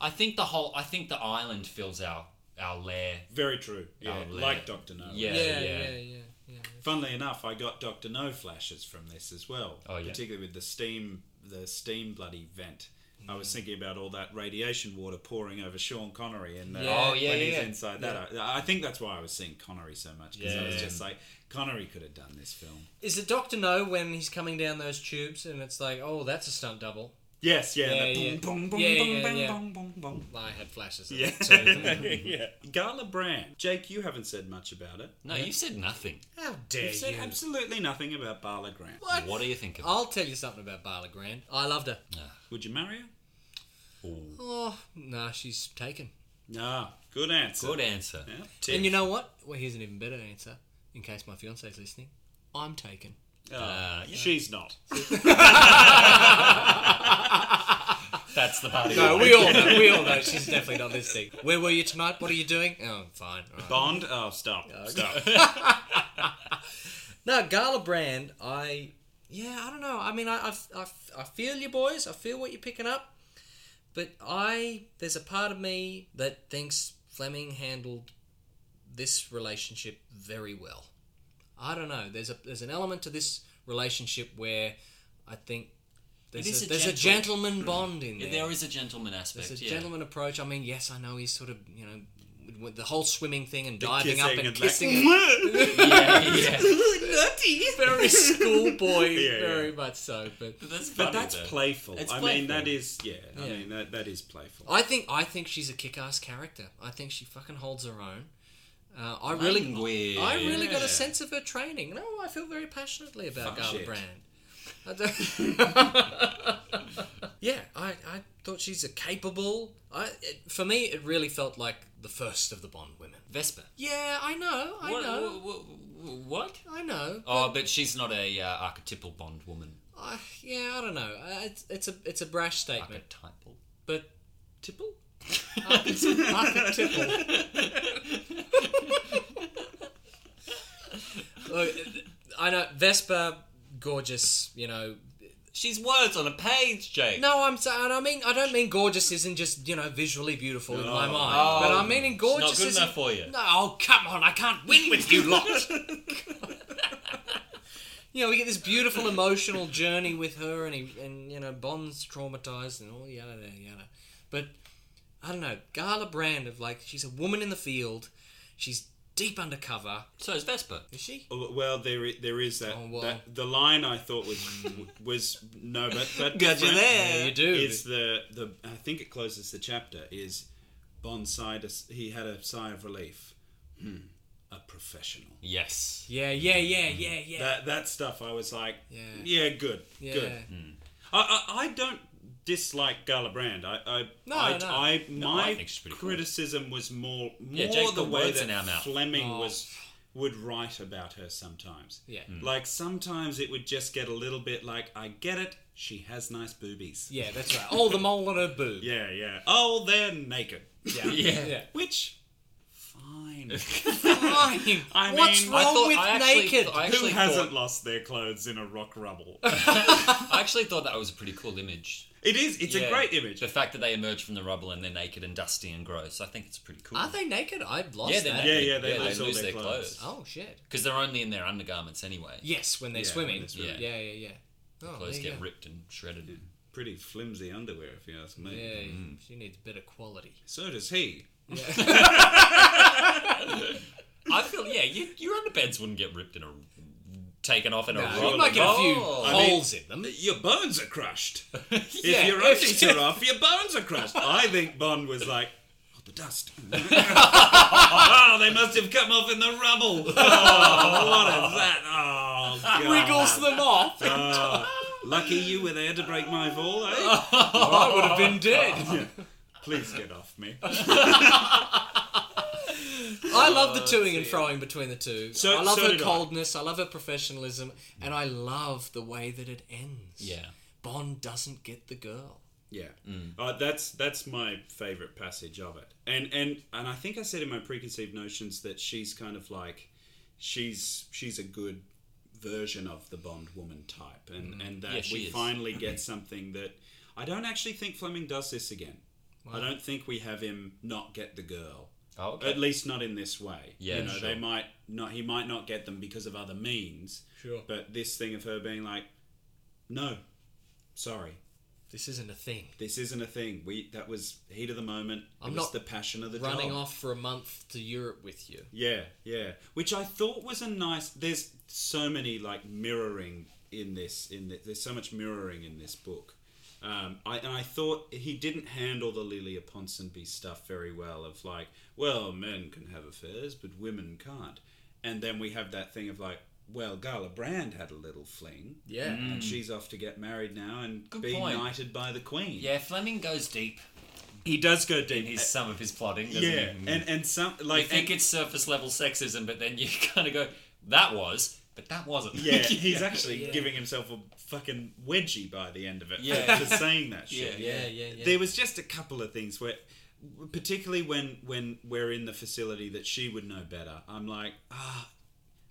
Speaker 3: I think the whole. I think the island fills our our lair.
Speaker 2: Very true. Yeah,
Speaker 3: Our Oh, lair.
Speaker 2: like Doctor No.
Speaker 3: Yeah,
Speaker 1: yeah,
Speaker 3: yeah.
Speaker 1: yeah, yeah, yeah.
Speaker 2: Funnily enough, I got Doctor No flashes from this as well.
Speaker 3: Oh, yeah.
Speaker 2: Particularly with the steam, the steam bloody vent. I was thinking about all that radiation water pouring over Sean Connery and uh,
Speaker 3: Yeah. Oh, yeah,
Speaker 2: when
Speaker 3: yeah,
Speaker 2: he's
Speaker 3: yeah.
Speaker 2: inside that. I, I think that's why I was seeing Connery so much because I was
Speaker 3: Yeah.
Speaker 2: just like Connery could have done this film.
Speaker 1: Is the doctor know when he's coming down those tubes and it's like, oh, that's a stunt double?
Speaker 2: Yes, yeah,
Speaker 1: Yeah,
Speaker 2: the
Speaker 1: yeah.
Speaker 2: boom, boom, boom,
Speaker 1: Yeah,
Speaker 2: boom,
Speaker 1: yeah,
Speaker 2: boom,
Speaker 1: yeah.
Speaker 2: boom, boom, boom.
Speaker 1: I had flashes. Of
Speaker 2: <laughs> Yeah.
Speaker 1: it,
Speaker 2: <laughs>
Speaker 1: too.
Speaker 2: yeah. Gala Brand. Jake, you haven't said much about it.
Speaker 3: No, you said nothing.
Speaker 1: How dare
Speaker 2: You've said
Speaker 1: you?
Speaker 2: absolutely nothing about Barla Grant.
Speaker 1: What? Oh.
Speaker 3: What do you think of
Speaker 1: I'll tell you something about Barla Grand. I loved her.
Speaker 2: Would you marry her?
Speaker 1: Oh, no, she's taken.
Speaker 2: No. Good answer.
Speaker 3: Good answer.
Speaker 2: Yeah.
Speaker 1: And you know what? Well, here's an even better answer in case my fiance's listening. I'm taken.
Speaker 2: Uh, She's not.
Speaker 3: That's the party.
Speaker 1: <laughs> No, we all know. We all know she's definitely not listening. Where were you tonight? What are you doing? Oh, fine. all right.
Speaker 2: Bond? Oh, stop. Stop. <laughs>
Speaker 1: No, Gala Brand, I. Yeah, I don't know. I mean, I, I, I, I feel you, boys. I feel what you're picking up. But I. There's a part of me that thinks Fleming handled this relationship very well. I don't know. There's a there's an element to this relationship where I think there's,
Speaker 3: is
Speaker 1: a,
Speaker 3: a
Speaker 1: there's a
Speaker 3: gentle-
Speaker 1: gentleman bond
Speaker 3: <clears throat>
Speaker 1: in there.
Speaker 3: There is a gentleman aspect.
Speaker 1: It's a
Speaker 3: yeah.
Speaker 1: gentleman approach. I mean, yes, I know he's sort of, you know, with the whole swimming thing and diving up
Speaker 2: kissing
Speaker 1: and,
Speaker 2: and like- <laughs>
Speaker 1: kissing.
Speaker 3: Yeah, yeah.
Speaker 1: Nutty. Very schoolboy,
Speaker 2: <laughs> Yeah,
Speaker 1: very much so. But
Speaker 3: But that's,
Speaker 2: But
Speaker 3: funny,
Speaker 2: that's
Speaker 3: though.
Speaker 2: playful.
Speaker 3: It's
Speaker 2: I mean,
Speaker 3: playful.
Speaker 2: that is, yeah. I
Speaker 1: Yeah.
Speaker 2: mean, that, that is playful.
Speaker 1: I think I think she's a kick-ass character. I think she fucking holds her own. Uh, I really,
Speaker 3: Language.
Speaker 1: I really got
Speaker 2: Yeah.
Speaker 1: a sense of her training. No, I feel very passionately about
Speaker 2: Fuck
Speaker 1: Garla
Speaker 2: shit.
Speaker 1: Brand. I don't-
Speaker 2: <laughs>
Speaker 1: yeah, I, I thought she's a capable. I it, for me, it really felt like the first of the Bond women.
Speaker 3: Vespa.
Speaker 1: Yeah, I know, I
Speaker 3: What?
Speaker 1: know,
Speaker 3: What? what?
Speaker 1: I know.
Speaker 3: Oh, but she's not a uh, archetypal Bond woman.
Speaker 1: I, yeah, I don't know. Uh, It's, it's a it's a brash statement,
Speaker 3: Archetypal.
Speaker 1: but
Speaker 3: Tipple?
Speaker 1: archetypal. Look, I know Vespa, gorgeous. You know,
Speaker 3: She's words on a page, Jake.
Speaker 1: no, I'm saying. I mean, I don't mean gorgeous isn't just you know visually beautiful in my mind, but I'm meaning
Speaker 3: Oh,
Speaker 1: gorgeous
Speaker 3: It's not good
Speaker 1: isn't.
Speaker 3: enough for you.
Speaker 1: No, oh, come on, I can't
Speaker 3: <laughs>
Speaker 1: win with you lot.
Speaker 2: <laughs>
Speaker 1: you know, we get this beautiful emotional journey with her, and he, and you know, Bond's traumatized and all yada yada yada. But I don't know, Gala Brand of like she's a woman in the field, she's deep undercover,
Speaker 3: So is Vespa.
Speaker 1: is she?
Speaker 2: Oh, Well, there i- there is that,
Speaker 1: Oh, well.
Speaker 2: that. The line I thought was was no, but but
Speaker 3: Got you
Speaker 2: different.
Speaker 3: there.
Speaker 1: Yeah, you do.
Speaker 2: Is the the I think it closes the chapter. Is Bond sighed? a s he had a sigh of relief. Hmm, a professional.
Speaker 3: Yes.
Speaker 1: yeah, yeah, yeah, yeah, yeah.
Speaker 2: That that stuff. I was like, yeah,
Speaker 1: Yeah.
Speaker 2: good,
Speaker 1: yeah. Hmm.
Speaker 2: good. I, I I don't dislike Gala Brand. I I
Speaker 1: No,
Speaker 2: I,
Speaker 1: no.
Speaker 2: I my
Speaker 3: I think she's pretty cool.
Speaker 2: criticism was more more
Speaker 3: Jake,
Speaker 2: the
Speaker 3: the
Speaker 2: way
Speaker 3: words in our
Speaker 2: that
Speaker 3: mouth.
Speaker 2: Fleming
Speaker 1: Oh.
Speaker 2: was would write about her sometimes.
Speaker 1: Yeah.
Speaker 3: Hmm.
Speaker 2: Like sometimes it would just get a little bit like I get it. She has nice boobies.
Speaker 1: Yeah, that's right. Oh, the mole on her boob.
Speaker 2: Yeah, yeah. Oh, they're naked.
Speaker 1: Yeah, yeah.
Speaker 2: <laughs> Which
Speaker 3: <laughs>
Speaker 2: fine.
Speaker 1: Fine.
Speaker 2: I
Speaker 1: What's
Speaker 2: mean,
Speaker 1: wrong
Speaker 2: I
Speaker 3: thought-
Speaker 1: with
Speaker 3: I actually-
Speaker 1: naked?
Speaker 3: I
Speaker 2: Who
Speaker 3: actually
Speaker 2: hasn't
Speaker 3: thought-
Speaker 2: lost their clothes in a rock rubble?
Speaker 3: I actually thought that was a pretty cool image.
Speaker 2: it is. It's a
Speaker 3: Yeah.
Speaker 2: great image.
Speaker 3: The fact that they emerge from the rubble and they're naked and dusty and gross, I think it's pretty cool.
Speaker 1: Are they naked? I've lost
Speaker 3: Yeah, they're
Speaker 1: that.
Speaker 3: naked.
Speaker 2: Yeah, yeah, they lose all their clothes.
Speaker 1: Oh shit.
Speaker 3: Because Uh, they're only in their undergarments anyway.
Speaker 1: Yes, when they're
Speaker 2: Yeah,
Speaker 1: swimming.
Speaker 2: when they're swimming.
Speaker 1: Yeah, yeah, yeah. Oh,
Speaker 3: Clothes
Speaker 1: there you
Speaker 3: get
Speaker 1: go.
Speaker 3: ripped and shredded.
Speaker 2: Pretty flimsy underwear, if you ask me.
Speaker 1: Yeah,
Speaker 3: Mm.
Speaker 1: she needs better quality.
Speaker 2: So does he.
Speaker 3: I feel, yeah, you, your underpants wouldn't get ripped in a. taken off in a
Speaker 1: you
Speaker 3: rubble.
Speaker 1: might get a few
Speaker 3: Oh.
Speaker 1: holes in them.
Speaker 2: Your bones
Speaker 1: <laughs>
Speaker 2: are crushed. if
Speaker 1: Yeah,
Speaker 2: your
Speaker 1: if-
Speaker 2: undies
Speaker 1: <laughs>
Speaker 2: are off, your bones are crushed. I think Bond was like, oh,
Speaker 1: <laughs>
Speaker 2: the dust. oh, they must have come off in
Speaker 1: <laughs>
Speaker 2: the rubble. Oh, what is that? Oh, God.
Speaker 3: <laughs>
Speaker 1: Wiggles them <laughs> off.
Speaker 2: Lucky you were there to break my fall,
Speaker 1: <laughs>
Speaker 2: eh?
Speaker 1: I would have been <laughs> dead.
Speaker 2: Please get off me.
Speaker 1: I love the toing and froing between the two.
Speaker 2: So-
Speaker 1: I love
Speaker 2: so
Speaker 1: her
Speaker 2: did I.
Speaker 1: coldness. I. love her professionalism, and I love the way that it ends.
Speaker 3: Yeah.
Speaker 1: Bond doesn't get the girl.
Speaker 2: Yeah,
Speaker 3: Mm.
Speaker 2: uh, that's that's my favorite passage of it, and and and I think I said in my preconceived notions that she's kind of like, she's she's a good version of the Bond woman type, and and that
Speaker 3: Mm. Yeah, she
Speaker 2: we
Speaker 3: is.
Speaker 2: finally
Speaker 3: <clears throat>
Speaker 2: get something that I don't actually think Fleming does this again. I don't think we have him not get the girl.
Speaker 3: Oh, okay.
Speaker 2: At least not in this way.
Speaker 3: Yeah,
Speaker 2: you know,
Speaker 3: sure.
Speaker 2: they might not. He might not get them because of other means.
Speaker 1: Sure.
Speaker 2: But this thing of her being like, no, sorry,
Speaker 1: This isn't a thing.
Speaker 2: This isn't a thing. We that was heat of the moment. It
Speaker 1: I'm
Speaker 2: was
Speaker 1: not
Speaker 2: the passion of the
Speaker 1: Running
Speaker 2: job.
Speaker 1: off for a month to Europe with you.
Speaker 2: Yeah, yeah. Which I thought was a nice. There's so many like mirroring in this. In this, there's so much mirroring in this book. Um, I and I thought he didn't handle the Lilia Ponsonby stuff very well. Of like, well, men can have affairs, but women can't. And then we have that thing of like, well, Gala Brand had a little fling.
Speaker 1: Yeah.
Speaker 2: And she's off to get married now and
Speaker 3: Good
Speaker 2: be
Speaker 3: point.
Speaker 2: knighted by the Queen.
Speaker 3: Yeah, Fleming goes deep
Speaker 2: He does go deep.
Speaker 3: in his some of his plotting. Doesn't
Speaker 2: yeah,
Speaker 3: he?
Speaker 2: and and some like
Speaker 3: you think
Speaker 2: and-
Speaker 3: it's surface level sexism, but then you <laughs> kind of go, "That was, but that wasn't." <laughs>
Speaker 2: Yeah, he's actually giving himself a fucking wedgie by the end of it.
Speaker 3: Yeah.
Speaker 2: for saying that
Speaker 3: Yeah,
Speaker 2: shit.
Speaker 1: Yeah, yeah, yeah.
Speaker 2: There was just a couple of things where, particularly when when we're in the facility that she would know better. I'm like, ah,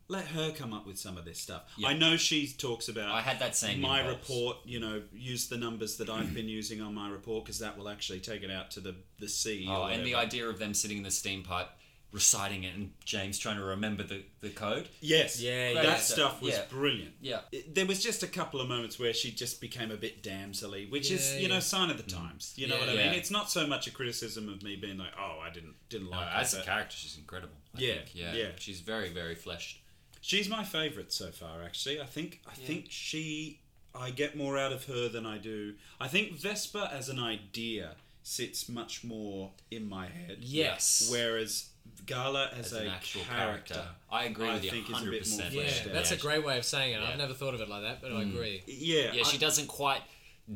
Speaker 2: let her come up with some of this stuff. I know she talks about.
Speaker 3: I had that same
Speaker 2: my
Speaker 3: impulse.
Speaker 2: report. You know, use the numbers that I've been using on my report because that will actually take it out to the the sea.
Speaker 3: Oh,
Speaker 2: or
Speaker 3: and the
Speaker 2: whatever.
Speaker 3: idea of them sitting in the steam pipe, reciting it, and James trying to remember the, the code.
Speaker 2: yes,
Speaker 1: Yeah,
Speaker 2: that
Speaker 1: yeah.
Speaker 2: stuff was
Speaker 3: Yeah.
Speaker 2: brilliant.
Speaker 3: Yeah.
Speaker 2: it- there was just a couple of moments where she just became a bit damselly, which is
Speaker 1: Yeah,
Speaker 2: you know
Speaker 1: yeah.
Speaker 2: sign of the times. You know
Speaker 1: Yeah,
Speaker 2: what I
Speaker 3: yeah.
Speaker 2: mean? It's not so much a criticism of me being like, oh, I didn't didn't like
Speaker 3: as a
Speaker 2: that.
Speaker 3: character, she's incredible. I
Speaker 2: Yeah,
Speaker 3: think. yeah,
Speaker 2: yeah.
Speaker 3: She's very, very fleshed.
Speaker 2: She's my favorite so far, actually. I think I think she I get more out of her than I do. I think Vespa as an idea sits much more in my head.
Speaker 1: Yes.
Speaker 2: Whereas Gala
Speaker 3: As
Speaker 2: as, a
Speaker 3: an actual
Speaker 2: character,
Speaker 3: character. I agree with you
Speaker 2: think is a bit more
Speaker 3: 100%.
Speaker 1: Yeah,
Speaker 2: fleshed out.
Speaker 1: that's a great way of saying it.
Speaker 3: Yeah. Mm.
Speaker 1: I've never thought of it like that, but I agree.
Speaker 2: yeah.
Speaker 3: Yeah,
Speaker 2: I-
Speaker 3: she doesn't quite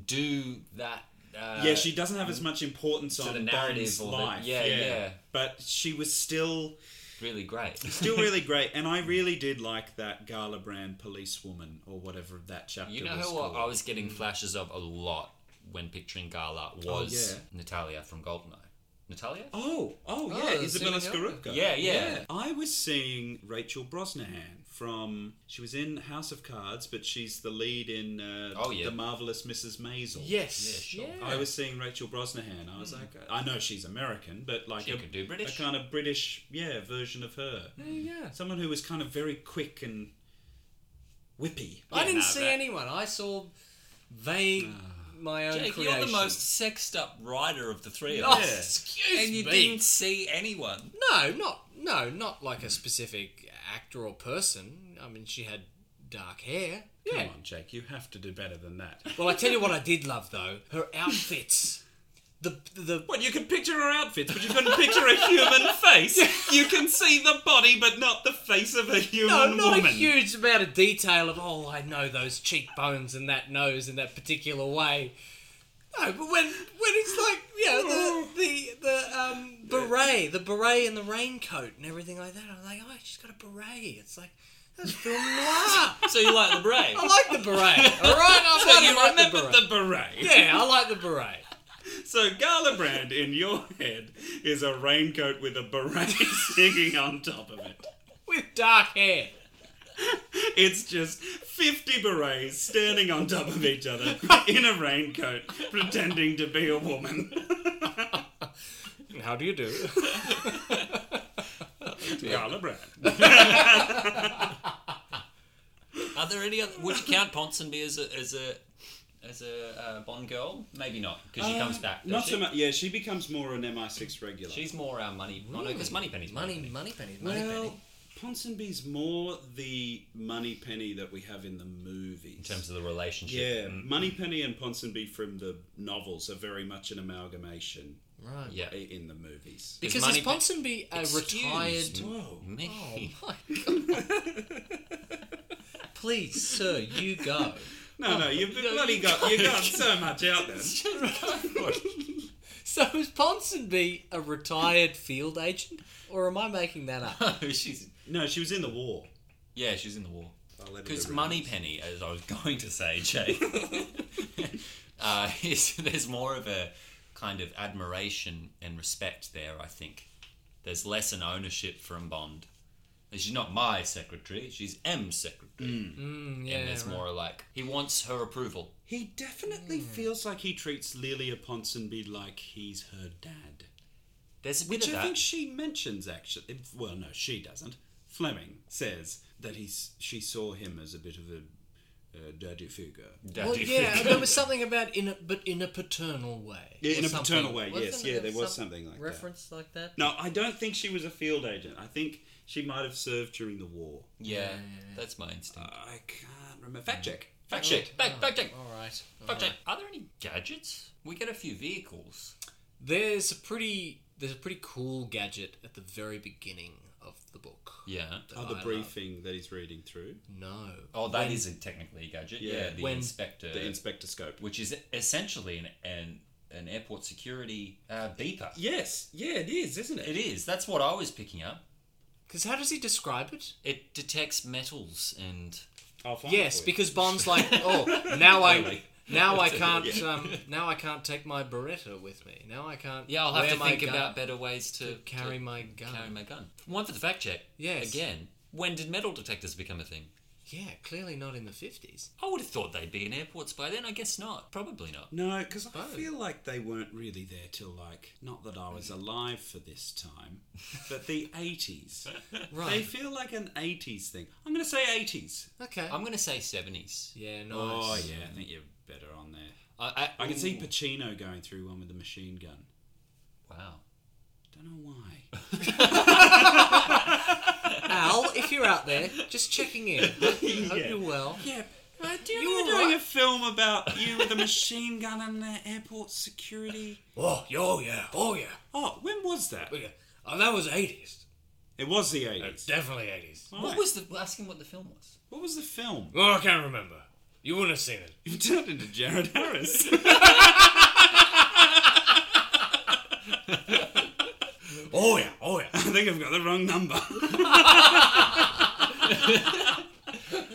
Speaker 3: do that. Uh,
Speaker 2: yeah, she doesn't have as much importance
Speaker 3: the
Speaker 2: on
Speaker 3: narrative
Speaker 2: Bond's
Speaker 3: or the-
Speaker 2: life.
Speaker 3: yeah, yeah.
Speaker 2: But she was still
Speaker 3: really great.
Speaker 2: <laughs> still really great, and I really did like that Gala Brand policewoman or whatever that chapter.
Speaker 3: you know
Speaker 2: was
Speaker 3: who
Speaker 2: called.
Speaker 3: I was getting flashes of a lot when picturing Gala was
Speaker 2: Oh, yeah.
Speaker 3: Natalia from Goldeneye. Natalia?
Speaker 2: Oh, oh
Speaker 1: Oh,
Speaker 2: yeah, Isabella
Speaker 1: Simeon.
Speaker 2: Scorupka.
Speaker 3: Yeah, yeah.
Speaker 2: I was seeing Rachel Brosnahan from. She was in House of Cards, but she's the lead in uh,
Speaker 3: Oh, yeah.
Speaker 2: the marvelous Mrs. Maisel.
Speaker 1: Yes. Yeah.
Speaker 2: I was seeing Rachel Brosnahan. I was like, I know she's American, but like
Speaker 3: Hmm. She
Speaker 2: a,
Speaker 3: could do British.
Speaker 2: a kind of British, yeah, version of her.
Speaker 1: yeah.
Speaker 2: Someone who was kind of very quick and whippy.
Speaker 1: I didn't
Speaker 3: no,
Speaker 1: see
Speaker 3: that-
Speaker 1: anyone. I saw vague my own
Speaker 3: Jake,
Speaker 1: creation.
Speaker 3: you're the most sexed up writer of the three of
Speaker 1: <laughs> Oh,
Speaker 3: us.
Speaker 1: excuse
Speaker 3: And you
Speaker 1: me.
Speaker 3: didn't see anyone.
Speaker 1: No, not no, not like a specific actor or person. I mean, she had dark hair. Yeah.
Speaker 2: Come on, Jake, you have to do better than that.
Speaker 1: Well, I tell you what, I did love though her outfits. The the
Speaker 2: Well, you can picture her outfits, but you couldn't picture a
Speaker 1: <laughs>
Speaker 2: human face. You can see the body, but not the face of a
Speaker 1: no,
Speaker 2: human
Speaker 1: not
Speaker 2: woman.
Speaker 1: a huge amount of detail of oh, I know those cheekbones and that nose in that particular way. No, but when when it's like you know the the the um, beret, the beret and the raincoat and everything like that, I'm like, oh, she's got a beret. It's like that's film noir.
Speaker 3: <laughs> So you like the brain?
Speaker 1: I like the <laughs> beret. All right, I
Speaker 2: So
Speaker 1: bloody
Speaker 2: you
Speaker 1: like
Speaker 2: remember
Speaker 1: the beret.
Speaker 2: the
Speaker 1: <laughs>
Speaker 2: beret.
Speaker 1: Yeah, I like the beret.
Speaker 2: So Garlebrand in your head is a raincoat with a beret <laughs> singing on top of it.
Speaker 1: With dark hair.
Speaker 2: It's just 50 berets standing on top of
Speaker 1: <laughs>
Speaker 2: each other in a raincoat, pretending to be a woman.
Speaker 1: How do you do?
Speaker 2: Garlebrand.
Speaker 3: Are there any other? Would you count Ponsonby as a as a as a uh, Bond girl? Maybe not, because she comes back. doesn't
Speaker 2: Uh, Not
Speaker 3: she?
Speaker 2: so much. Yeah, she becomes more an MI6 regular.
Speaker 3: She's more our money. Oh, no, because money pennies.
Speaker 1: Money, money penny, money
Speaker 2: Well,
Speaker 1: penny.
Speaker 2: Ponsonby's more the money penny that we have in the movies.
Speaker 3: in terms of the Mm. relationship.
Speaker 2: yeah, Moneypenny and Ponsonby from the novels are very much an amalgamation
Speaker 1: Right.
Speaker 3: yeah.
Speaker 2: i- in the movies.
Speaker 1: Because is
Speaker 3: Money Penny-
Speaker 1: Ponsonby a
Speaker 3: Excuse
Speaker 1: <laughs> retired?
Speaker 2: Whoa.
Speaker 3: Me.
Speaker 1: Oh <laughs> Please, sir, you go.
Speaker 2: No,
Speaker 3: Oh. <laughs>
Speaker 2: no, you've bloody got you got so much out there.
Speaker 1: So is Ponsonby a retired field agent, or am I making that <laughs> up?
Speaker 3: she's
Speaker 2: No, she was in the war.
Speaker 3: yeah, she's in the war.
Speaker 2: I'll let her
Speaker 3: Because
Speaker 2: do it.
Speaker 3: Moneypenny, as I was <laughs> going to say,
Speaker 2: <laughs>
Speaker 3: Jake, <laughs> uh, is, <laughs> there's more of a kind of admiration and respect there, I think. There's less an ownership from Bond. And She's not my secretary, she's M's secretary.
Speaker 2: Mm.
Speaker 3: and there's more like, he wants her approval.
Speaker 2: He definitely
Speaker 3: Hmm.
Speaker 2: feels like he treats Lilia Ponsonby like he's her dad.
Speaker 3: There's a bit
Speaker 2: Which
Speaker 3: of
Speaker 2: I
Speaker 3: that.
Speaker 2: think she mentions actually. if- Well, no, she doesn't. Fleming says that he's she saw him as a bit of a uh, dirty figure.
Speaker 1: Well, yeah,
Speaker 3: <laughs>
Speaker 1: there was something about in a but in a paternal way. or
Speaker 2: Yeah, in a
Speaker 1: something.
Speaker 2: paternal way,
Speaker 3: Wasn't
Speaker 2: yes. Yeah, there was
Speaker 3: some
Speaker 2: something like that.
Speaker 3: reference like that.
Speaker 2: No, I don't think she was a field agent. I think she might have served during the war.
Speaker 3: Yeah, Oh, that's my instinct.
Speaker 2: Uh, I can't remember. Fact check.
Speaker 3: Fact check. Fact, fact check.
Speaker 1: All right. all
Speaker 3: Fact
Speaker 1: right.
Speaker 3: check. Are there any gadgets? We get a few vehicles.
Speaker 1: There's a pretty there's a pretty cool gadget at the very beginning of the book.
Speaker 3: Yeah.
Speaker 1: that
Speaker 2: Oh,
Speaker 1: I
Speaker 2: the
Speaker 1: love.
Speaker 2: briefing that he's reading through.
Speaker 1: No.
Speaker 3: Oh, that is a technically a gadget. Yeah,
Speaker 2: Yeah.
Speaker 3: the
Speaker 1: When-
Speaker 3: inspector,
Speaker 2: The inspector scope.
Speaker 3: which is essentially an an, an airport security uh, beeper.
Speaker 2: Yes. Yeah, it is, isn't
Speaker 3: It is. That's what I was picking up.
Speaker 1: Because how does he describe it?
Speaker 3: It detects metals and
Speaker 2: I'll find it
Speaker 1: Yes,
Speaker 2: for you.
Speaker 1: because Bond's like, oh, now I. Now I can't.
Speaker 2: Yeah.
Speaker 1: Um, now I can't take my Beretta with me. Now I can't.
Speaker 3: yeah, I'll have
Speaker 1: wear
Speaker 3: to
Speaker 1: my
Speaker 3: think
Speaker 1: gun-
Speaker 3: about better ways to,
Speaker 1: to carry my gun.
Speaker 3: carry my gun. One for the fact check.
Speaker 1: Yes.
Speaker 3: Again, when did metal detectors become a thing?
Speaker 1: Yeah, clearly not in the fifties.
Speaker 3: I would have thought they'd be in airports by then. I guess not. Probably not.
Speaker 2: No, because I
Speaker 1: Oh.
Speaker 2: feel like they weren't really there till like not that I was alive for this time, but the <laughs> eighties. They
Speaker 1: Right.
Speaker 2: feel like an eighties thing. I'm going to say eighties.
Speaker 1: Okay.
Speaker 3: I'm gonna say seventies.
Speaker 1: yeah. Nice.
Speaker 2: Oh yeah, I think you're better on there.
Speaker 3: I,
Speaker 2: I can see
Speaker 3: ooh,
Speaker 2: Pacino going through one with a machine gun.
Speaker 3: Wow.
Speaker 2: Don't know why.
Speaker 1: Al, if you're out there, just checking in. Hope you're well.
Speaker 2: Yeah. but do you,
Speaker 1: You
Speaker 2: remember
Speaker 1: all
Speaker 2: doing
Speaker 1: right?
Speaker 2: a film about you with a machine gun and the airport security?
Speaker 1: Oh, oh yeah, oh yeah.
Speaker 2: Oh, when was that?
Speaker 1: yeah. Oh, that was eighties.
Speaker 2: It was the eighties.
Speaker 1: Definitely eighties.
Speaker 3: What was the asking what the film was?
Speaker 2: what was the film?
Speaker 1: Well, I can't remember. <laughs> You wouldn't have seen it.
Speaker 2: You turned into Jared <laughs> Harris.
Speaker 1: Oh yeah, oh yeah.
Speaker 2: I think I've got the wrong number.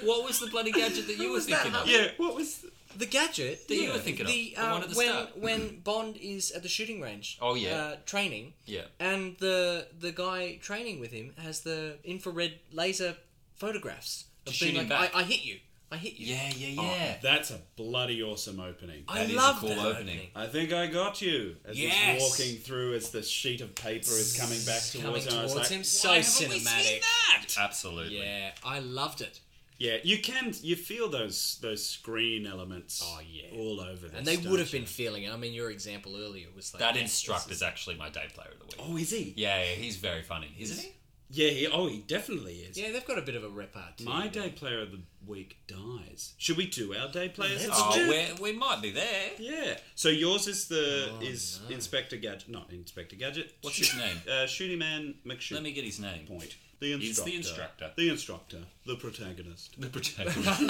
Speaker 3: What was the bloody gadget that you were thinking of?
Speaker 2: yeah, what was? The...
Speaker 1: The gadget
Speaker 3: That you were thinking of,
Speaker 1: the,
Speaker 3: the one
Speaker 1: uh,
Speaker 3: at the
Speaker 1: when
Speaker 3: start.
Speaker 1: when Bond is at the shooting range.
Speaker 3: Oh, yeah.
Speaker 1: uh, training.
Speaker 3: Yeah.
Speaker 1: And the the guy training with him has the infrared laser photographs of
Speaker 3: To
Speaker 1: being
Speaker 3: shoot him
Speaker 1: like,
Speaker 3: back.
Speaker 1: I, I hit you, I hit you.
Speaker 3: Yeah, yeah, yeah.
Speaker 2: That's a bloody awesome opening.
Speaker 1: I
Speaker 3: That is a
Speaker 1: love
Speaker 3: cool
Speaker 1: that
Speaker 3: opening.
Speaker 1: opening.
Speaker 2: I think I got you. As
Speaker 1: Yes.
Speaker 2: he's walking through, as the sheet of paper is coming back towards
Speaker 1: Coming
Speaker 2: him, I was
Speaker 1: towards
Speaker 2: like,
Speaker 1: him,
Speaker 2: "Why
Speaker 1: so
Speaker 2: haven't we
Speaker 1: cinematic."
Speaker 2: seen that?
Speaker 3: Absolutely.
Speaker 1: Yeah, I loved it.
Speaker 2: Yeah, you can. You feel those those screen elements.
Speaker 1: Oh, yeah.
Speaker 2: all over. This
Speaker 1: And they would have
Speaker 2: don't
Speaker 1: been feeling it. I mean, your example earlier was like
Speaker 3: That
Speaker 1: yes,
Speaker 3: instructor
Speaker 1: this
Speaker 3: is actually my day player of the week.
Speaker 2: you? Oh, is he?
Speaker 3: Yeah, yeah, he's very funny, isn't he?
Speaker 2: Yeah. He, oh, he definitely is.
Speaker 1: is- Yeah, they've got a bit of a repartee.
Speaker 2: My day player of the week dies. Should we do our day players?
Speaker 1: Let's
Speaker 2: of the
Speaker 1: do
Speaker 3: Oh,
Speaker 1: Dude.
Speaker 3: we're, we might be there.
Speaker 2: Yeah. So yours is the
Speaker 1: Oh,
Speaker 2: is Inspector Gadget, not Inspector Gadget.
Speaker 3: What's
Speaker 2: Shoot-
Speaker 3: his name?
Speaker 2: Uh, Shooty Man McShoot.
Speaker 3: Let me get his name.
Speaker 2: point.
Speaker 3: <laughs>
Speaker 2: The
Speaker 3: He's
Speaker 2: instructor.
Speaker 3: the instructor.
Speaker 2: The instructor. The protagonist.
Speaker 3: The protagonist.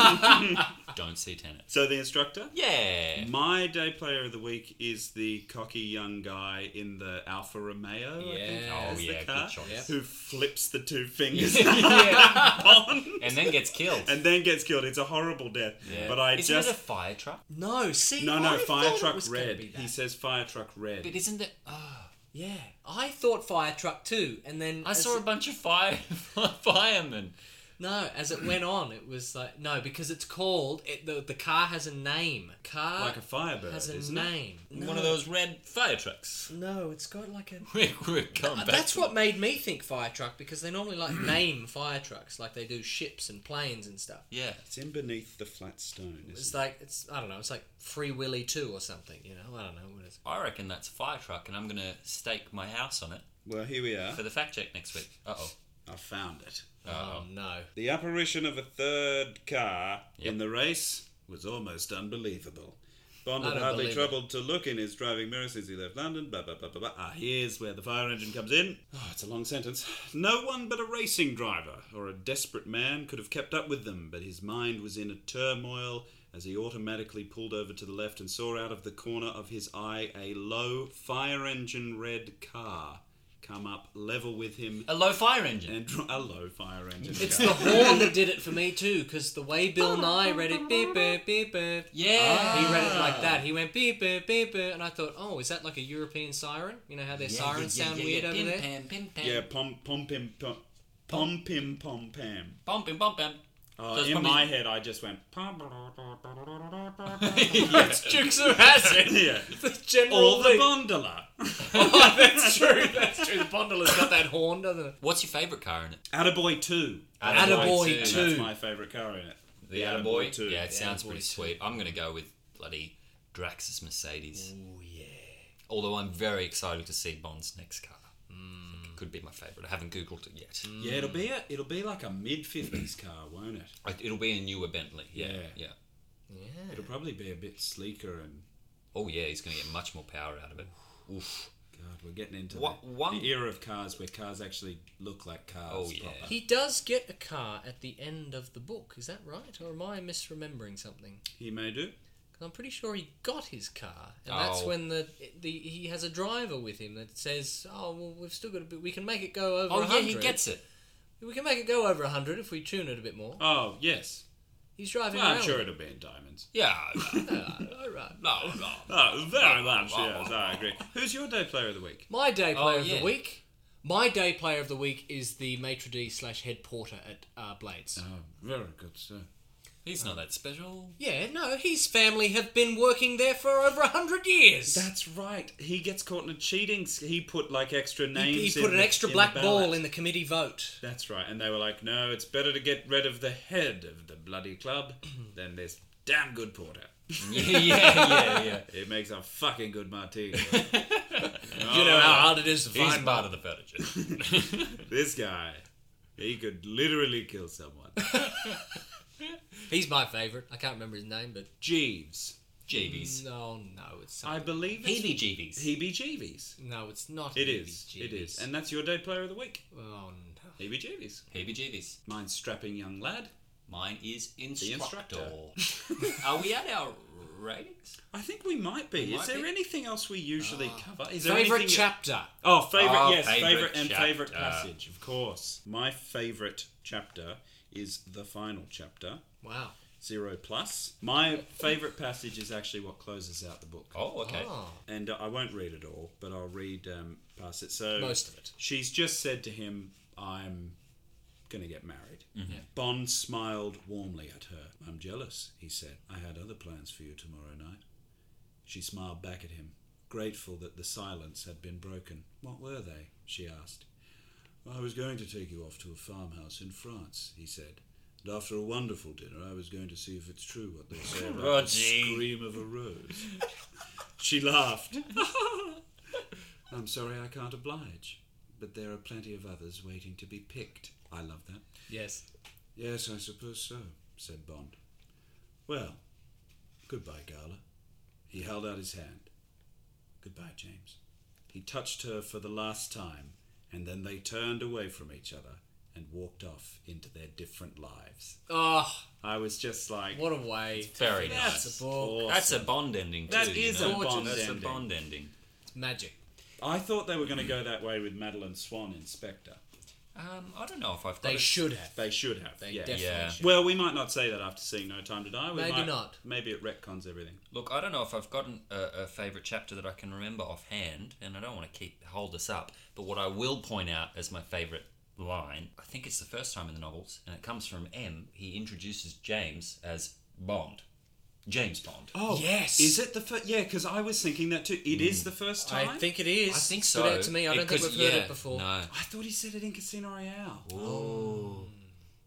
Speaker 3: Don't see Tenet.
Speaker 2: So the instructor.
Speaker 3: Yeah.
Speaker 2: <laughs> My day player of the week is the cocky young guy in the Alfa Romeo. I think
Speaker 1: Yeah.
Speaker 2: is
Speaker 3: Oh,
Speaker 2: the
Speaker 3: yeah, good
Speaker 2: car,
Speaker 3: choice.
Speaker 1: Yep.
Speaker 2: Who flips the two fingers
Speaker 1: yeah.
Speaker 2: on
Speaker 3: <laughs> And then gets killed.
Speaker 2: <laughs> and then gets killed. It's a horrible death.
Speaker 3: Yeah.
Speaker 2: But I
Speaker 3: isn't
Speaker 2: just
Speaker 3: it a fire truck?
Speaker 1: No, see,
Speaker 2: no no
Speaker 1: I
Speaker 2: fire
Speaker 1: thought it
Speaker 2: truck
Speaker 1: was gonna
Speaker 2: red.
Speaker 1: be that.
Speaker 2: He says fire truck red.
Speaker 3: But isn't it? Oh,
Speaker 1: Yeah, I thought fire truck too, and then
Speaker 3: I
Speaker 1: as
Speaker 3: saw a
Speaker 1: it-
Speaker 3: bunch of fire <laughs> firemen.
Speaker 1: no. As it went on, it was like no, because it's called it, the the car has a name. Car
Speaker 2: like a firebird,
Speaker 1: has a
Speaker 2: isn't it?
Speaker 1: name. No,
Speaker 3: One of those red fire trucks. <laughs>
Speaker 1: No, it's got like a.
Speaker 3: We're, we're coming back.
Speaker 1: That's
Speaker 3: to
Speaker 1: what made me think fire truck because they normally
Speaker 3: <clears throat>
Speaker 1: like name fire trucks like they do ships and planes and stuff.
Speaker 3: Yeah.
Speaker 2: It's in beneath the flat stone. Isn't
Speaker 1: It's
Speaker 2: it?
Speaker 1: like it's I don't know. It's like Free Willy Two or something. You know, I don't know what it's.
Speaker 3: I reckon that's a fire truck, and I'm going to stake my house on it
Speaker 2: Well, here we are.
Speaker 3: for the fact check next week. Uh oh.
Speaker 2: I found it.
Speaker 1: Oh, no!
Speaker 2: The apparition of a third car
Speaker 3: Yep.
Speaker 2: in the race was almost unbelievable. Bond
Speaker 1: I
Speaker 2: had
Speaker 1: don't
Speaker 2: hardly
Speaker 1: believe it.
Speaker 2: troubled to look in his driving mirror since he left London. Blah, blah, blah, blah, blah. Ah, here's where the fire engine comes in. Oh, it's a long sentence. No one but a racing driver or a desperate man could have kept up with them, but his mind was in a turmoil as he automatically pulled over to the left and saw out of the corner of his eye a low fire engine red car come up level with him
Speaker 3: A low fire engine.
Speaker 2: and dr- a low fire engine.
Speaker 1: Uh, It's
Speaker 2: car.
Speaker 1: the horn that did it for me too, because the way Bill Nye read it, beep beep beep beep.
Speaker 3: Yeah.
Speaker 1: He read it like that. He went beep beep beep beep, and I thought, oh, is that like a European siren? You know how their sirens sound weird over
Speaker 3: pim,
Speaker 1: there.
Speaker 3: Pam, pim, pam.
Speaker 2: Yeah, pom pom pim pom pom pim pom pam.
Speaker 3: Bum, pim, bum, pam.
Speaker 2: Uh,
Speaker 3: So it's
Speaker 2: in
Speaker 3: probably-
Speaker 2: my head, I just went pom.
Speaker 1: <laughs> That's Dukes of Hazzard.
Speaker 2: <laughs> Yeah,
Speaker 1: <laughs> The general.
Speaker 2: <laughs> all the
Speaker 1: lead.
Speaker 2: gondola.
Speaker 1: Oh, <laughs> that's true. That's true. The Bondola's got that horn, doesn't it?
Speaker 3: What's your favourite car in it?
Speaker 2: Attaboy two.
Speaker 1: Attaboy
Speaker 3: Attaboy
Speaker 1: two.
Speaker 2: That's my favourite car in it.
Speaker 3: The
Speaker 2: Attaboy
Speaker 3: Attaboy.
Speaker 2: too.
Speaker 3: Yeah, it sounds
Speaker 1: Attaboy
Speaker 3: pretty
Speaker 1: too.
Speaker 3: sweet. I'm going to go with bloody Drax's Mercedes. Oh, yeah. Although I'm very excited to see Bond's next car. I think it could be my favourite. I haven't Googled it yet.
Speaker 2: Yeah, it'll be a, it'll be like a mid fifties car, won't it?
Speaker 3: It- It'll be a newer Bentley.
Speaker 2: Yeah.
Speaker 3: Yeah. Yeah.
Speaker 2: It'll probably be a bit sleeker and
Speaker 3: Oh, yeah, he's going to get much more power out of it. Oof.
Speaker 2: God, we're getting into
Speaker 3: What-
Speaker 2: the,
Speaker 3: one-
Speaker 2: the era of cars where cars actually look like cars.
Speaker 3: Oh, yeah.
Speaker 2: proper.
Speaker 1: He does get a car at the end of the book, is that right? Or am I misremembering something?
Speaker 2: he may do.
Speaker 1: Because I'm pretty sure he got his car, and that's
Speaker 3: Oh.
Speaker 1: when the the he has a driver with him that says, "Oh, well, we've still got a bit. We can make it go over.
Speaker 3: Oh,
Speaker 1: 100.
Speaker 3: yeah, he gets it.
Speaker 1: We can make it go over hundred if we tune it a bit more."
Speaker 2: Oh yes,
Speaker 1: He's driving
Speaker 3: Oh,
Speaker 2: well, I'm
Speaker 1: around.
Speaker 2: sure it'll be in diamonds.
Speaker 3: Yeah.
Speaker 1: <laughs> Ah, all right.
Speaker 3: No, no. <laughs>
Speaker 2: Oh, very much. Yes, I agree. Who's your day player of the week?
Speaker 1: My day player
Speaker 3: Oh,
Speaker 1: of
Speaker 3: yeah.
Speaker 1: the week. My day player of the week is the maitre d slash head porter at uh, Blades.
Speaker 2: Oh, very good, sir.
Speaker 3: He's not that special.
Speaker 1: Yeah, no, his family have been working there for over a hundred years.
Speaker 2: That's right. He gets caught in a cheating. s- He put like extra names.
Speaker 1: he, he
Speaker 2: in
Speaker 1: put an
Speaker 2: the-
Speaker 1: extra
Speaker 2: in the
Speaker 1: black ball
Speaker 2: ballot.
Speaker 1: in the committee vote.
Speaker 2: That's right. And they were like, no, it's better to get rid of the head of the
Speaker 1: <clears throat>
Speaker 2: bloody club than this damn good porter.
Speaker 3: <laughs> yeah, yeah, yeah.
Speaker 2: It makes a fucking good martini.
Speaker 1: <laughs>
Speaker 2: <laughs> Oh,
Speaker 1: You know how hard it is to
Speaker 3: He's
Speaker 1: find
Speaker 3: part of the furniture.
Speaker 2: this guy, he could literally kill
Speaker 1: <laughs>
Speaker 2: someone.
Speaker 1: He's my favourite. I can't remember his name, but
Speaker 2: Jeeves.
Speaker 3: Jeebies.
Speaker 1: no, no, it's
Speaker 2: I
Speaker 1: something.
Speaker 2: believe it's
Speaker 3: Heebie jeebies.
Speaker 2: Heebie Jeebies.
Speaker 1: no, it's not.
Speaker 2: It is. It is. And that's your day player of the week.
Speaker 1: oh no.
Speaker 2: Heebie Jeebies.
Speaker 3: Heebie jeebies.
Speaker 2: Mine's strapping young lad.
Speaker 3: Mine is
Speaker 2: instructor.
Speaker 3: instructor. <laughs> Are we at our ratings?
Speaker 2: I think we might be.
Speaker 3: We
Speaker 2: is
Speaker 3: might
Speaker 2: there
Speaker 3: be. Ah.
Speaker 2: anything else we usually cover? Is there
Speaker 1: Favourite
Speaker 2: anything you-
Speaker 1: chapter.
Speaker 2: Oh, favorite,
Speaker 3: Oh,
Speaker 2: yes, favorite,
Speaker 3: favourite
Speaker 2: and
Speaker 3: chapter.
Speaker 2: favorite passage, of course. My favorite chapter is the final chapter,
Speaker 1: Wow.
Speaker 2: zero plus.
Speaker 3: <laughs>
Speaker 2: My favorite passage is actually what closes out the book,
Speaker 3: Oh, okay.
Speaker 1: Oh.
Speaker 2: and uh, I won't read it all, but I'll read um, past it. So
Speaker 1: Most of it.
Speaker 2: She's just said to him, "I'm." Gonna get married.
Speaker 1: Mm-hmm.
Speaker 2: Bond smiled warmly at her. I'm jealous, he said. I had other plans for you tomorrow night. She smiled back at him, grateful that the silence had been broken. What were they? she asked. I was going to take you off to a farmhouse in France, he said. And after a wonderful dinner, I was going to see if it's true what they say about the
Speaker 3: gee.
Speaker 2: scream of a rose. she laughed. I'm sorry I can't oblige, but there are plenty of others waiting to be picked. I love that.
Speaker 1: Yes.
Speaker 2: Yes, I suppose so, said Bond. Well, goodbye, Gala. He held out his hand. Goodbye, James. He touched her for the last time, and then they turned away from each other and walked off into their different lives.
Speaker 1: Oh,
Speaker 2: I was just like,
Speaker 1: what a way.
Speaker 3: Very
Speaker 2: that's
Speaker 3: nice.
Speaker 1: a book.
Speaker 3: That's a Bond ending, too.
Speaker 2: That
Speaker 3: you
Speaker 2: is
Speaker 3: know?
Speaker 2: a Bond
Speaker 3: That's
Speaker 2: ending.
Speaker 3: a Bond ending.
Speaker 1: It's magic.
Speaker 2: I thought they were going to go that way with Madeline Swan Inspector.
Speaker 3: Um, I don't know if I've got
Speaker 1: They
Speaker 3: it.
Speaker 1: should have.
Speaker 2: They should have.
Speaker 1: They
Speaker 2: yeah.
Speaker 1: definitely
Speaker 3: Yeah.
Speaker 1: should.
Speaker 2: Well, we might not say that after seeing No Time to Die. We
Speaker 1: Maybe
Speaker 2: might-
Speaker 1: not.
Speaker 2: Maybe it retcons everything.
Speaker 3: Look, I don't know if I've gotten a, a favourite chapter that I can remember offhand, and I don't want to keep hold this up. But what I will point out as my favourite line, I think it's the first time in the novels, and it comes from M. He introduces James as Bond, James Bond.
Speaker 2: Oh,
Speaker 1: Yes.
Speaker 2: Is it the first? Yeah, because I was thinking that too. It is
Speaker 3: Hmm.
Speaker 2: the first time.
Speaker 1: I think it is.
Speaker 3: I think
Speaker 1: Stood
Speaker 3: so.
Speaker 1: out to me. I don't think
Speaker 3: Because-
Speaker 1: we've heard
Speaker 3: yeah,
Speaker 1: it before.
Speaker 3: No.
Speaker 2: I thought he said it in Casino Royale. Oh.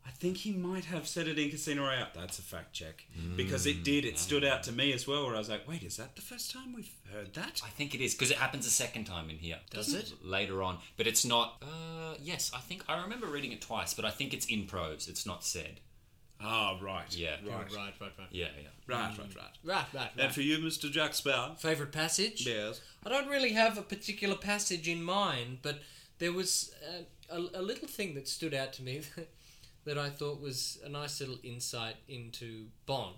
Speaker 2: I think he might have said it in Casino Royale. That's a fact check
Speaker 3: Hmm.
Speaker 2: because it did. It stood out to me as well. Where I was like, wait, is that the first time we've heard that?
Speaker 3: I think it is because it happens a second time in here.
Speaker 1: Does it?
Speaker 3: Later on, but it's not. Uh, yes, I think I remember reading it twice, but I think it's in prose. It's not said.
Speaker 2: Ah, right.
Speaker 3: Yeah. Hmm.
Speaker 2: Right.
Speaker 1: Right, right, right, right.
Speaker 3: Yeah, yeah.
Speaker 2: Right. Right. Right.
Speaker 1: Right, right,
Speaker 2: And
Speaker 1: right.
Speaker 2: for you, Mr. Jack Sparrow.
Speaker 1: Favourite passage?
Speaker 2: Yes.
Speaker 1: I don't really have a particular passage in mind, but there was uh, a, a little thing that stood out to me <laughs> that I thought was a nice little insight into Bond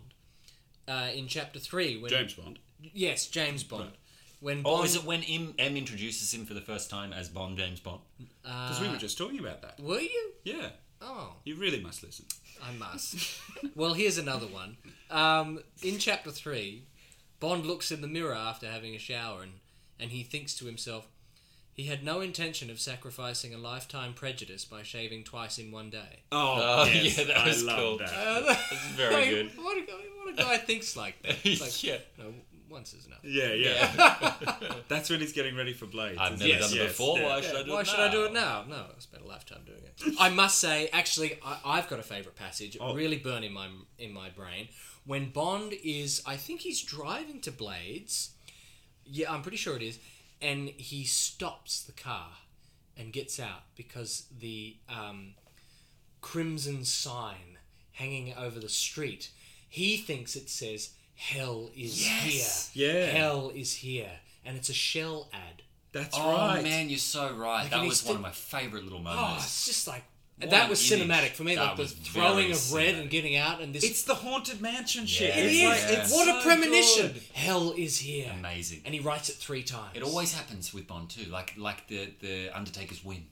Speaker 1: uh, in chapter three. When
Speaker 2: James Bond.
Speaker 1: yes, James Bond. When
Speaker 3: Oh,
Speaker 1: Bond,
Speaker 3: is it when M, M introduces him for the first time as Bond, James Bond?
Speaker 2: Because
Speaker 3: Uh.
Speaker 2: we were just talking about that.
Speaker 1: were you?
Speaker 2: Yeah.
Speaker 1: Oh,
Speaker 2: You really must listen. <laughs>
Speaker 1: I must. <laughs> well, here's another one. Um, in chapter three, Bond looks in the mirror after having a shower and, and he thinks to himself, he had no intention of sacrificing a lifetime prejudice by shaving twice in one day.
Speaker 2: Oh, yes,
Speaker 3: yeah, that
Speaker 2: I
Speaker 3: was
Speaker 2: love
Speaker 3: cool. Uh,
Speaker 2: that.
Speaker 1: That's
Speaker 3: <laughs> very good. <laughs>
Speaker 1: What a, guy- what a guy thinks like that. It's like,
Speaker 3: yeah.
Speaker 1: you know, once is enough.
Speaker 2: Yeah, yeah. That's when he's getting ready for Blades.
Speaker 3: <laughs> I've
Speaker 2: isn't
Speaker 3: never
Speaker 2: it?
Speaker 3: done it before.
Speaker 2: yeah.
Speaker 3: Why should I do
Speaker 1: Why
Speaker 3: it
Speaker 1: should I do it now? No, I spent a lifetime doing it. I must say, actually, I, I've got a favourite passage.
Speaker 3: Oh.
Speaker 1: It really burned in my in my brain when Bond is. I think he's driving to Blades. Yeah, I'm pretty sure it is, and he stops the car and gets out because the um, crimson sign hanging over the street. He thinks it says "Hell is here."
Speaker 2: Yeah.
Speaker 1: hell is here, and it's a Shell ad.
Speaker 2: That's
Speaker 3: Oh
Speaker 2: right.
Speaker 3: man, you're so right.
Speaker 1: and
Speaker 3: that
Speaker 1: he
Speaker 3: was
Speaker 1: still-
Speaker 3: one of my favorite little
Speaker 1: Oh,
Speaker 3: moments.
Speaker 1: it's just like
Speaker 3: What
Speaker 1: that
Speaker 3: an
Speaker 1: was
Speaker 3: image.
Speaker 1: cinematic for me.
Speaker 3: That
Speaker 1: like the
Speaker 3: was
Speaker 1: throwing
Speaker 3: very
Speaker 1: of red
Speaker 3: cinematic.
Speaker 1: and getting out, and this.
Speaker 2: It's the Haunted Mansion shit.
Speaker 3: Yeah.
Speaker 2: It's
Speaker 3: It
Speaker 2: like,
Speaker 3: is.
Speaker 2: it's
Speaker 1: what
Speaker 2: so
Speaker 1: a premonition!
Speaker 2: good.
Speaker 1: Hell is here.
Speaker 3: Amazing.
Speaker 1: And he writes it three times.
Speaker 3: It always happens with Bond too, like like the the Undertaker's wind.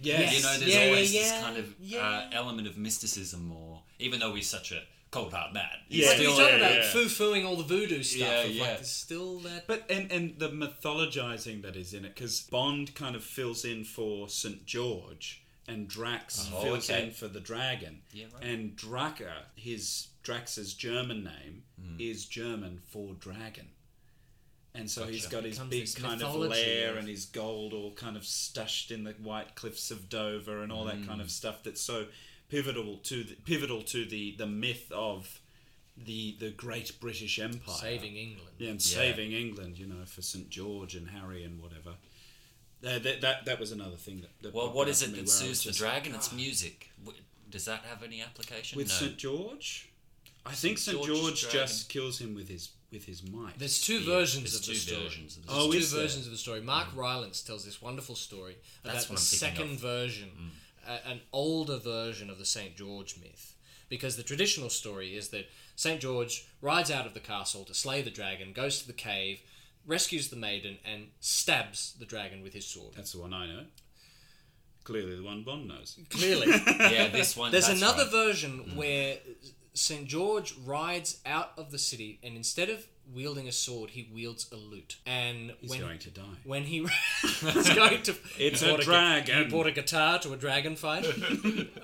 Speaker 2: Yes.
Speaker 3: You know, there's
Speaker 1: Yeah, yeah,
Speaker 3: always
Speaker 1: yeah,
Speaker 3: this kind of
Speaker 1: yeah.
Speaker 3: uh, element of mysticism, or even though he's such a cold hard man,
Speaker 2: Yeah,
Speaker 3: he's
Speaker 1: Like we
Speaker 3: still
Speaker 1: talk
Speaker 2: yeah,
Speaker 1: about
Speaker 2: yeah.
Speaker 1: foo fooing all the voodoo stuff.
Speaker 3: Yeah,
Speaker 1: of
Speaker 3: yeah.
Speaker 1: Like, there's still that.
Speaker 2: But and and the mythologizing that is in it because Bond kind of fills in for St George and Drax
Speaker 3: Oh,
Speaker 2: fills
Speaker 3: okay.
Speaker 2: in for the dragon.
Speaker 3: Yeah, right.
Speaker 2: And Draka, his Drax's German name
Speaker 1: Hmm.
Speaker 2: is German for dragon. And so he's got his
Speaker 1: Becomes
Speaker 2: big
Speaker 1: this
Speaker 2: kind of
Speaker 1: mythology
Speaker 2: lair
Speaker 1: of-
Speaker 2: and his gold all kind of stashed in the white cliffs of Dover and all that
Speaker 1: Hmm.
Speaker 2: kind of stuff that's so pivotal to the, pivotal to the the myth of the the great British Empire.
Speaker 1: Saving England.
Speaker 2: Yeah, and saving England, you know, for St George and Harry and whatever. Uh, that, that that was another thing that. that
Speaker 3: Well,
Speaker 2: popped
Speaker 3: what
Speaker 2: out
Speaker 3: is
Speaker 2: for
Speaker 3: it
Speaker 2: me
Speaker 3: that
Speaker 2: where I was
Speaker 3: sues the
Speaker 2: just- "Ah,
Speaker 3: dragon? It's music. W- Does that have any application?
Speaker 2: with
Speaker 3: no.
Speaker 2: St George? I think St
Speaker 3: George's
Speaker 2: George
Speaker 3: dragon.
Speaker 2: just kills him with his with his might.
Speaker 1: There's two
Speaker 3: Yeah,
Speaker 1: versions
Speaker 3: there's
Speaker 1: of the
Speaker 3: two
Speaker 1: story.
Speaker 3: versions of the
Speaker 1: There's
Speaker 2: Oh,
Speaker 1: two
Speaker 2: is there?
Speaker 1: versions of the story. Mark Rylance tells this wonderful story about
Speaker 3: That's
Speaker 1: the
Speaker 3: what I'm thinking
Speaker 1: second
Speaker 3: of. Mm.
Speaker 1: version, a- an older version of the St. George myth. Because the traditional story is that St. George rides out of the castle to slay the dragon, goes to the cave, rescues the maiden, and stabs the dragon with his
Speaker 3: <laughs>
Speaker 1: sword.
Speaker 2: That's the one I know. Clearly, the one Bond knows.
Speaker 1: Clearly.
Speaker 3: yeah, this
Speaker 1: <laughs>
Speaker 3: one.
Speaker 1: There's
Speaker 3: that's
Speaker 1: another
Speaker 3: right. Mm.
Speaker 1: version where St. George rides out of the city and instead of wielding a sword, he wields a lute. And
Speaker 2: He's
Speaker 1: when,
Speaker 2: going to die.
Speaker 1: When
Speaker 3: <laughs>
Speaker 1: he, <laughs> he's going to.
Speaker 2: It's
Speaker 1: he
Speaker 2: a
Speaker 1: bought gu-
Speaker 2: dragon.
Speaker 1: He bought a guitar to a dragon
Speaker 3: <laughs>
Speaker 1: fight. uh,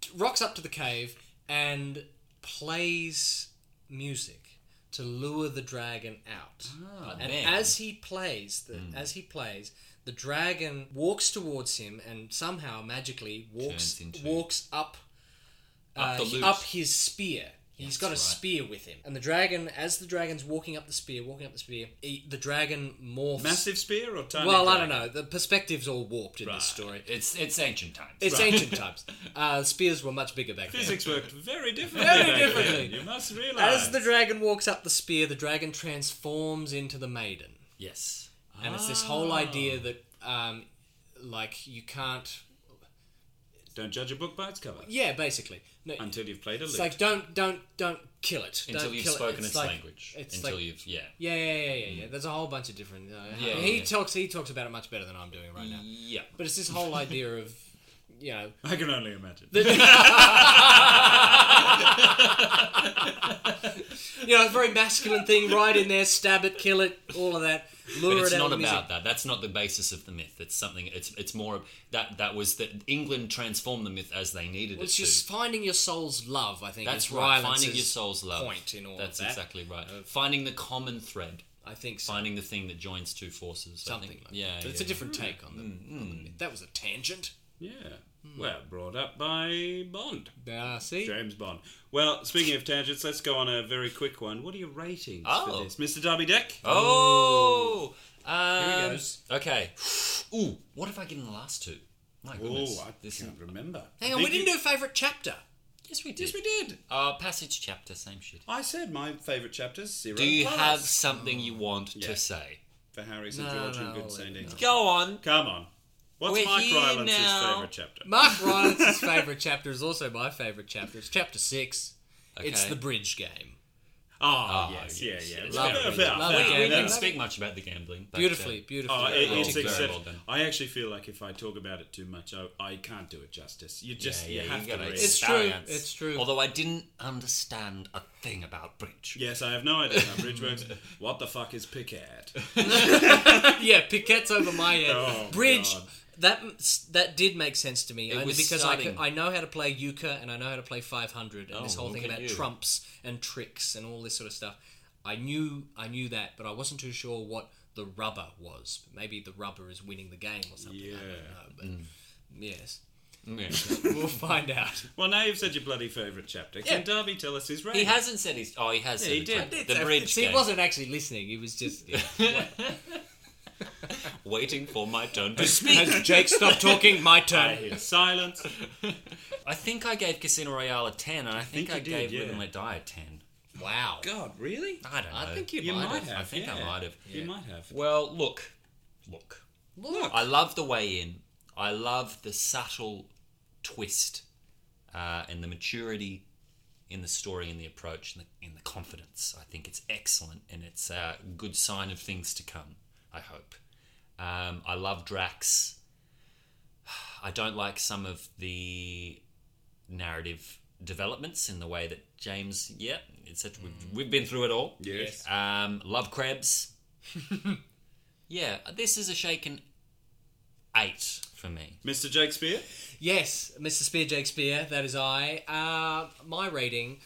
Speaker 1: t- rocks up to the cave and plays music to lure the dragon out. and
Speaker 3: Ah, man. Hmm.
Speaker 1: as he plays, the, as he plays, the dragon walks towards him and somehow magically walks
Speaker 3: Turns into-
Speaker 1: walks up
Speaker 3: Up
Speaker 1: uh,
Speaker 3: the
Speaker 1: he-
Speaker 3: loot.
Speaker 1: up his spear. He's
Speaker 3: That's
Speaker 1: got a
Speaker 3: right.
Speaker 1: spear with him, and the dragon, as the dragon's walking up the spear, walking up the spear, he, the dragon morphs.
Speaker 2: Massive spear or tiny?
Speaker 1: well, I don't
Speaker 2: dragon?
Speaker 1: know. The perspective's all warped in this story.
Speaker 3: It's it's ancient times.
Speaker 1: It's ancient
Speaker 3: <laughs>
Speaker 1: times. Uh, spears were much bigger back then.
Speaker 2: Physics worked very differently.
Speaker 1: Very
Speaker 2: back then.
Speaker 1: differently.
Speaker 2: You must realize.
Speaker 1: As the dragon walks up the spear, the dragon transforms into the maiden.
Speaker 3: yes.
Speaker 1: and it's this whole
Speaker 3: Oh.
Speaker 1: idea that um, like you can't
Speaker 2: don't judge a book by its cover
Speaker 1: yeah basically no,
Speaker 2: until you've played a
Speaker 1: it's
Speaker 2: lute.
Speaker 1: like don't don't don't kill it
Speaker 3: Until
Speaker 1: Don't
Speaker 3: you've
Speaker 1: kill it.
Speaker 3: spoken its,
Speaker 1: like-
Speaker 3: language.
Speaker 1: it's
Speaker 3: Until
Speaker 1: like-
Speaker 3: you've yeah.
Speaker 1: yeah yeah yeah yeah, yeah. there's a whole bunch of different uh,
Speaker 3: Yeah,
Speaker 1: he
Speaker 3: yeah. Mm.
Speaker 1: talks he talks about it much better than I'm doing right now
Speaker 3: Yeah.
Speaker 1: but it's this
Speaker 3: <laughs>
Speaker 1: whole idea of you know
Speaker 2: I can only imagine.
Speaker 1: you know very masculine thing right in there stab it kill it all of that lure
Speaker 3: But it's
Speaker 1: it out
Speaker 3: not
Speaker 1: with music.
Speaker 3: about that. That's not the basis of the myth. It's something. It's it's more of- that that was that England transformed the myth as they needed
Speaker 1: Well,
Speaker 3: it
Speaker 1: it's
Speaker 3: to.
Speaker 1: just finding your soul's love I think
Speaker 3: That's
Speaker 1: is
Speaker 3: right.
Speaker 1: Rylance's
Speaker 3: Finding your soul's love.
Speaker 1: point in all
Speaker 3: That's
Speaker 1: of that.
Speaker 3: exactly right. finding the common thread.
Speaker 1: I think so.
Speaker 3: Finding the thing that joins two forces.
Speaker 1: something
Speaker 3: I think.
Speaker 1: like
Speaker 3: yeah,
Speaker 1: that.
Speaker 3: yeah. Mm,
Speaker 1: But it's a different take on them. on the myth. That was a tangent.
Speaker 2: Yeah. Well, brought up by Bond.
Speaker 1: Ah, see?
Speaker 2: James Bond. Well, speaking of tangents, let's go on a very quick one. What are your ratings
Speaker 3: Oh.
Speaker 2: for this? Mr. Darby Deck?
Speaker 3: Oh. Um,
Speaker 1: Here he goes.
Speaker 3: Okay. Ooh, what have I given the last two? My goodness.
Speaker 2: Oh, I
Speaker 3: This-
Speaker 2: can't remember.
Speaker 1: Hang on, we didn't do favourite chapter.
Speaker 3: yes, we did.
Speaker 2: Yes, we did.
Speaker 3: Uh, passage chapter, same shit.
Speaker 2: I said my favourite chapters, zero
Speaker 3: Do you
Speaker 2: plus
Speaker 3: have something
Speaker 1: Mm.
Speaker 3: you want
Speaker 2: Yeah.
Speaker 3: to say?
Speaker 2: for Harry St.
Speaker 1: No,
Speaker 2: George
Speaker 1: no,
Speaker 2: and Good
Speaker 1: I'll
Speaker 2: Saint
Speaker 1: let you
Speaker 2: Ian?
Speaker 3: Go on.
Speaker 2: Come on. What's
Speaker 3: We're
Speaker 2: Mike
Speaker 3: here
Speaker 2: Rylance's
Speaker 3: now.
Speaker 2: favourite chapter?
Speaker 3: <laughs>
Speaker 1: Mark Rylance's favourite chapter is also my favourite chapter. It's chapter six. It's
Speaker 3: Okay.
Speaker 1: the bridge game.
Speaker 2: Oh,
Speaker 3: Oh,
Speaker 2: yes,
Speaker 3: yes,
Speaker 2: yeah, yeah.
Speaker 3: yes.
Speaker 2: Fair,
Speaker 1: Love it.
Speaker 2: fair,
Speaker 1: Love it.
Speaker 3: We, we
Speaker 2: fair,
Speaker 1: Yeah.
Speaker 2: fair.
Speaker 3: didn't speak much about the gambling. but, uh,
Speaker 1: Beautifully, beautifully.
Speaker 2: Oh, it, it's
Speaker 3: very well
Speaker 2: exceptional.
Speaker 3: done.
Speaker 2: I actually feel like if I talk about it too much, I, I can't do it justice. You just
Speaker 3: yeah,
Speaker 2: you
Speaker 3: you
Speaker 2: have to
Speaker 3: gotta
Speaker 2: read. it.
Speaker 1: It's true,
Speaker 3: experience.
Speaker 1: it's true.
Speaker 3: Although I didn't understand a thing about bridge.
Speaker 2: Yes, I have no idea how bridge works. What the fuck is Picard?
Speaker 1: yeah, Piquette's over my head.
Speaker 2: Oh,
Speaker 1: bridge.
Speaker 2: God.
Speaker 1: That that did make sense to me only
Speaker 3: was
Speaker 1: because I,
Speaker 3: stunning.
Speaker 1: could, I know how to play euchre and I know how to play 500 and this
Speaker 3: Oh,
Speaker 1: whole
Speaker 3: look
Speaker 1: thing
Speaker 3: at
Speaker 1: about
Speaker 3: you.
Speaker 1: trumps and tricks and all this sort of stuff. I knew I knew that, but I wasn't too sure what the rubber was. Maybe the rubber is winning the game or something. I don't
Speaker 2: Yeah.
Speaker 1: know. But
Speaker 3: Mm.
Speaker 1: yes, <laughs>
Speaker 3: Yeah.
Speaker 1: we'll find out.
Speaker 2: Well, now you've said your bloody favourite chapter. Can
Speaker 1: Yeah.
Speaker 2: Darby tell us his rating?
Speaker 3: he hasn't said he's. Oh, he has. said
Speaker 2: he
Speaker 3: it. <laughs>
Speaker 2: did.
Speaker 3: The
Speaker 1: <laughs>
Speaker 3: bridge
Speaker 1: See,
Speaker 3: game.
Speaker 1: he wasn't actually listening. He was just.
Speaker 3: <laughs> waiting for my turn to speak.
Speaker 1: As Jake stopped talking, my
Speaker 2: I
Speaker 1: turn.
Speaker 2: hear silence.
Speaker 3: I think I gave Casino Royale a ten, and I think,
Speaker 2: think
Speaker 3: I
Speaker 2: you did,
Speaker 3: gave
Speaker 2: yeah.
Speaker 3: Live and Let Die a ten.
Speaker 1: Wow.
Speaker 2: God, really?
Speaker 3: I don't know.
Speaker 1: I think you,
Speaker 2: You
Speaker 1: might,
Speaker 2: might
Speaker 1: have.
Speaker 2: have.
Speaker 3: I think I
Speaker 2: yeah.
Speaker 3: might have.
Speaker 2: You might have.
Speaker 3: Well, look, look.
Speaker 1: Look.
Speaker 3: I love the way in. I love the subtle twist uh, and the maturity in the story and the approach and the, in the confidence. I think it's excellent and it's a good sign of things to come, I hope. Um, I love Drax. I don't like some of the narrative developments in the way that James, yeah, etc. We've, we've been through it all.
Speaker 2: Yes.
Speaker 3: Um, love <laughs> Krebs. yeah, this is a shaken eight for me.
Speaker 2: Mr. Shakespeare?
Speaker 1: Yes, Mr. Spear Jake Spear, that is I. Uh, my rating.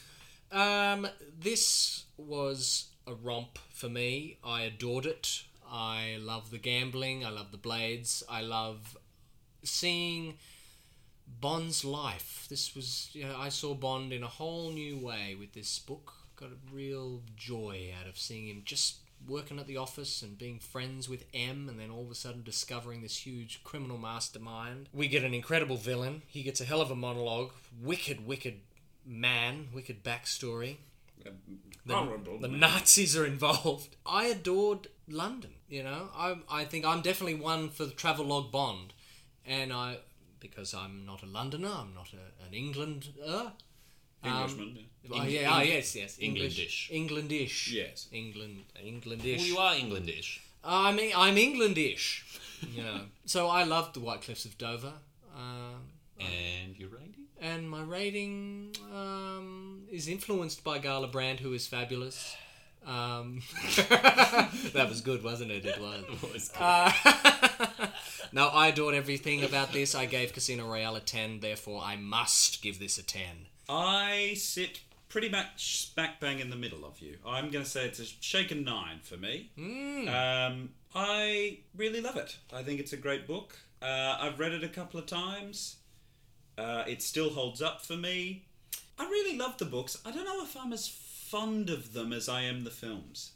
Speaker 1: Um, this was a romp for me. I adored it. I love the gambling. I love the blades. I love seeing Bond's life. This was, you know, I saw Bond in a whole new way with this book. Got a real joy out of seeing him just working at the office and being friends with M, and then all of a sudden discovering this huge criminal mastermind. We get an incredible villain. He gets a hell of a monologue. Wicked, wicked man. Wicked backstory.
Speaker 2: Honourable.
Speaker 1: The Nazis are involved. I adored London. You know, I I think I'm definitely one for the travelogue Bond, and I because I'm not a Londoner, I'm not a, an Englander.
Speaker 2: Englishman. yeah.
Speaker 1: oh yeah, oh yes, yes,
Speaker 3: Englandish.
Speaker 1: Englandish,
Speaker 2: Yes.
Speaker 1: England, Englandish.
Speaker 3: Well, you are Englandish.
Speaker 1: I mean, I'm Englandish. <laughs> You know, so I loved the White Cliffs of Dover. Um,
Speaker 3: And you're rating?
Speaker 1: and my rating um, is influenced by Gala Brand, who is fabulous. Um, <laughs> that was good, wasn't it? <laughs> It was. Uh, <laughs> no, I adored everything about this. I gave Casino Royale a 10, therefore I must give this a 10.
Speaker 2: I sit pretty much smack bang in the middle of you. I'm going to say it's a shaken nine for me.
Speaker 3: Hmm.
Speaker 2: Um, I really love it. I think it's a great book. Uh, I've read it a couple of times. Uh, it still holds up for me. I really love the books. I don't know if I'm as fond of them as I am the films.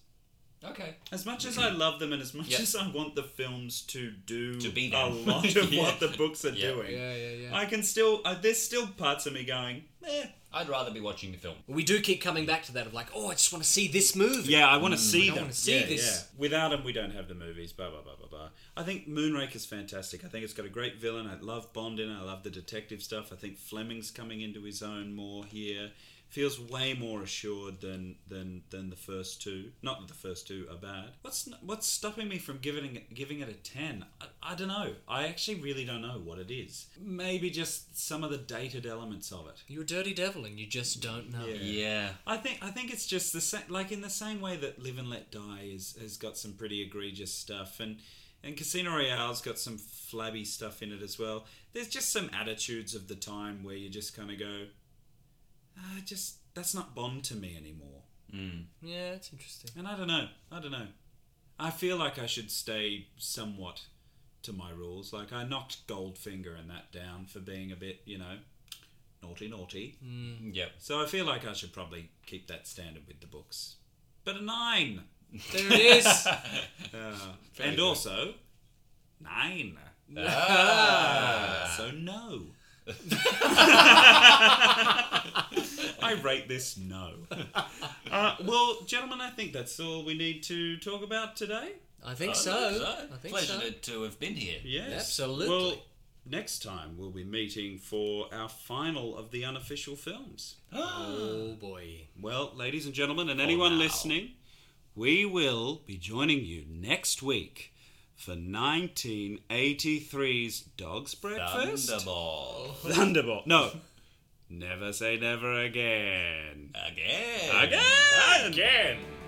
Speaker 3: Okay.
Speaker 2: As much as I love them and as much
Speaker 3: Mm-hmm. Yeah.
Speaker 2: as I want the films to do
Speaker 3: To be
Speaker 2: a
Speaker 3: them. <laughs>
Speaker 2: lot of
Speaker 3: Yeah.
Speaker 2: what the books are
Speaker 3: Yeah.
Speaker 2: doing,
Speaker 1: Yeah, yeah, yeah.
Speaker 2: I can still, uh, there's still parts of me going, eh,
Speaker 3: I'd rather be watching the film.
Speaker 1: We do keep coming back to that of like, oh, I just want to see this movie.
Speaker 2: Yeah, I want to see
Speaker 1: Mm. I
Speaker 2: them.
Speaker 1: wanna see
Speaker 2: Yeah,
Speaker 1: this.
Speaker 2: yeah. Without them, we don't have the movies. Blah blah blah blah blah. I think Moonraker's fantastic. I think it's got a great villain. I love Bond in. it. I love the detective stuff. I think Fleming's coming into his own more here. Feels way more assured than than than the first two. Not that the first two are bad. What's n- what's stopping me from giving it, giving it a ten? I, I don't know. I actually really don't know what it is. Maybe just some of the dated elements of it.
Speaker 1: You're a dirty devil and you just don't know.
Speaker 2: Yeah.
Speaker 3: Yeah.
Speaker 2: I think I think it's just the same, like in the same way that Live and Let Die is has got some pretty egregious stuff, and and Casino Royale's got some flabby stuff in it as well. There's just some attitudes of the time where you just kind of go, ah, just that's not Bond to me anymore.
Speaker 1: Yeah, it's interesting.
Speaker 2: And I don't know, I don't know. I feel like I should stay somewhat to my rules. Like I knocked Goldfinger and that down for being a bit, you know, naughty, naughty.
Speaker 3: Yep.
Speaker 2: So I feel like I should probably keep that standard with the books. But a nine!
Speaker 1: There it <laughs> is.
Speaker 2: and also, nine!
Speaker 3: Ah.
Speaker 2: <laughs> So no. I rate this no. Uh, well, gentlemen, I think that's all we need to talk about today.
Speaker 1: I think so. I think
Speaker 3: Ah. Pleasure
Speaker 1: so.
Speaker 3: to- to have been here.
Speaker 2: Yes.
Speaker 1: Absolutely.
Speaker 2: Well, next time we'll be meeting for our final of the unofficial films.
Speaker 1: Oh boy.
Speaker 2: Well, ladies and gentlemen, and anyone listening, we will be joining you next week for 1983's Dog's Breakfast.
Speaker 3: Thunderball.
Speaker 2: Thunderball. <laughs> No. Never say never again.
Speaker 3: Again.
Speaker 2: Again! Again!